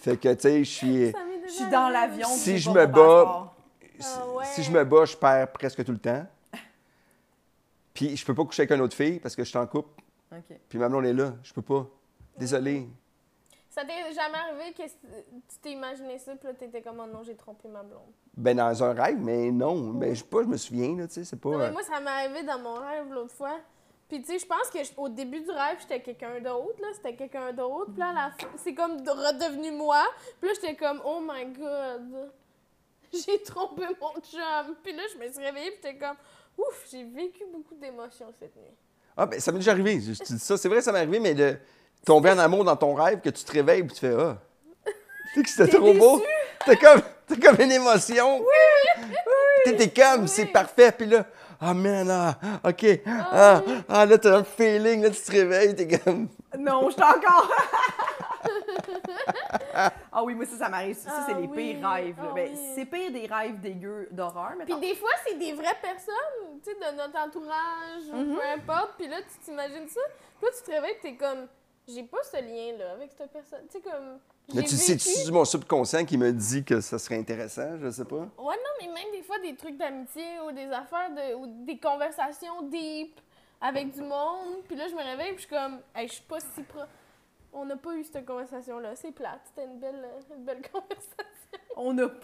Speaker 3: Fait que, tu sais, je suis.
Speaker 4: Ça m'est
Speaker 2: Je
Speaker 4: déjà
Speaker 2: suis dans
Speaker 4: arrivé.
Speaker 2: l'avion. puis
Speaker 3: Si
Speaker 2: j'ai
Speaker 3: je
Speaker 2: pas mon
Speaker 3: me bats-
Speaker 2: passeport.
Speaker 3: si-
Speaker 4: Ah ouais.
Speaker 3: Si je me bats, je perds presque tout le temps. Puis je peux pas coucher avec une autre fille parce que je suis en couple.
Speaker 2: Ok.
Speaker 3: Puis ma blonde est là. Je peux pas. Désolé.
Speaker 4: Ça t'est jamais arrivé que c- tu t'es imaginé ça, puis là, t'étais comme, oh non, j'ai trompé ma blonde.
Speaker 3: Ben, dans un rêve, mais non. Ben, je sais pas, je me souviens, là, tu sais, c'est pas.
Speaker 4: Non, mais
Speaker 3: euh,
Speaker 4: moi, ça m'est arrivé dans mon rêve l'autre fois. Puis, tu sais, je pense qu'au début du rêve, j'étais quelqu'un d'autre, là. C'était quelqu'un d'autre. Puis là, à la fin, c'est comme de- redevenu moi. Puis là, j'étais comme, oh my god, (laughs) j'ai trompé mon chum. Puis là, je me suis réveillée, puis j'étais comme, ouf, j'ai vécu beaucoup d'émotions cette nuit.
Speaker 3: Ah, ben, ça m'est déjà arrivé. Je te dis ça. C'est vrai, ça m'est arrivé, mais de tomber en amour dans ton rêve, que tu te réveilles puis tu fais Ah. Tu sais que c'était
Speaker 2: T'es
Speaker 3: trop beau. T'es comme, t'as comme une émotion. Oui! T'es, t'es comme,
Speaker 4: Oui.
Speaker 3: c'est parfait. Puis là, ah, man, ah, OK. Ah, ah, là, t'as un feeling, là, tu te réveilles, t'es comme.
Speaker 2: Non, je suis
Speaker 4: (laughs)
Speaker 2: encore. ah oui, moi ça, ça m'arrive. Ça,
Speaker 4: Ah
Speaker 2: c'est les
Speaker 4: oui,
Speaker 2: pires rêves. là.
Speaker 4: ah
Speaker 2: Ben,
Speaker 4: oui.
Speaker 2: C'est pire des rêves dégueux d'horreur, mais
Speaker 3: Ah.
Speaker 4: Puis des fois, c'est des vraies personnes, tu sais, de notre entourage,
Speaker 3: Mhm.
Speaker 4: ou peu importe. Puis là, tu t'imagines ça. Puis là, tu te réveilles, puis t'es comme, j'ai pas ce lien-là avec cette personne. Tu sais, comme.
Speaker 3: Mais
Speaker 4: j'ai
Speaker 3: tu sais,
Speaker 4: vécu-
Speaker 3: tu mon subconscient qui me dit que ça serait intéressant, je sais pas.
Speaker 4: Ouais, non, mais même des fois, des trucs d'amitié ou des affaires de, ou des conversations deep avec du monde. Puis là, je me réveille, puis je suis comme, hey, je suis pas si pro. On n'a pas eu cette conversation-là. C'est plate. C'était une belle, une belle (laughs) conversation.
Speaker 2: on a pas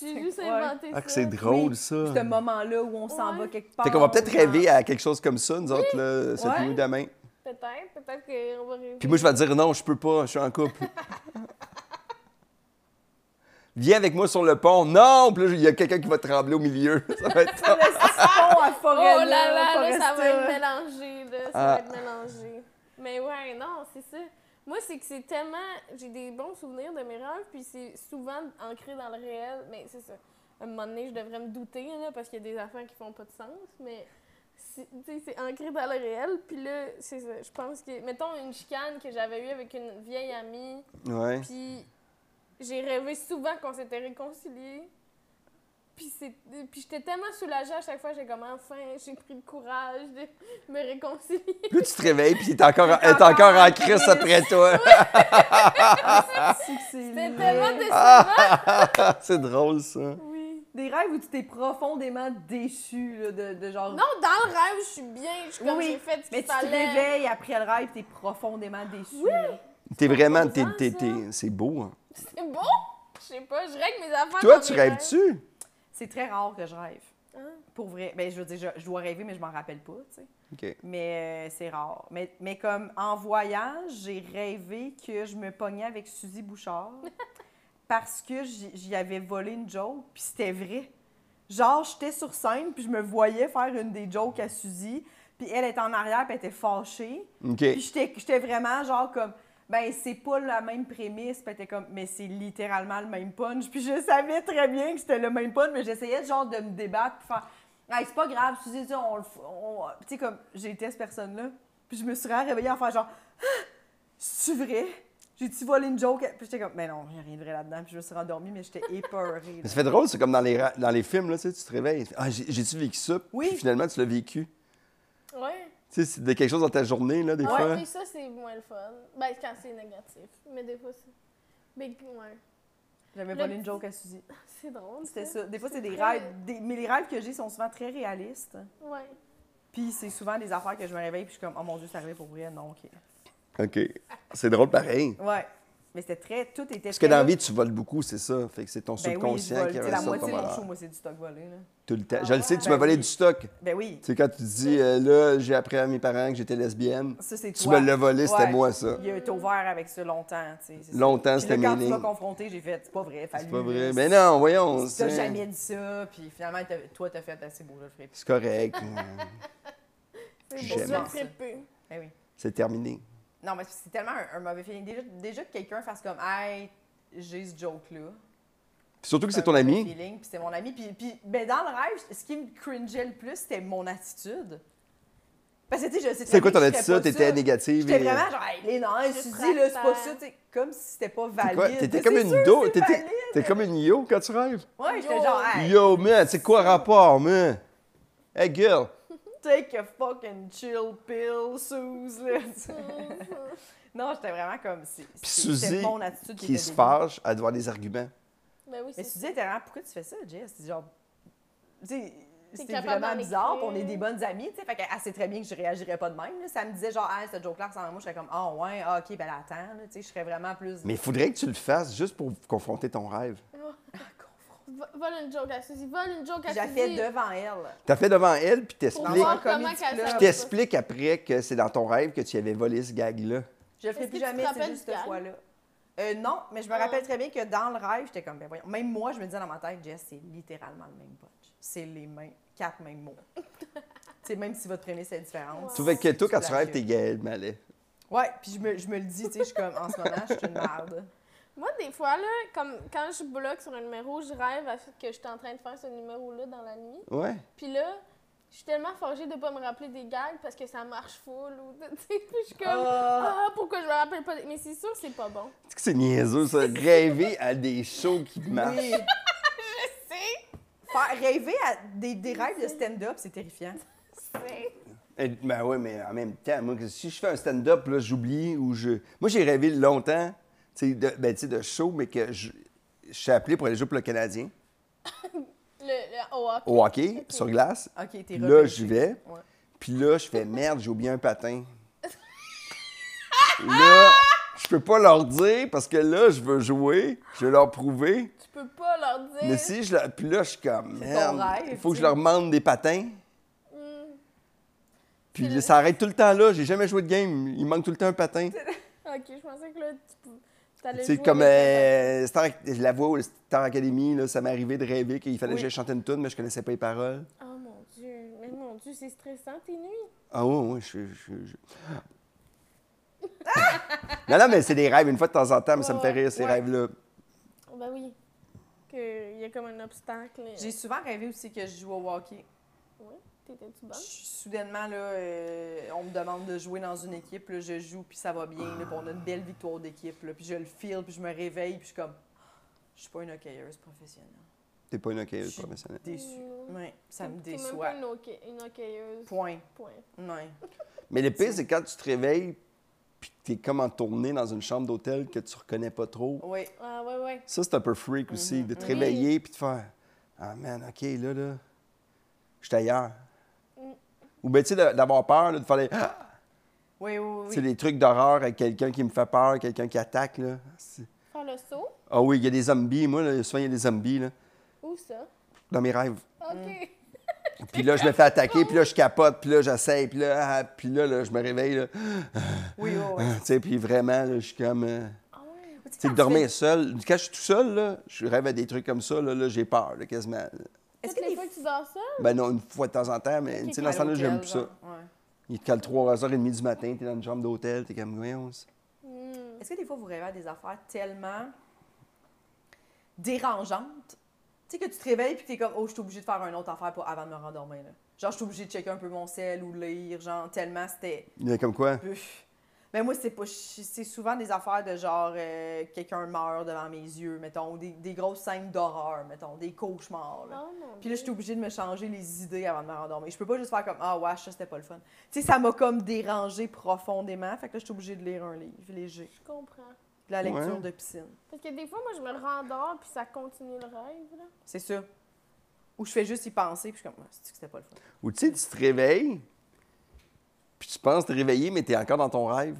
Speaker 4: J'ai juste
Speaker 2: Ouais.
Speaker 4: inventé ça.
Speaker 3: Ah, que c'est drôle,
Speaker 2: Oui,
Speaker 3: ça.
Speaker 2: ce moment-là où on s'en
Speaker 4: Ouais.
Speaker 2: va quelque part.
Speaker 3: Fait qu'on va peut-être
Speaker 2: ou dans-
Speaker 3: rêver à quelque chose comme ça, nous autres, là, cette
Speaker 2: Ouais.
Speaker 3: nuit ou demain.
Speaker 4: Peut-être, peut-être qu'on va réussir.
Speaker 3: Puis moi, je vais te dire non, je peux pas, je suis en couple. Viens avec moi sur le pont. Non! Puis là, il y a quelqu'un qui va trembler au milieu. (laughs) Ça
Speaker 2: (laughs)
Speaker 3: va être ça.
Speaker 2: Le siphon à
Speaker 4: Oh là
Speaker 2: Forêt-Neuve,
Speaker 4: là, là, ça va
Speaker 2: Forestière.
Speaker 4: être mélangé, là, ça
Speaker 3: Ah.
Speaker 4: va être mélangé. Mais ouais, non, c'est ça. Moi, c'est que c'est tellement... J'ai des bons souvenirs de mes rêves, puis c'est souvent ancré dans le réel. Mais c'est ça. À un moment donné, je devrais me douter, là, parce qu'il y a des affaires qui font pas de sens, mais... c'est- tu sais, C'est ancré dans le réel, puis là, c'est ça. Je pense que... Mettons une chicane que j'avais eue avec une vieille amie,
Speaker 3: Ouais.
Speaker 4: puis j'ai rêvé souvent qu'on s'était réconciliés. Puis, c'est- puis j'étais tellement soulagée à chaque fois, j'ai comme enfin, j'ai pris le courage de me
Speaker 2: (laughs)
Speaker 4: réconcilier.
Speaker 3: Puis là, tu te réveilles, puis t'es encore, elle est encore en crise après toi.
Speaker 2: C'est que c'est
Speaker 4: C'était
Speaker 2: laid.
Speaker 4: tellement
Speaker 2: Ah!
Speaker 4: décevant.
Speaker 3: (laughs) C'est drôle, ça.
Speaker 4: Oui.
Speaker 2: Des rêves où tu t'es profondément déçu là, de, de genre.
Speaker 4: Non, dans le rêve, je suis bien, je suis comme
Speaker 2: Oui,
Speaker 4: j'ai fait ce
Speaker 2: mais
Speaker 4: qu'il
Speaker 2: tu te
Speaker 4: fallait.
Speaker 2: réveilles après le rêve, t'es profondément déçu. là.
Speaker 3: T'es vraiment.
Speaker 4: pas
Speaker 3: t'es-
Speaker 4: bizarre,
Speaker 3: t'es-
Speaker 4: ça.
Speaker 3: t'es- c'est beau. hein.
Speaker 4: C'est beau. Je sais pas, je règle mes affaires.
Speaker 3: Toi,
Speaker 4: dans
Speaker 3: tu
Speaker 4: mes
Speaker 3: rêves-tu?
Speaker 2: C'est très rare que je rêve.
Speaker 4: Hein?
Speaker 2: Pour vrai. Ben, je veux dire, je, je dois rêver, mais je m'en rappelle pas, tu sais.
Speaker 3: OK.
Speaker 2: Mais euh, c'est rare. Mais, mais comme en voyage, j'ai rêvé que je me pognais avec Suzy Bouchard parce que j'y j'y avais volé une joke, puis c'était vrai. Genre, j'étais sur scène, puis je me voyais faire une des jokes à Suzy, puis elle était en arrière, puis elle était fâchée.
Speaker 3: OK.
Speaker 2: Puis j'étais- j'étais vraiment genre comme, ben c'est pas la même prémisse, puis elle était comme, mais c'est littéralement le même punch. Puis je savais très bien que c'était le même punch, mais j'essayais genre de me débattre, puis faire, hey, c'est pas grave, Suzy, tu sais, on le f- on- Tu sais, comme, j'étais cette personne-là. Puis je me suis réveillée en faisant genre, Ah! C'est vrai? J'ai-tu volé une joke? Puis j'étais comme, mais non, j'ai rien de vrai là-dedans. Puis je me suis rendormie, mais j'étais épeurée.
Speaker 4: (laughs)
Speaker 3: Mais ça fait drôle, c'est comme dans les, ra- dans les films, là, tu, sais, tu te réveilles. Ah, j'ai- j'ai-tu vécu ça?
Speaker 2: Oui.
Speaker 3: Puis finalement, tu l'as vécu.
Speaker 4: Ouais.
Speaker 3: Tu sais, c'est de quelque chose dans ta journée, là, des fois.
Speaker 4: Ouais, puis ça, c'est moins le fun. Ben, quand c'est négatif. Mais des fois, c'est. Mais, ouais. (laughs)
Speaker 2: J'avais
Speaker 4: Le
Speaker 2: volé une
Speaker 4: petit-
Speaker 2: joke à
Speaker 4: (laughs)
Speaker 2: Suzy.
Speaker 4: C'est drôle.
Speaker 2: C'était ça. Des fois, c'est des
Speaker 4: très-
Speaker 2: rêves. des- Mais les rêves que j'ai sont souvent très réalistes.
Speaker 4: Ouais.
Speaker 2: Puis c'est souvent des affaires que je me réveille, puis je suis comme, oh mon Dieu, c'est arrivé pour vrai. Non, OK.
Speaker 3: OK. C'est drôle pareil.
Speaker 2: Ouais. Mais c'était très. Tout était
Speaker 3: Parce que dans la vie, tu voles beaucoup, c'est ça. Fait que c'est ton
Speaker 2: ben oui, je
Speaker 3: subconscient
Speaker 2: vole.
Speaker 3: qui
Speaker 2: Tu sais,
Speaker 3: reste
Speaker 2: la
Speaker 3: ça
Speaker 2: moitié de
Speaker 3: comme-
Speaker 2: mon show, moi, c'est du stock volé. Là.
Speaker 3: tout le temps.
Speaker 4: Ah
Speaker 3: Je le sais,
Speaker 4: ouais?
Speaker 3: tu m'as
Speaker 2: Ben
Speaker 3: volé
Speaker 2: oui.
Speaker 3: du stock. Tu
Speaker 2: Ben oui.
Speaker 3: sais, quand tu dis, euh, là, j'ai appris à mes parents que j'étais lesbienne,
Speaker 2: Ça, c'est
Speaker 3: tu
Speaker 2: toi.
Speaker 3: me l'as volé, c'était
Speaker 2: Ouais.
Speaker 3: moi, ça.
Speaker 2: Il a été ouvert avec ça longtemps. tu sais, c'est ça.
Speaker 3: Longtemps,
Speaker 2: Puis là,
Speaker 3: c'était
Speaker 2: quand tu
Speaker 3: meaning.
Speaker 2: m'as confronté, j'ai fait, c'est pas vrai.
Speaker 3: C'est
Speaker 2: fallu,
Speaker 3: pas vrai.
Speaker 2: là,
Speaker 3: Mais non, voyons.
Speaker 2: Si t'as
Speaker 3: c'est-
Speaker 2: jamais dit ça, puis finalement, t'as- toi, t'as fait assez beau, je le ferai plus. (laughs)
Speaker 3: C'est correct.
Speaker 4: C'est
Speaker 3: J'aime
Speaker 4: pour ça
Speaker 2: ça.
Speaker 4: très peu.
Speaker 2: Ben oui.
Speaker 3: c'est terminé.
Speaker 2: Non, mais c'est tellement un, un mauvais feeling. Déjà, déjà que quelqu'un fasse comme, hey, j'ai ce joke-là.
Speaker 3: Puis surtout que c'est ton
Speaker 2: Un
Speaker 3: ami.
Speaker 2: mauvais feeling, Puis c'est mon ami. Puis, puis- ben, dans le rêve, ce qui me cringeait le plus, c'était mon attitude. Parce que, tu sais, je sais
Speaker 3: C'est quoi
Speaker 2: très
Speaker 3: ton
Speaker 2: bien que je ferais
Speaker 3: attitude?
Speaker 2: pas
Speaker 3: T'étais
Speaker 2: ça.
Speaker 3: négative.
Speaker 2: J'étais
Speaker 3: et-
Speaker 2: vraiment genre, hey, les nains,
Speaker 4: Je
Speaker 2: tu dis, là, c'est pas
Speaker 4: préfère.
Speaker 2: ça, tu sais, comme si c'était pas
Speaker 3: T'es quoi?
Speaker 2: valide.
Speaker 3: T'étais
Speaker 2: C'est
Speaker 3: comme une
Speaker 2: sûr,
Speaker 3: do.
Speaker 2: c'est
Speaker 3: T'étais
Speaker 2: valide.
Speaker 3: t'es comme une yo quand tu rêves.
Speaker 2: Ouais, j'étais
Speaker 4: Yo.
Speaker 2: genre, hey,
Speaker 3: Yo, man, c'est quoi le rapport, man? Hey, girl.
Speaker 2: take a fucking chill pill, Suze, là. tu sais. (laughs) non, j'étais vraiment comme, c'est
Speaker 3: Puis
Speaker 2: c'est- c'était
Speaker 3: Suzy,
Speaker 2: mon attitude qui,
Speaker 3: qui
Speaker 2: était
Speaker 3: se
Speaker 2: débile.
Speaker 3: fâche à devoir des arguments.
Speaker 4: Ben oui,
Speaker 2: Mais
Speaker 4: c'est
Speaker 2: Suzy était vraiment, pourquoi tu fais ça, Jess? C'est genre, tu sais, c'était
Speaker 4: capable
Speaker 2: vraiment
Speaker 4: d'en
Speaker 2: bizarre, puis on est
Speaker 4: écrire.
Speaker 2: des bonnes amies, tu sais, fait qu'elle sait très bien que je réagirais pas de même, là. Ça me disait genre, hey, ce joke-là ressemble à moi, je serais comme, ah ouais, ah, ok, ben là, attends, là, tu sais, je serais vraiment plus. (laughs)
Speaker 3: Mais il faudrait que tu le fasses juste pour confronter ton rêve.
Speaker 4: Vo- Vole une joke à Suzy. Vole une joke à
Speaker 2: J'ai
Speaker 4: Suzy.
Speaker 2: fait devant elle.
Speaker 3: T'as fait devant elle, puis
Speaker 4: Pour
Speaker 3: t'expliques.
Speaker 4: voir comment
Speaker 2: Comedy
Speaker 4: qu'elle
Speaker 2: Club.
Speaker 4: s'en va.
Speaker 3: T'expliques après que c'est dans ton rêve que tu avais volé ce gag-là.
Speaker 2: Je le ferai
Speaker 4: Est-ce
Speaker 2: plus
Speaker 4: que tu te
Speaker 2: jamais, c'est
Speaker 4: rappelles
Speaker 2: juste
Speaker 4: du
Speaker 2: cette
Speaker 4: gag?
Speaker 2: fois-là. Euh, non, mais je me
Speaker 4: Ah.
Speaker 2: rappelle très bien que dans le rêve, j'étais comme, ben voyons. Même moi, je me disais dans ma tête, Jess, c'est littéralement le même punch. C'est les mêmes, quatre mêmes
Speaker 4: (laughs)
Speaker 2: mots. tu sais, même si votre prémisse est différente.
Speaker 4: Wow.
Speaker 3: Tu veux que toi, quand tu rêves, t'es
Speaker 2: plagiat.
Speaker 3: Gaël Mallet.
Speaker 2: Ouais, puis je me, je me le dis, tu sais, je suis comme, en ce moment, je suis une merde.
Speaker 4: Moi, des fois, là, comme quand je bloque sur un numéro, je rêve à ce que je suis en train de faire ce numéro-là dans la nuit.
Speaker 3: Ouais.
Speaker 4: Puis là, je suis tellement forgée de pas me rappeler des gags parce que ça marche full. Ou, (laughs) tu sais, puis je suis comme,
Speaker 2: Ah.
Speaker 4: ah, pourquoi je me rappelle pas? des- Mais c'est sûr, que c'est pas bon.
Speaker 3: Tu sais que c'est
Speaker 4: (laughs)
Speaker 3: niaiseux, ça. Rêver à des shows qui marchent.
Speaker 2: Oui.
Speaker 4: C'est,
Speaker 2: Faire- rêver à des, des rêves de stand-up, c'est terrifiant.
Speaker 4: c'est.
Speaker 3: Et- Ben ouais, mais en même temps, moi, si je fais un stand-up, là, j'oublie ou je. Moi, j'ai rêvé longtemps, tu sais, de, ben, tu sais, de show, mais que je, je suis appelé pour aller jouer pour le Canadien
Speaker 4: Le, le au hockey.
Speaker 3: au hockey, sur glace.
Speaker 2: OK, t'es
Speaker 3: Puis là,
Speaker 2: repêché.
Speaker 3: j'y vais.
Speaker 2: Ouais.
Speaker 3: Puis là, je fais merde, j'ai oublié
Speaker 2: (laughs)
Speaker 3: un patin. là, je peux pas leur dire parce que là, je veux jouer, je veux leur prouver.
Speaker 4: Tu peux pas leur dire.
Speaker 3: Mais si je leur- Puis là, je suis comme
Speaker 2: C'est ton
Speaker 3: merde, il
Speaker 2: rêve,
Speaker 3: faut que
Speaker 2: tu sais. Mm.
Speaker 3: je leur demande des patins.
Speaker 4: Hmm.
Speaker 3: Puis
Speaker 4: C'est le-
Speaker 3: ça arrête tout le temps là, j'ai jamais joué de game, il manque tout le temps un patin.
Speaker 4: Ok, je pensais que là, tu peux. t'allais
Speaker 3: Tu sais,
Speaker 4: jouer
Speaker 3: comme
Speaker 4: avec
Speaker 3: euh, Star- je la voix au Star Academy, là, ça m'est arrivé de rêver qu'il fallait
Speaker 2: Oui.
Speaker 3: que j'aille chanter une tune, mais je connaissais pas les paroles.
Speaker 4: un- Oh mon dieu, mais mon dieu, c'est stressant tes nuits.
Speaker 3: Ah ouais, ouais, je, je- je- non, non, mais c'est des rêves, une fois de temps en temps, mais ça me fait rire, ces
Speaker 4: Ouais.
Speaker 3: rêves-là.
Speaker 4: Ben oui. Qu'il y a comme un obstacle.
Speaker 2: J'ai souvent rêvé aussi que je joue au hockey.
Speaker 4: Oui, euh, t'étais-tu bonne?
Speaker 2: Je- Soudainement, là, euh, on me demande de jouer dans une équipe, là, je joue, puis ça va bien, là, puis on a une belle victoire d'équipe, là, puis je le file, puis je me réveille, puis je suis comme, je suis pas une hockeyeuse professionnelle.
Speaker 3: T'es pas une
Speaker 2: Je
Speaker 3: hockeyeuse
Speaker 2: suis
Speaker 3: professionnelle.
Speaker 2: déçue.
Speaker 4: Mm.
Speaker 2: Ouais, ça me
Speaker 4: T'es- T'es même
Speaker 2: déçoit.
Speaker 4: pas une, hockey- une hockeyeuse.
Speaker 2: Point.
Speaker 4: Point.
Speaker 2: Ouais.
Speaker 3: Mais le pire, c'est quand tu te réveilles, puis que t'es comme en tournée dans une chambre d'hôtel que tu reconnais pas trop.
Speaker 2: Oui.
Speaker 4: Ah ouais, ouais.
Speaker 3: Ça, c'est un peu freak aussi, de te
Speaker 4: Oui.
Speaker 3: réveiller puis de faire Ah man, OK, là, là, je suis ailleurs.
Speaker 4: Mm.
Speaker 3: Ou bien, tu sais, de- d'avoir peur, là, de faire les, Ah!
Speaker 2: Oui, oui, oui.
Speaker 3: Tu sais, les trucs d'horreur avec quelqu'un qui me fait peur, quelqu'un qui attaque, là. C'est-
Speaker 4: Faire le saut.
Speaker 3: Ah oui, il y a des zombies. Moi, là, souvent, il y a des zombies, là,
Speaker 4: Où ça?
Speaker 3: dans mes rêves.
Speaker 4: OK.
Speaker 2: Hmm.
Speaker 3: Puis là, je me fais attaquer, puis là, je capote, puis là, j'essaye, puis là, ah, puis là, là, je me réveille, là.
Speaker 2: Oui, oui,
Speaker 3: (laughs)
Speaker 2: oui.
Speaker 3: Tu sais, puis vraiment, là, je suis comme... euh,
Speaker 4: Ah ouais.
Speaker 2: Tu sais,
Speaker 3: Tu sais,
Speaker 2: quand
Speaker 3: dormir
Speaker 2: fais-
Speaker 3: seul. Quand je suis tout seul, là, je rêve à des trucs comme ça, là, là, j'ai peur, là, quasiment.
Speaker 2: Est-ce
Speaker 4: Toutes
Speaker 2: que
Speaker 4: les
Speaker 2: des
Speaker 4: fois
Speaker 2: fois,
Speaker 4: que tu dors ça?
Speaker 3: Ben non, une fois de temps en temps, mais tu sais, dans ce temps-là, j'aime plus ça. Il est cale 3h30 du matin, t'es dans une chambre d'hôtel, t'es comme, voyons, c'est-
Speaker 4: Hmm.
Speaker 2: Est-ce que des fois, vous rêvez à des affaires tellement dérangeantes? Tu sais, que tu te réveilles puis que t'es comme, oh, je suis obligée de faire une autre affaire pour, avant de me rendormir. Là. Genre, je suis obligée de checker un peu mon sel ou lire, genre, tellement c'était.
Speaker 3: Il est comme quoi?
Speaker 2: Uff. Mais moi, c'est pas. C'est souvent des affaires de genre euh, quelqu'un meurt devant mes yeux, mettons, ou des, des grosses scènes d'horreur, mettons, des cauchemars. là.
Speaker 4: Oh, mon
Speaker 2: Puis là,
Speaker 4: Dieu.
Speaker 2: je suis obligée de me changer les idées avant de me rendormir. Je peux pas juste faire comme Ah, ouais, ça, c'était pas le fun. Tu sais, ça m'a comme dérangé profondément. Fait que là, je suis obligée de lire un livre léger.
Speaker 4: Je comprends.
Speaker 2: De La lecture
Speaker 3: Ouais.
Speaker 2: de piscine.
Speaker 4: Parce que des fois, moi, je me rendors, puis ça continue le rêve, là.
Speaker 2: C'est ça. Ou je fais juste y penser, puis je suis comme Ah, c'est-tu que c'était pas le fun.
Speaker 3: Ou tu sais, tu te réveilles, puis tu penses te réveiller, mais tu es encore dans ton rêve.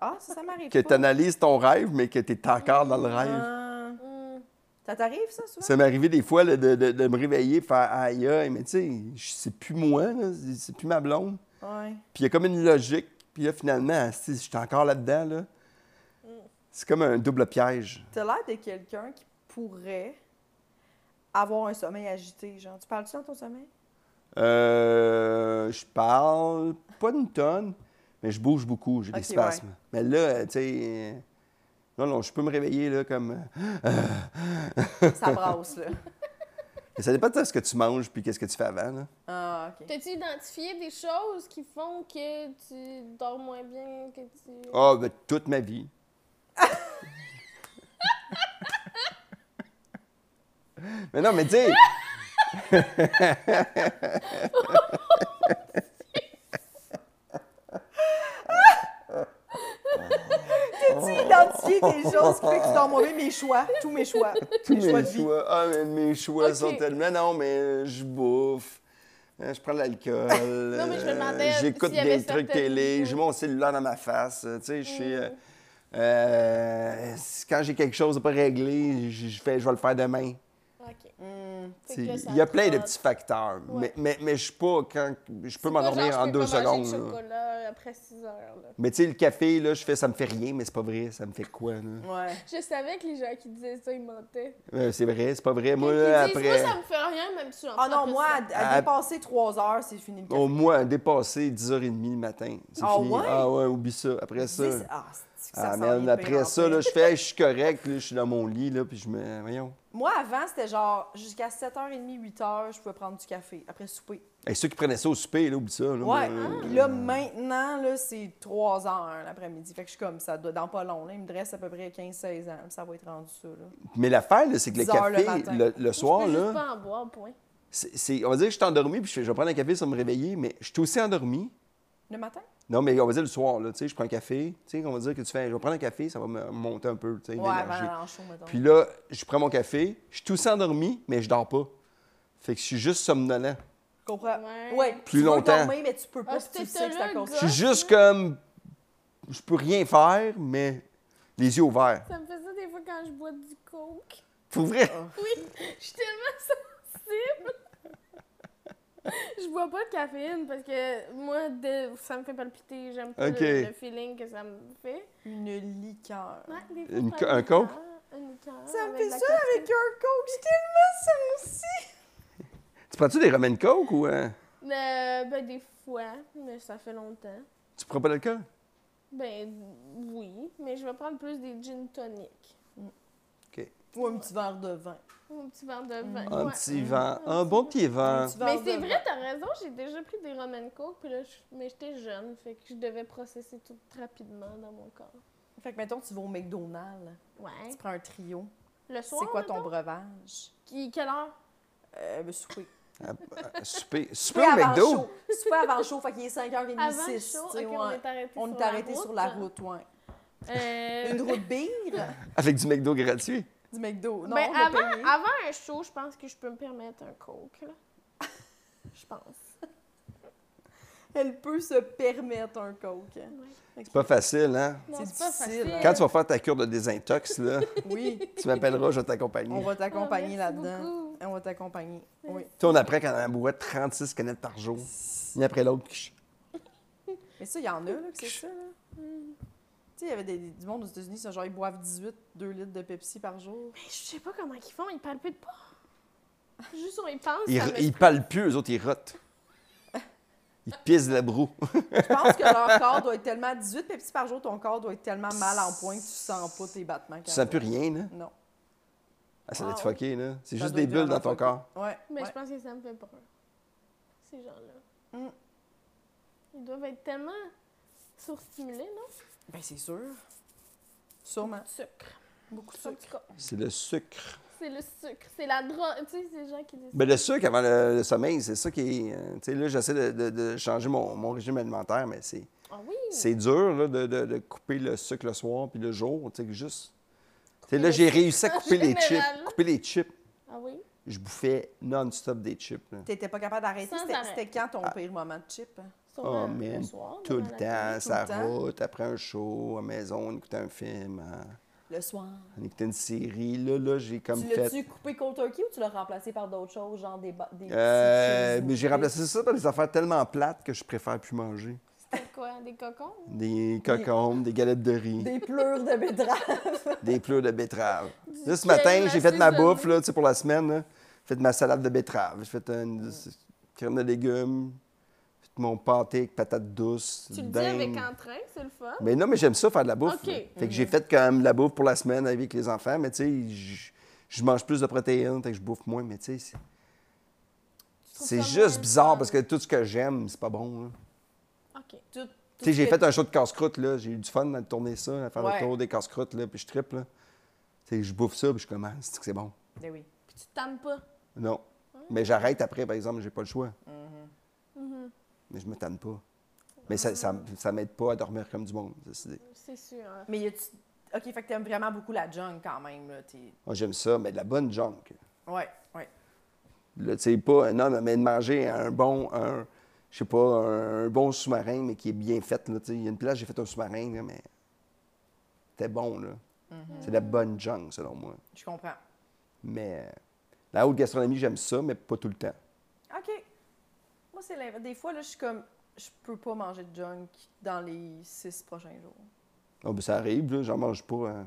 Speaker 2: Ah, ça, ça m'arrive.
Speaker 3: Que tu
Speaker 2: pas.
Speaker 3: analyses ton rêve, mais que tu es encore dans le rêve.
Speaker 2: Ah.
Speaker 4: Hum.
Speaker 2: Ça t'arrive, ça, souvent?
Speaker 3: Ça m'est arrivé des fois là, de, de- de me réveiller et faire aïe, aïe, mais tu sais, je- c'est plus moi, là, c'est- c'est plus ma blonde.
Speaker 2: Ouais.
Speaker 3: Puis il y a comme une logique, puis là, finalement, si j'étais encore là-dedans, là, c'est comme un double piège.
Speaker 2: T'as l'air de quelqu'un qui pourrait avoir un sommeil agité, genre. Tu parles-tu dans ton
Speaker 3: (laughs)
Speaker 2: sommeil?
Speaker 3: Euh, je parle pas d'une tonne, mais je bouge beaucoup, j'ai
Speaker 2: Ok,
Speaker 3: des spasmes. Mais là, euh, tu sais, euh, non, non, je peux me réveiller là, comme. euh,
Speaker 2: Ça brasse, là.
Speaker 3: mais ça dépend de ce que tu manges puis qu'est-ce que tu fais avant. Là.
Speaker 2: Ah, OK.
Speaker 4: T'as-tu identifié des choses qui font que tu dors moins bien, que tu...
Speaker 3: Ah, ben, toute
Speaker 4: (laughs)
Speaker 3: ma vie. mais non, mais tu sais.
Speaker 2: T'as-tu identifié (laughs) des choses qui fait que tu dors mauvais? Mes choix, tous mes choix.
Speaker 3: Tous
Speaker 2: mes
Speaker 3: mes
Speaker 2: choix
Speaker 3: choix.
Speaker 2: de vie.
Speaker 3: Ah, mais mes choix
Speaker 4: Ok.
Speaker 3: sont tellement. Non, mais euh, je bouffe. euh, Je prends de l'alcool.
Speaker 4: (laughs) Non, mais je me
Speaker 3: euh,
Speaker 4: demandais
Speaker 3: J'écoute
Speaker 4: s'il y avait
Speaker 3: des trucs
Speaker 4: certaines- Mm.
Speaker 3: télé.
Speaker 4: oui.
Speaker 3: J'ai mon cellulaire dans ma face. euh, Tu sais, je suis. euh, euh, c'est- quand j'ai quelque chose de pas réglé, je, je fais, je vais le faire demain.
Speaker 4: OK.
Speaker 2: Hmm.
Speaker 4: Fait
Speaker 3: Tu sais,
Speaker 4: que là, ça
Speaker 3: Il y a plein de
Speaker 4: trotte.
Speaker 3: petits facteurs.
Speaker 4: Ouais.
Speaker 3: Mais, mais, mais je suis pas. Quand, je peux
Speaker 4: C'est pas
Speaker 3: m'endormir
Speaker 4: genre,
Speaker 3: en
Speaker 4: je peux
Speaker 3: deux
Speaker 4: pas manger de
Speaker 3: secondes. là.
Speaker 4: chocolat après 6 heures, là.
Speaker 3: Mais tu sais, le café, là, je fais, ça me fait rien, mais c'est pas vrai. Ça me fait quoi, là?
Speaker 2: Ouais.
Speaker 4: Je savais que les gens qui disaient ça, ils mentaient.
Speaker 3: Euh, c'est vrai, c'est pas vrai. Moi,
Speaker 4: Ils
Speaker 3: là,
Speaker 4: disent,
Speaker 3: après.
Speaker 4: Moi, ça me fait rien, même si je suis en
Speaker 2: Ah non, moi, à, à
Speaker 3: Ah.
Speaker 2: dépasser trois heures, c'est fini le
Speaker 3: Au
Speaker 2: café.
Speaker 3: moins, dépasser 10h30 le matin. C'est
Speaker 2: Ah
Speaker 3: fini.
Speaker 2: ouais?
Speaker 3: Ah ouais, oublie ça. Après ça.
Speaker 2: Dix- Ah, c'est-tu que ça
Speaker 3: ah
Speaker 2: s'en vient de
Speaker 3: merde,
Speaker 2: pire en
Speaker 3: après ça,
Speaker 2: pire.
Speaker 3: là, je fais, Hey, je suis correct, là, je suis dans mon lit, là, puis je me. Voyons.
Speaker 2: Moi, avant, c'était genre jusqu'à 7h30, 8h, je pouvais prendre du café après souper.
Speaker 3: Et ceux qui prenaient ça au souper, là, oublie ça. Là,
Speaker 2: Ouais. hein?
Speaker 3: moi, euh,
Speaker 2: Puis là, maintenant, là, c'est 3 heures l'après-midi. Fait que je suis comme ça, doit- dans pas long. Là, il me dresse à peu près 15-16 ans. Ça va être rendu ça. Là.
Speaker 3: Mais l'affaire, là, c'est que le
Speaker 2: 10 heures le
Speaker 3: café,
Speaker 2: matin.
Speaker 3: le, le soir,
Speaker 4: je peux
Speaker 3: là.
Speaker 4: juste pas en boire, point.
Speaker 3: c'est- c'est- on va dire que je suis endormi, puis je, fais, je vais prendre un café sans me réveiller, mais je suis aussi endormi.
Speaker 2: Le matin?
Speaker 3: Non, mais on va dire le soir, là, tu sais, je prends un café. Tu sais, on va dire que tu fais, je vais prendre un café, ça va me monter un peu, tu sais,
Speaker 2: Ouais, avant
Speaker 3: l'énergie.
Speaker 2: d'aller en show, mettons.
Speaker 3: Puis là, je prends mon café, je suis aussi endormi, mais je dors pas. Fait que je suis juste somnolent.
Speaker 2: Je comprends.
Speaker 4: Ouais.
Speaker 2: Ouais.
Speaker 3: Plus
Speaker 2: tu
Speaker 3: longtemps.
Speaker 2: Veux dormir, mais tu peux pas.
Speaker 4: Ah,
Speaker 2: puis tu le
Speaker 4: c'était
Speaker 2: sais que c'est à
Speaker 4: là,
Speaker 2: cause de
Speaker 4: le
Speaker 3: Je
Speaker 2: ça.
Speaker 4: gars.
Speaker 3: suis juste comme. Je peux rien faire, mais les yeux ouverts.
Speaker 4: Ça me fait ça des fois quand je bois du coke.
Speaker 3: Pour
Speaker 4: (laughs)
Speaker 3: vrai. (laughs)
Speaker 4: Oui, je suis tellement sensible. (laughs) Je bois pas de caféine parce que moi, dès- ça me fait palpiter. J'aime pas le-
Speaker 3: Ok.
Speaker 4: le, feeling que ça me fait.
Speaker 2: Une liqueur.
Speaker 4: Ouais, des fois,
Speaker 3: Une
Speaker 4: ça
Speaker 3: co-
Speaker 4: me
Speaker 3: un
Speaker 4: fait
Speaker 3: coke?
Speaker 4: peur, Une coke
Speaker 2: Ça me
Speaker 4: avec
Speaker 2: fait
Speaker 4: la
Speaker 2: ça avec un coke. J'ai tellement sensible.
Speaker 3: Tu prends-tu des Roman Coke ou. euh,
Speaker 4: caféine. Euh, ben, des fois, mais ça fait longtemps.
Speaker 3: tu prends pas d'alcool?
Speaker 4: Ben, oui, mais je vais prendre plus des gin tonic.
Speaker 2: Ou un petit verre de vin.
Speaker 4: Ou un petit verre de vin.
Speaker 3: Un
Speaker 4: ouais.
Speaker 3: petit vent. Un bon petit
Speaker 2: Un
Speaker 3: vent.
Speaker 2: petit
Speaker 4: Mais
Speaker 2: verre
Speaker 4: c'est
Speaker 2: de
Speaker 4: vrai, t'as raison, j'ai déjà pris des Roman Coke, puis là, je- mais j'étais jeune, fait que je devais processer tout rapidement dans mon corps.
Speaker 2: vin. Fait que, mettons, tu vas au McDonald's.
Speaker 4: Ouais.
Speaker 2: Tu prends un trio.
Speaker 4: Hein? Le soir.
Speaker 2: C'est quoi ton
Speaker 4: mettons?
Speaker 2: breuvage?
Speaker 4: Qui- Quelle heure?
Speaker 2: Euh, ben, souper. (laughs)
Speaker 3: Souper. Souper
Speaker 2: Souper
Speaker 3: au
Speaker 2: avant
Speaker 3: McDo.
Speaker 2: chaud. Souper avant chaud. Fait qu'il est 5h26.
Speaker 4: Avant le
Speaker 2: tu
Speaker 4: show,
Speaker 2: sais,
Speaker 4: ok,
Speaker 2: ouais.
Speaker 4: on est arrêté
Speaker 2: On
Speaker 4: sur
Speaker 2: est
Speaker 4: la
Speaker 2: arrêté
Speaker 4: route.
Speaker 2: sur la route, ouais.
Speaker 4: Euh,
Speaker 2: Une route bière
Speaker 3: Avec du McDo gratuit.
Speaker 2: du McDo. Non,
Speaker 4: ben,
Speaker 2: on a
Speaker 4: avant,
Speaker 2: payé.
Speaker 4: avant un show, je pense que je peux me permettre un coke, là. Je pense.
Speaker 2: Elle peut se permettre un coke.
Speaker 3: C'est pas facile, hein?
Speaker 4: Non,
Speaker 2: C'est
Speaker 4: c'est pas
Speaker 2: difficile,
Speaker 4: facile.
Speaker 2: hein?
Speaker 3: Quand tu vas faire ta cure de désintox, là,
Speaker 2: Oui,
Speaker 3: tu m'appelleras, je vais
Speaker 2: on
Speaker 3: t'accompagner.
Speaker 2: va
Speaker 4: (laughs) Ah,
Speaker 2: t'accompagner
Speaker 4: merci
Speaker 2: là-dedans.
Speaker 4: beaucoup.
Speaker 2: On va t'accompagner. Oui.
Speaker 3: Tu sais, on apprend qu'on en boit 36 canettes par jour. Une après l'autre.
Speaker 2: Mais ça, il y en a, là, que c'est ça, là.
Speaker 4: Hmm.
Speaker 2: Tu sais, il y avait des, des- du monde aux États-Unis, ça, genre, ils boivent 18, 2 litres de Pepsi par jour.
Speaker 4: Mais je sais pas comment ils font, ils palpitent pas. Juste on y pense.
Speaker 3: Ils,
Speaker 4: ça me-
Speaker 3: ils palent plus, eux autres, ils
Speaker 2: (laughs)
Speaker 3: rotent. Ils pissent de la broue. (laughs)
Speaker 2: Je pense que leur corps doit être tellement. 18 Pepsi par jour, ton corps doit être tellement mal en point que tu sens pas tes battements.
Speaker 3: Tu sens plus rien, là.
Speaker 2: Non.
Speaker 3: Ah, ça doit être
Speaker 4: Wow.
Speaker 3: fucké, là. C'est
Speaker 2: Ça
Speaker 3: juste
Speaker 2: doit
Speaker 3: des
Speaker 2: être
Speaker 3: bulles dans
Speaker 2: vraiment
Speaker 3: ton
Speaker 2: fucké.
Speaker 3: corps.
Speaker 2: Ouais.
Speaker 4: Mais
Speaker 2: ouais.
Speaker 4: je pense que ça me fait peur. Ces gens-là.
Speaker 2: Mm.
Speaker 4: Ils doivent être tellement Surstimulé, non?
Speaker 2: Ben, c'est sûr. Sûrement.
Speaker 4: Sucre.
Speaker 2: Beaucoup de
Speaker 4: En
Speaker 2: sucre.
Speaker 4: tout cas,
Speaker 3: C'est le sucre.
Speaker 4: c'est le sucre. C'est la drogue. Tu sais, c'est les gens qui disent.
Speaker 3: Mais le sucre avant le, le sommeil, c'est ça qui est. euh, Tu sais, là, j'essaie de, de- de changer mon, mon régime alimentaire, mais c'est,
Speaker 4: Ah oui!
Speaker 3: c'est dur là, de, de- de couper le sucre le soir puis le jour. Tu sais, juste. Tu sais,
Speaker 4: Couper
Speaker 3: là,
Speaker 4: le
Speaker 3: j'ai réussi à
Speaker 2: (laughs)
Speaker 4: en
Speaker 3: couper les chips.
Speaker 4: général.
Speaker 3: Couper les chips.
Speaker 4: Ah oui?
Speaker 3: Je bouffais non-stop des chips. là.
Speaker 2: T'étais pas capable d'arrêter.
Speaker 4: Sans
Speaker 2: C'était-
Speaker 4: arrêt.
Speaker 2: C'était quand ton
Speaker 3: Ah.
Speaker 2: pire moment de chip? hein?
Speaker 4: Sûrement
Speaker 3: Oh, man,
Speaker 4: le soir,
Speaker 3: Tout le
Speaker 4: devant la
Speaker 3: temps,
Speaker 4: télé.
Speaker 3: sa
Speaker 2: tout le temps.
Speaker 3: route, après un show, à la maison, on écoutait un film, hein. on-
Speaker 2: Le soir.
Speaker 3: on écoutait une série. Là, là, j'ai comme
Speaker 2: Tu
Speaker 3: fait.
Speaker 2: l'as-tu coupé cold turkey ou tu l'as remplacé par d'autres choses, genre des... ba- des
Speaker 3: Euh,
Speaker 2: petits chips
Speaker 3: mais j'ai
Speaker 2: ou-
Speaker 3: remplacé ça par des affaires tellement plates que je préfère plus manger.
Speaker 4: C'était quoi? Des cocons?
Speaker 3: Des cocombes, des galettes de riz, des,
Speaker 2: Des pleurs de betterave.
Speaker 3: pleurs de betterave. Là, ce
Speaker 4: (laughs) Du
Speaker 3: matin,
Speaker 4: crème
Speaker 3: j'ai fait ma
Speaker 4: assaisonnée.
Speaker 3: bouffe là, tu sais, pour la semaine. là. J'ai fait ma salade de betterave, j'ai fait une crème de légumes, j'ai fait mon pâté avec patates douces,
Speaker 4: Tu le dis
Speaker 3: dinde.
Speaker 4: avec entrain, c'est le fun.
Speaker 3: Ben, Mais non, mais j'aime ça faire de la bouffe.
Speaker 4: OK. Mm.
Speaker 3: là. Fait que j'ai fait quand même de la bouffe pour la semaine avec les enfants, mais tu sais, je- je mange plus de protéines, fait que je bouffe moins, mais tu sais, c'est- c'est juste bizarre parce que tout ce que j'aime, c'est pas bon. là.
Speaker 4: OK.
Speaker 2: (laughs) Tout- tout
Speaker 3: Tu sais,
Speaker 2: ce
Speaker 3: j'ai
Speaker 2: que-
Speaker 3: fait un show de casse-croûte, là. J'ai eu du fun à tourner ça, à faire
Speaker 2: Ouais.
Speaker 3: le tour des casse-croûtes, là, puis je trippe, là. Tu sais, je bouffe ça, puis je commence, c'est que c'est bon.
Speaker 2: Ben oui.
Speaker 4: Puis tu t'aimes pas.
Speaker 3: Non. Mais j'arrête après, par exemple, j'ai pas le choix.
Speaker 2: Mm-hmm.
Speaker 3: Mais je me tanne pas. Mais ça, ça, ça m'aide pas à dormir comme du monde. ça, c'est-
Speaker 4: C'est sûr. hein.
Speaker 2: Mais y a-tu... OK, fait que t'aimes vraiment beaucoup la junk quand même, là. t'es-
Speaker 3: Moi, j'aime ça, mais de la bonne junk.
Speaker 2: Ouais, ouais.
Speaker 3: Là, tu sais, pas, non, non, mais de manger un bon, un, je sais pas, un, un bon sous-marin, mais qui est bien fait, là, tu sais. Il y a une place, j'ai fait un sous-marin, là, mais c'était bon, là. C'est de la bonne junk, selon moi.
Speaker 2: Je comprends.
Speaker 3: Mais euh, la haute gastronomie, j'aime ça, mais pas tout le temps.
Speaker 2: OK. Moi, c'est l'inverse. Des fois, là, je suis comme... Je peux pas manger de junk dans les six prochains jours.
Speaker 3: Oh, ben, ça arrive, là, j'en mange pas. hein.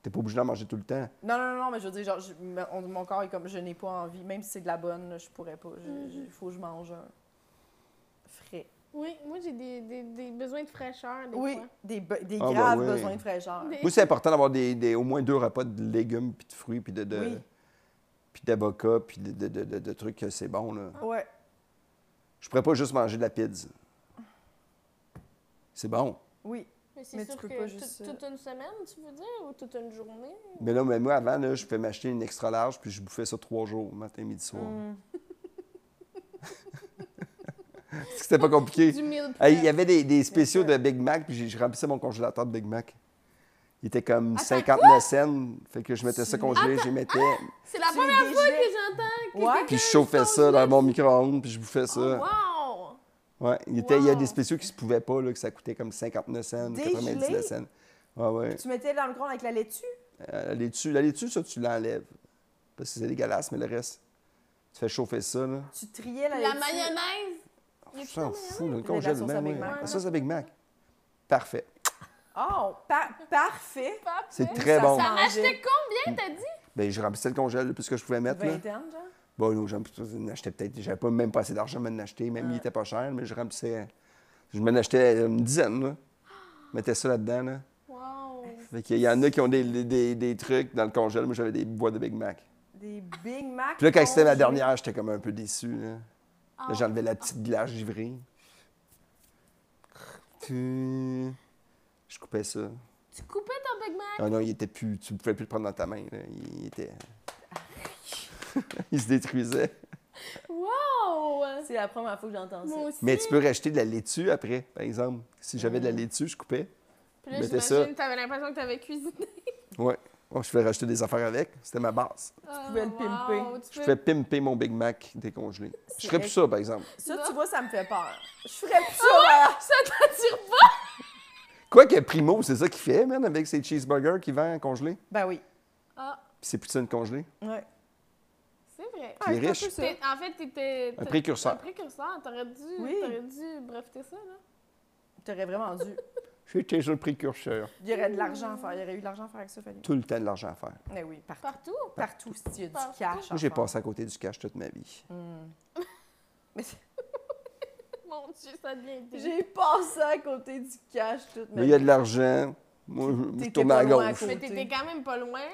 Speaker 3: T'es pas obligé d'en manger tout le temps.
Speaker 2: Non, non, non, non, mais je veux dire, genre, je- me- on- mon corps est comme, je n'ai pas envie. Même si c'est de la bonne, là, je pourrais pas.
Speaker 4: Mm-hmm.
Speaker 2: Il faut que je mange un frais.
Speaker 4: Oui, moi, j'ai des, des, des besoins de fraîcheur, des
Speaker 2: oui,
Speaker 4: fois.
Speaker 2: des, be- des
Speaker 3: Ah, ben
Speaker 2: graves
Speaker 3: oui.
Speaker 2: besoins de fraîcheur.
Speaker 4: Des-
Speaker 3: Moi, c'est important d'avoir des, des- au moins deux repas de légumes, puis de fruits, puis de, de-
Speaker 2: Oui.
Speaker 3: puis d'avocats, puis de, de- de- de- de trucs que c'est bon. Là.
Speaker 2: Ouais.
Speaker 3: Je pourrais pas juste manger de la pizza. C'est bon.
Speaker 2: Oui.
Speaker 4: Mais
Speaker 2: Mais
Speaker 4: c'est
Speaker 2: tu
Speaker 4: sûr
Speaker 2: peux
Speaker 4: que
Speaker 2: pas
Speaker 4: tout-
Speaker 2: juste, euh,
Speaker 4: toute une semaine, tu veux dire, ou toute une journée?
Speaker 3: Mais là, mais moi, avant, là, je pouvais m'acheter une extra large, puis je bouffais ça trois jours, matin, midi, soir.
Speaker 4: Mm.
Speaker 3: (laughs) Est-ce que c'était pas compliqué?
Speaker 4: Du mille
Speaker 3: Hey, Il y avait des, des spéciaux
Speaker 2: sûr.
Speaker 3: de Big Mac, puis j'ai- je remplissais mon congélateur de Big Mac. Il était comme
Speaker 4: Attends,
Speaker 3: 59 cents. Fait que je mettais ça
Speaker 2: Tu-
Speaker 3: congelé, j'y mettais.
Speaker 4: C'est la
Speaker 2: Tu
Speaker 4: première
Speaker 2: les
Speaker 4: fois
Speaker 2: jettes.
Speaker 4: que j'entends que
Speaker 2: Ouais.
Speaker 4: quelqu'un
Speaker 3: Puis je chauffais ça dans mon micro-ondes, puis je bouffais ça.
Speaker 4: Oh, wow!
Speaker 3: ouais, il, était- il y a
Speaker 4: Wow.
Speaker 3: des spéciaux qui se pouvaient pas, là, que ça coûtait comme 59 cents,
Speaker 2: Dégelé?
Speaker 3: 99 cents. Ouais, ouais.
Speaker 2: Tu mettais dans le micro avec la laitue?
Speaker 3: Euh, La laitue, la laitue, ça, tu l'enlèves. Parce que c'est dégueulasse, mais le reste, tu fais chauffer ça, là.
Speaker 2: Ben, Tu triais la,
Speaker 4: La
Speaker 2: laitue?
Speaker 4: mayonnaise! Y a-tu
Speaker 3: Je m'en
Speaker 4: de mayonnaise?
Speaker 3: fous, là, le
Speaker 2: la
Speaker 3: congèle,
Speaker 2: sauce à
Speaker 3: même,
Speaker 2: Big
Speaker 3: ouais. Ah,
Speaker 2: Mac.
Speaker 3: La sauce à Big Mac. Parfait.
Speaker 2: Oh, pa- parfait.
Speaker 3: C'est
Speaker 4: Parfait.
Speaker 3: très
Speaker 2: Ça
Speaker 3: bon.
Speaker 2: sent-
Speaker 4: Ça m'achetait combien, t'as dit?
Speaker 3: Ben, je remplissais le congèle le plus que je pouvais mettre, là.
Speaker 2: 20 ans, genre?
Speaker 3: Bon, non, j'en achetais peut-être. J'avais pas même pas assez d'argent pour m'en acheter. Même il était pas cher, mais je remplissais. Je m'en achetais une dizaine, là. Je mettais ça là-dedans, là.
Speaker 4: Wow!
Speaker 3: Fait qu'il y en a qui ont des, des- des trucs dans le congèle. Moi, j'avais des boîtes de Big Mac.
Speaker 2: Des Big Mac.
Speaker 3: Puis là, quand c'était ma
Speaker 2: congelés.
Speaker 3: dernière, j'étais comme un peu déçu, là. Là,
Speaker 4: Ah.
Speaker 3: j'enlevais la petite glace givrée. Puis, Je coupais ça.
Speaker 4: Ah, Tu coupais ton Big Mac?
Speaker 3: Ah non, il était plus. Tu pouvais plus le prendre dans ta main, là. Il était. (laughs) il se détruisait.
Speaker 4: Wow!
Speaker 2: C'est la première fois que j'entends ça.
Speaker 4: Moi aussi.
Speaker 3: Mais tu peux racheter de la laitue après, par exemple. Si j'avais de la laitue, je coupais.
Speaker 4: Puis là,
Speaker 3: mettais ça.
Speaker 4: j'imagine, t'avais l'impression que t'avais cuisiné.
Speaker 3: Ouais. Bon, je pouvais racheter des affaires avec. C'était ma base.
Speaker 4: Oh, Tu
Speaker 2: pouvais le pimper.
Speaker 3: Je pouvais pimper mon Big Mac décongelé. Je ferais plus ça, par exemple.
Speaker 2: Ça, tu vois, ça me fait peur. Je ferais plus ça. hein.
Speaker 4: Ça t'attire pas?
Speaker 3: Quoique Primo, c'est ça qu'il fait, man, avec ses cheeseburgers qu'il vend congelés.
Speaker 2: Ben oui.
Speaker 4: Ah,
Speaker 3: Puis ses poutines congelées.
Speaker 2: Ouais.
Speaker 4: c'est vrai.
Speaker 3: Puis il est
Speaker 2: Ah,
Speaker 3: riche.
Speaker 2: c'est un peu ça.
Speaker 4: T'es- En fait, t'étais...
Speaker 3: Un
Speaker 4: t'as-
Speaker 3: précurseur.
Speaker 4: Un précurseur. T'aurais dû,
Speaker 2: Oui.
Speaker 4: t'aurais dû breveter ça, là.
Speaker 2: T'aurais vraiment dû.
Speaker 3: J'étais un précurseur.
Speaker 2: Il y aurait de l'argent à faire. Il y aurait eu de l'argent à faire avec ça, Fanny.
Speaker 3: Tout le temps de l'argent à faire. Moi,
Speaker 2: Mais oui, partout.
Speaker 4: Partout.
Speaker 2: Partout, si il y a du
Speaker 4: Partout.
Speaker 2: cash. à
Speaker 3: j'ai
Speaker 2: faire.
Speaker 3: passé à côté du cash toute ma vie.
Speaker 2: Mm.
Speaker 4: Mon Dieu, ça devient débile.
Speaker 2: J'ai passé à côté du cash toute ma
Speaker 3: Là, il y a
Speaker 2: vie.
Speaker 3: de l'argent. Moi, je- je
Speaker 2: T'étais
Speaker 3: tourne à
Speaker 2: pas loin à
Speaker 3: gauche.
Speaker 2: côté.
Speaker 4: Mais t'étais quand même pas loin, là.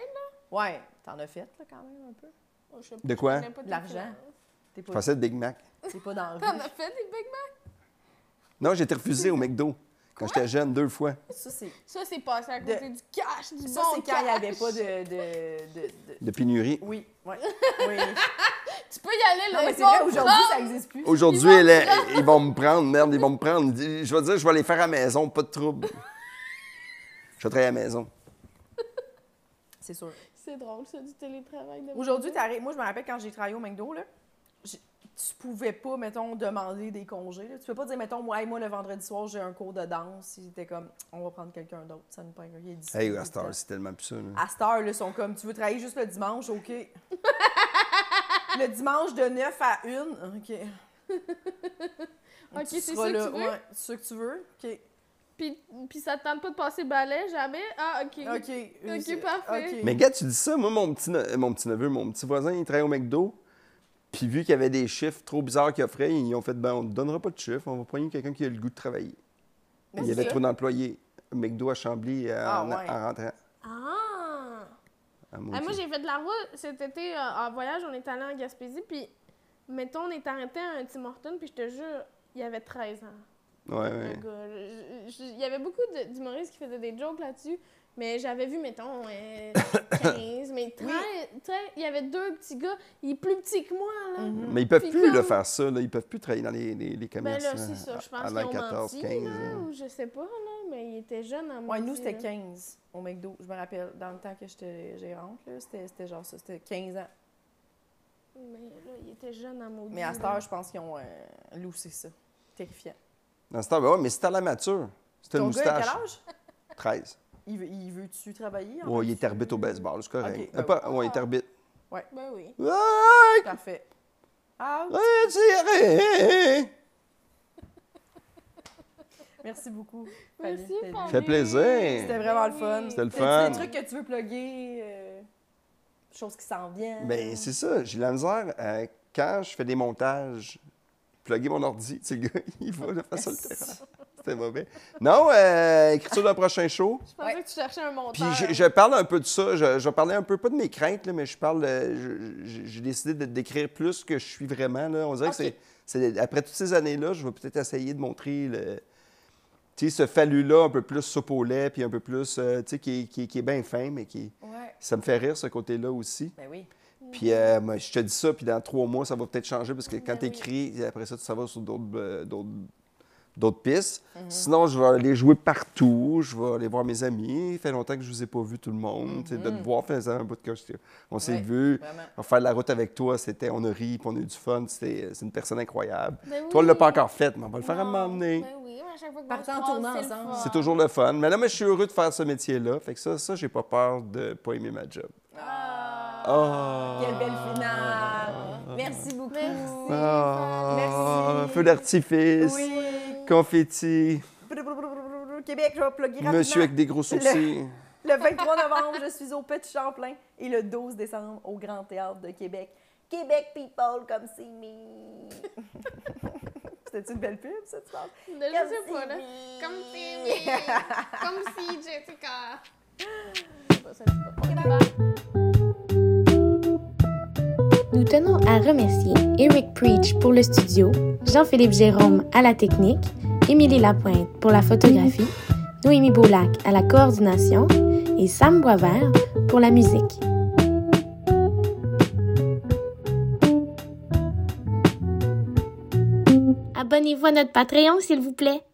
Speaker 2: Ouais, t'en as fait, là, quand même, un peu.
Speaker 4: Oh, je sais pas,
Speaker 3: De quoi?
Speaker 4: je connais pas tes
Speaker 2: L'argent.
Speaker 4: finances.
Speaker 2: T'es
Speaker 3: Je
Speaker 2: pas,
Speaker 3: passais de Big Mac.
Speaker 2: t'es pas dans la
Speaker 4: T'en
Speaker 2: rue.
Speaker 4: as fait des Big Mac?
Speaker 3: Non, j'ai été refusé au McDo. Quand j'étais jeune, deux fois.
Speaker 2: Ça, c'est
Speaker 4: Ça, c'est passé à côté du cash, du
Speaker 2: ça,
Speaker 4: bon
Speaker 2: c'est quand il n'y
Speaker 4: cash.
Speaker 2: avait pas de. de- de- de-
Speaker 3: De pénurie.
Speaker 2: Oui, (laughs) ouais, oui.
Speaker 4: Tu peux y aller,
Speaker 2: Non,
Speaker 4: là.
Speaker 2: mais
Speaker 4: ils
Speaker 2: c'est vrai,
Speaker 4: vont
Speaker 2: aujourd'hui,
Speaker 4: prendre.
Speaker 2: ça n'existe plus.
Speaker 3: Aujourd'hui,
Speaker 4: Ils vont
Speaker 3: elle est- ils vont me prendre, merde, ils vont me prendre. Je vais dire, je vais les faire à la maison, pas de trouble. Je vais travailler à la maison.
Speaker 2: C'est sûr.
Speaker 4: C'est drôle, ça, du télétravail. de
Speaker 2: Aujourd'hui,
Speaker 4: maison.
Speaker 2: t'arrives- moi, je me rappelle quand j'ai travaillé au McDo, là, j'ai- tu pouvais pas, mettons, demander des congés. là. Tu peux pas dire, mettons, moi, hey, moi le vendredi soir, j'ai un cours de danse. Ils étaient comme, on va prendre quelqu'un d'autre, ça nous prend quelqu'un. qui est disponible tout
Speaker 3: Hey, à
Speaker 2: le
Speaker 3: cette heure,
Speaker 2: temps.
Speaker 3: c'est tellement plus ça. là.
Speaker 2: À cette heure, là, ils sont comme, tu veux travailler juste le dimanche,
Speaker 4: (laughs)
Speaker 2: OK. le dimanche de 9 à 1,
Speaker 4: (laughs)
Speaker 2: OK.
Speaker 4: Ok,
Speaker 2: Tu
Speaker 4: c'est ça
Speaker 2: seras
Speaker 4: que
Speaker 2: là,
Speaker 4: tu veux?
Speaker 2: ouais, c'est ça que tu veux, OK.
Speaker 4: Puis, puis ça te tente pas de passer balai, jamais? Ah, OK.
Speaker 2: OK. euh, c'est-
Speaker 4: parfait.
Speaker 2: OK.
Speaker 3: Mais gars, tu dis ça, moi, mon petit, ne- mon petit neveu, mon petit voisin, il travaille au McDo. Puis vu qu'il y avait des chiffres trop bizarres qu'il offrait, ils ont fait, ben, on ne donnera pas de chiffres, on va prendre quelqu'un qui a le goût de travailler.
Speaker 2: Mais
Speaker 3: il y
Speaker 2: c'est
Speaker 3: avait
Speaker 2: ça.
Speaker 3: trop d'employés. Au McDo à Chambly euh,
Speaker 2: Ah,
Speaker 3: en,
Speaker 2: ouais.
Speaker 3: en rentrant.
Speaker 4: Ah!
Speaker 3: Ah, mon
Speaker 4: Ah, moi,
Speaker 3: Dieu.
Speaker 4: j'ai fait de la route cet été euh, en voyage. On est allé en Gaspésie, puis mettons, on est arrêté à un Tim Hortons, puis je te jure, il avait 13 ans,
Speaker 3: Ouais,
Speaker 4: le
Speaker 3: ouais.
Speaker 4: gars. euh, Je- je- Il y avait beaucoup de- d'humoristes qui faisaient des jokes là-dessus, mais j'avais vu, mettons, euh, 15, mais 13, 13, il y avait deux petits gars, il est plus petit que moi, là.
Speaker 3: Mais ils peuvent
Speaker 4: Puis
Speaker 3: plus là,
Speaker 4: comme-
Speaker 3: faire ça. Là. Ils peuvent plus travailler dans les, les, les
Speaker 4: Ben
Speaker 3: commerces.
Speaker 4: là,
Speaker 3: là,
Speaker 4: c'est ça, je
Speaker 3: à-
Speaker 4: pense
Speaker 3: à l'heure
Speaker 4: qu'ils ont
Speaker 3: 14,
Speaker 4: menti,
Speaker 3: 15,
Speaker 4: là,
Speaker 3: là.
Speaker 4: ou je sais pas, là, mais il était jeune en
Speaker 2: Ouais, nous,
Speaker 4: maudit,
Speaker 2: c'était
Speaker 4: là.
Speaker 2: 15 au McDo. Je me rappelle, dans le temps que j'étais gérante, là, c'était c'était genre ça, c'était 15 ans.
Speaker 4: Mais là, il était jeune en maudit.
Speaker 2: Mais à cette
Speaker 4: là.
Speaker 2: heure, je pense qu'ils ont euh, loussé ça. Terrifiant.
Speaker 3: Dans ce temps, ben ouais, mais c'était à la mature. C'était
Speaker 2: Ton
Speaker 3: une
Speaker 2: gars, à
Speaker 3: moustache.
Speaker 2: quel âge?
Speaker 3: 13.
Speaker 2: Il, veut- il veut-tu travailler? en
Speaker 3: Ouais,
Speaker 2: fait?
Speaker 3: il est arbitre au baseball, c'est correct.
Speaker 2: Ok,
Speaker 3: Euh,
Speaker 2: ben
Speaker 3: pas- ouais, il est arbitre.
Speaker 4: Ben oui.
Speaker 3: Ouais,
Speaker 2: Parfait. Ah,
Speaker 3: ouais, hein, tiré.
Speaker 2: merci beaucoup. Fanny.
Speaker 4: Merci,
Speaker 2: C'était-
Speaker 4: Fanny.
Speaker 3: Ça fait plaisir.
Speaker 2: C'était vraiment le fun.
Speaker 3: C'était le
Speaker 2: T'as-tu
Speaker 3: fun.
Speaker 2: des trucs que tu veux plugger, euh, choses qui s'en
Speaker 4: Euh.
Speaker 2: viennent.
Speaker 3: Ben, c'est ça. J'ai de la misère. euh, quand je fais des montages, plugger mon ordi, tu sais, le gars, (laughs) il va de façon le terrain. C'était mauvais. Non, euh, écriture d'un prochain show.
Speaker 4: Je pensais
Speaker 2: Ouais.
Speaker 4: que tu cherchais un monteur.
Speaker 3: Puis je, je parle un peu de ça. Je, je parlais un peu pas de mes craintes, là, mais je parle. euh, je- je- J'ai décidé de décrire plus que je suis vraiment. Là. On dirait
Speaker 2: Ok.
Speaker 3: que c'est- c'est. Après toutes ces années-là, je vais peut-être essayer de montrer le. Tu sais, ce fallu-là, un peu plus soupe au lait, puis un peu plus, euh, tu sais, qui, est- qui est- qui est bien fin, mais qui...
Speaker 2: Ouais.
Speaker 3: Ça me fait rire, ce côté-là aussi.
Speaker 2: Ben oui.
Speaker 3: Puis euh, moi, je te dis ça, puis dans trois mois, ça va peut-être changer parce que quand
Speaker 4: Ben
Speaker 3: tu
Speaker 4: oui.
Speaker 3: écris, après ça, tu s'en vas sur d'autres, euh, d'autres, d'autres pistes.
Speaker 2: Mhm.
Speaker 3: Sinon, je vais aller jouer partout, je vais aller voir mes amis. Il fait longtemps que je ne vous ai pas vu tout le monde. Tu sais, De te voir, faisant un bout de coche. On s'est
Speaker 2: Mhm. Ouais,
Speaker 3: vu.
Speaker 2: Vraiment.
Speaker 3: On Faire de la route avec toi, c'était, on a ri, puis on a eu du fun. C'était, c'est une personne incroyable.
Speaker 4: Ben
Speaker 3: Toi, on ne l'a
Speaker 4: oui.
Speaker 3: pas encore faite, mais on va le faire à
Speaker 4: Non,
Speaker 3: m'emmener.
Speaker 4: Ben oui, mais à chaque fois qu'on
Speaker 2: Partons
Speaker 4: se
Speaker 2: en
Speaker 4: croise,
Speaker 2: tournant
Speaker 4: c'est le
Speaker 2: ensemble.
Speaker 4: fun.
Speaker 3: C'est toujours le fun. Mais là, moi, je suis heureux de faire ce métier-là. Fait que ça, ça, j'ai pas peur de pas aimer ma job.
Speaker 4: Ah.
Speaker 3: Ah!
Speaker 2: Quelle belle finale. ah, Merci beaucoup.
Speaker 4: Merci.
Speaker 3: Ah,
Speaker 2: Merci.
Speaker 3: Feu d'artifice,
Speaker 2: Oui.
Speaker 3: confetti,
Speaker 2: Québec, je vais plugger rapidement.
Speaker 3: monsieur avec des gros sourcils.
Speaker 2: Le 23 novembre, je suis au Petit Champlain et le 12 décembre au Grand Théâtre de Québec. Québec people comme see (laughs) me. C'était une belle pub, ça, tu penses?
Speaker 4: Je sais pas, là. Comme Timmy. Comme si Jessica. Je sais pas, ça se dit pas. Ok, bye.
Speaker 5: Nous tenons à remercier Eric Preach pour le studio, Jean-Philippe Jérôme à la technique, Émilie Lapointe pour la photographie, Noémie Boulac à la coordination et Sam Boisvert pour la musique. Abonnez-vous à notre Patreon, s'il vous plaît.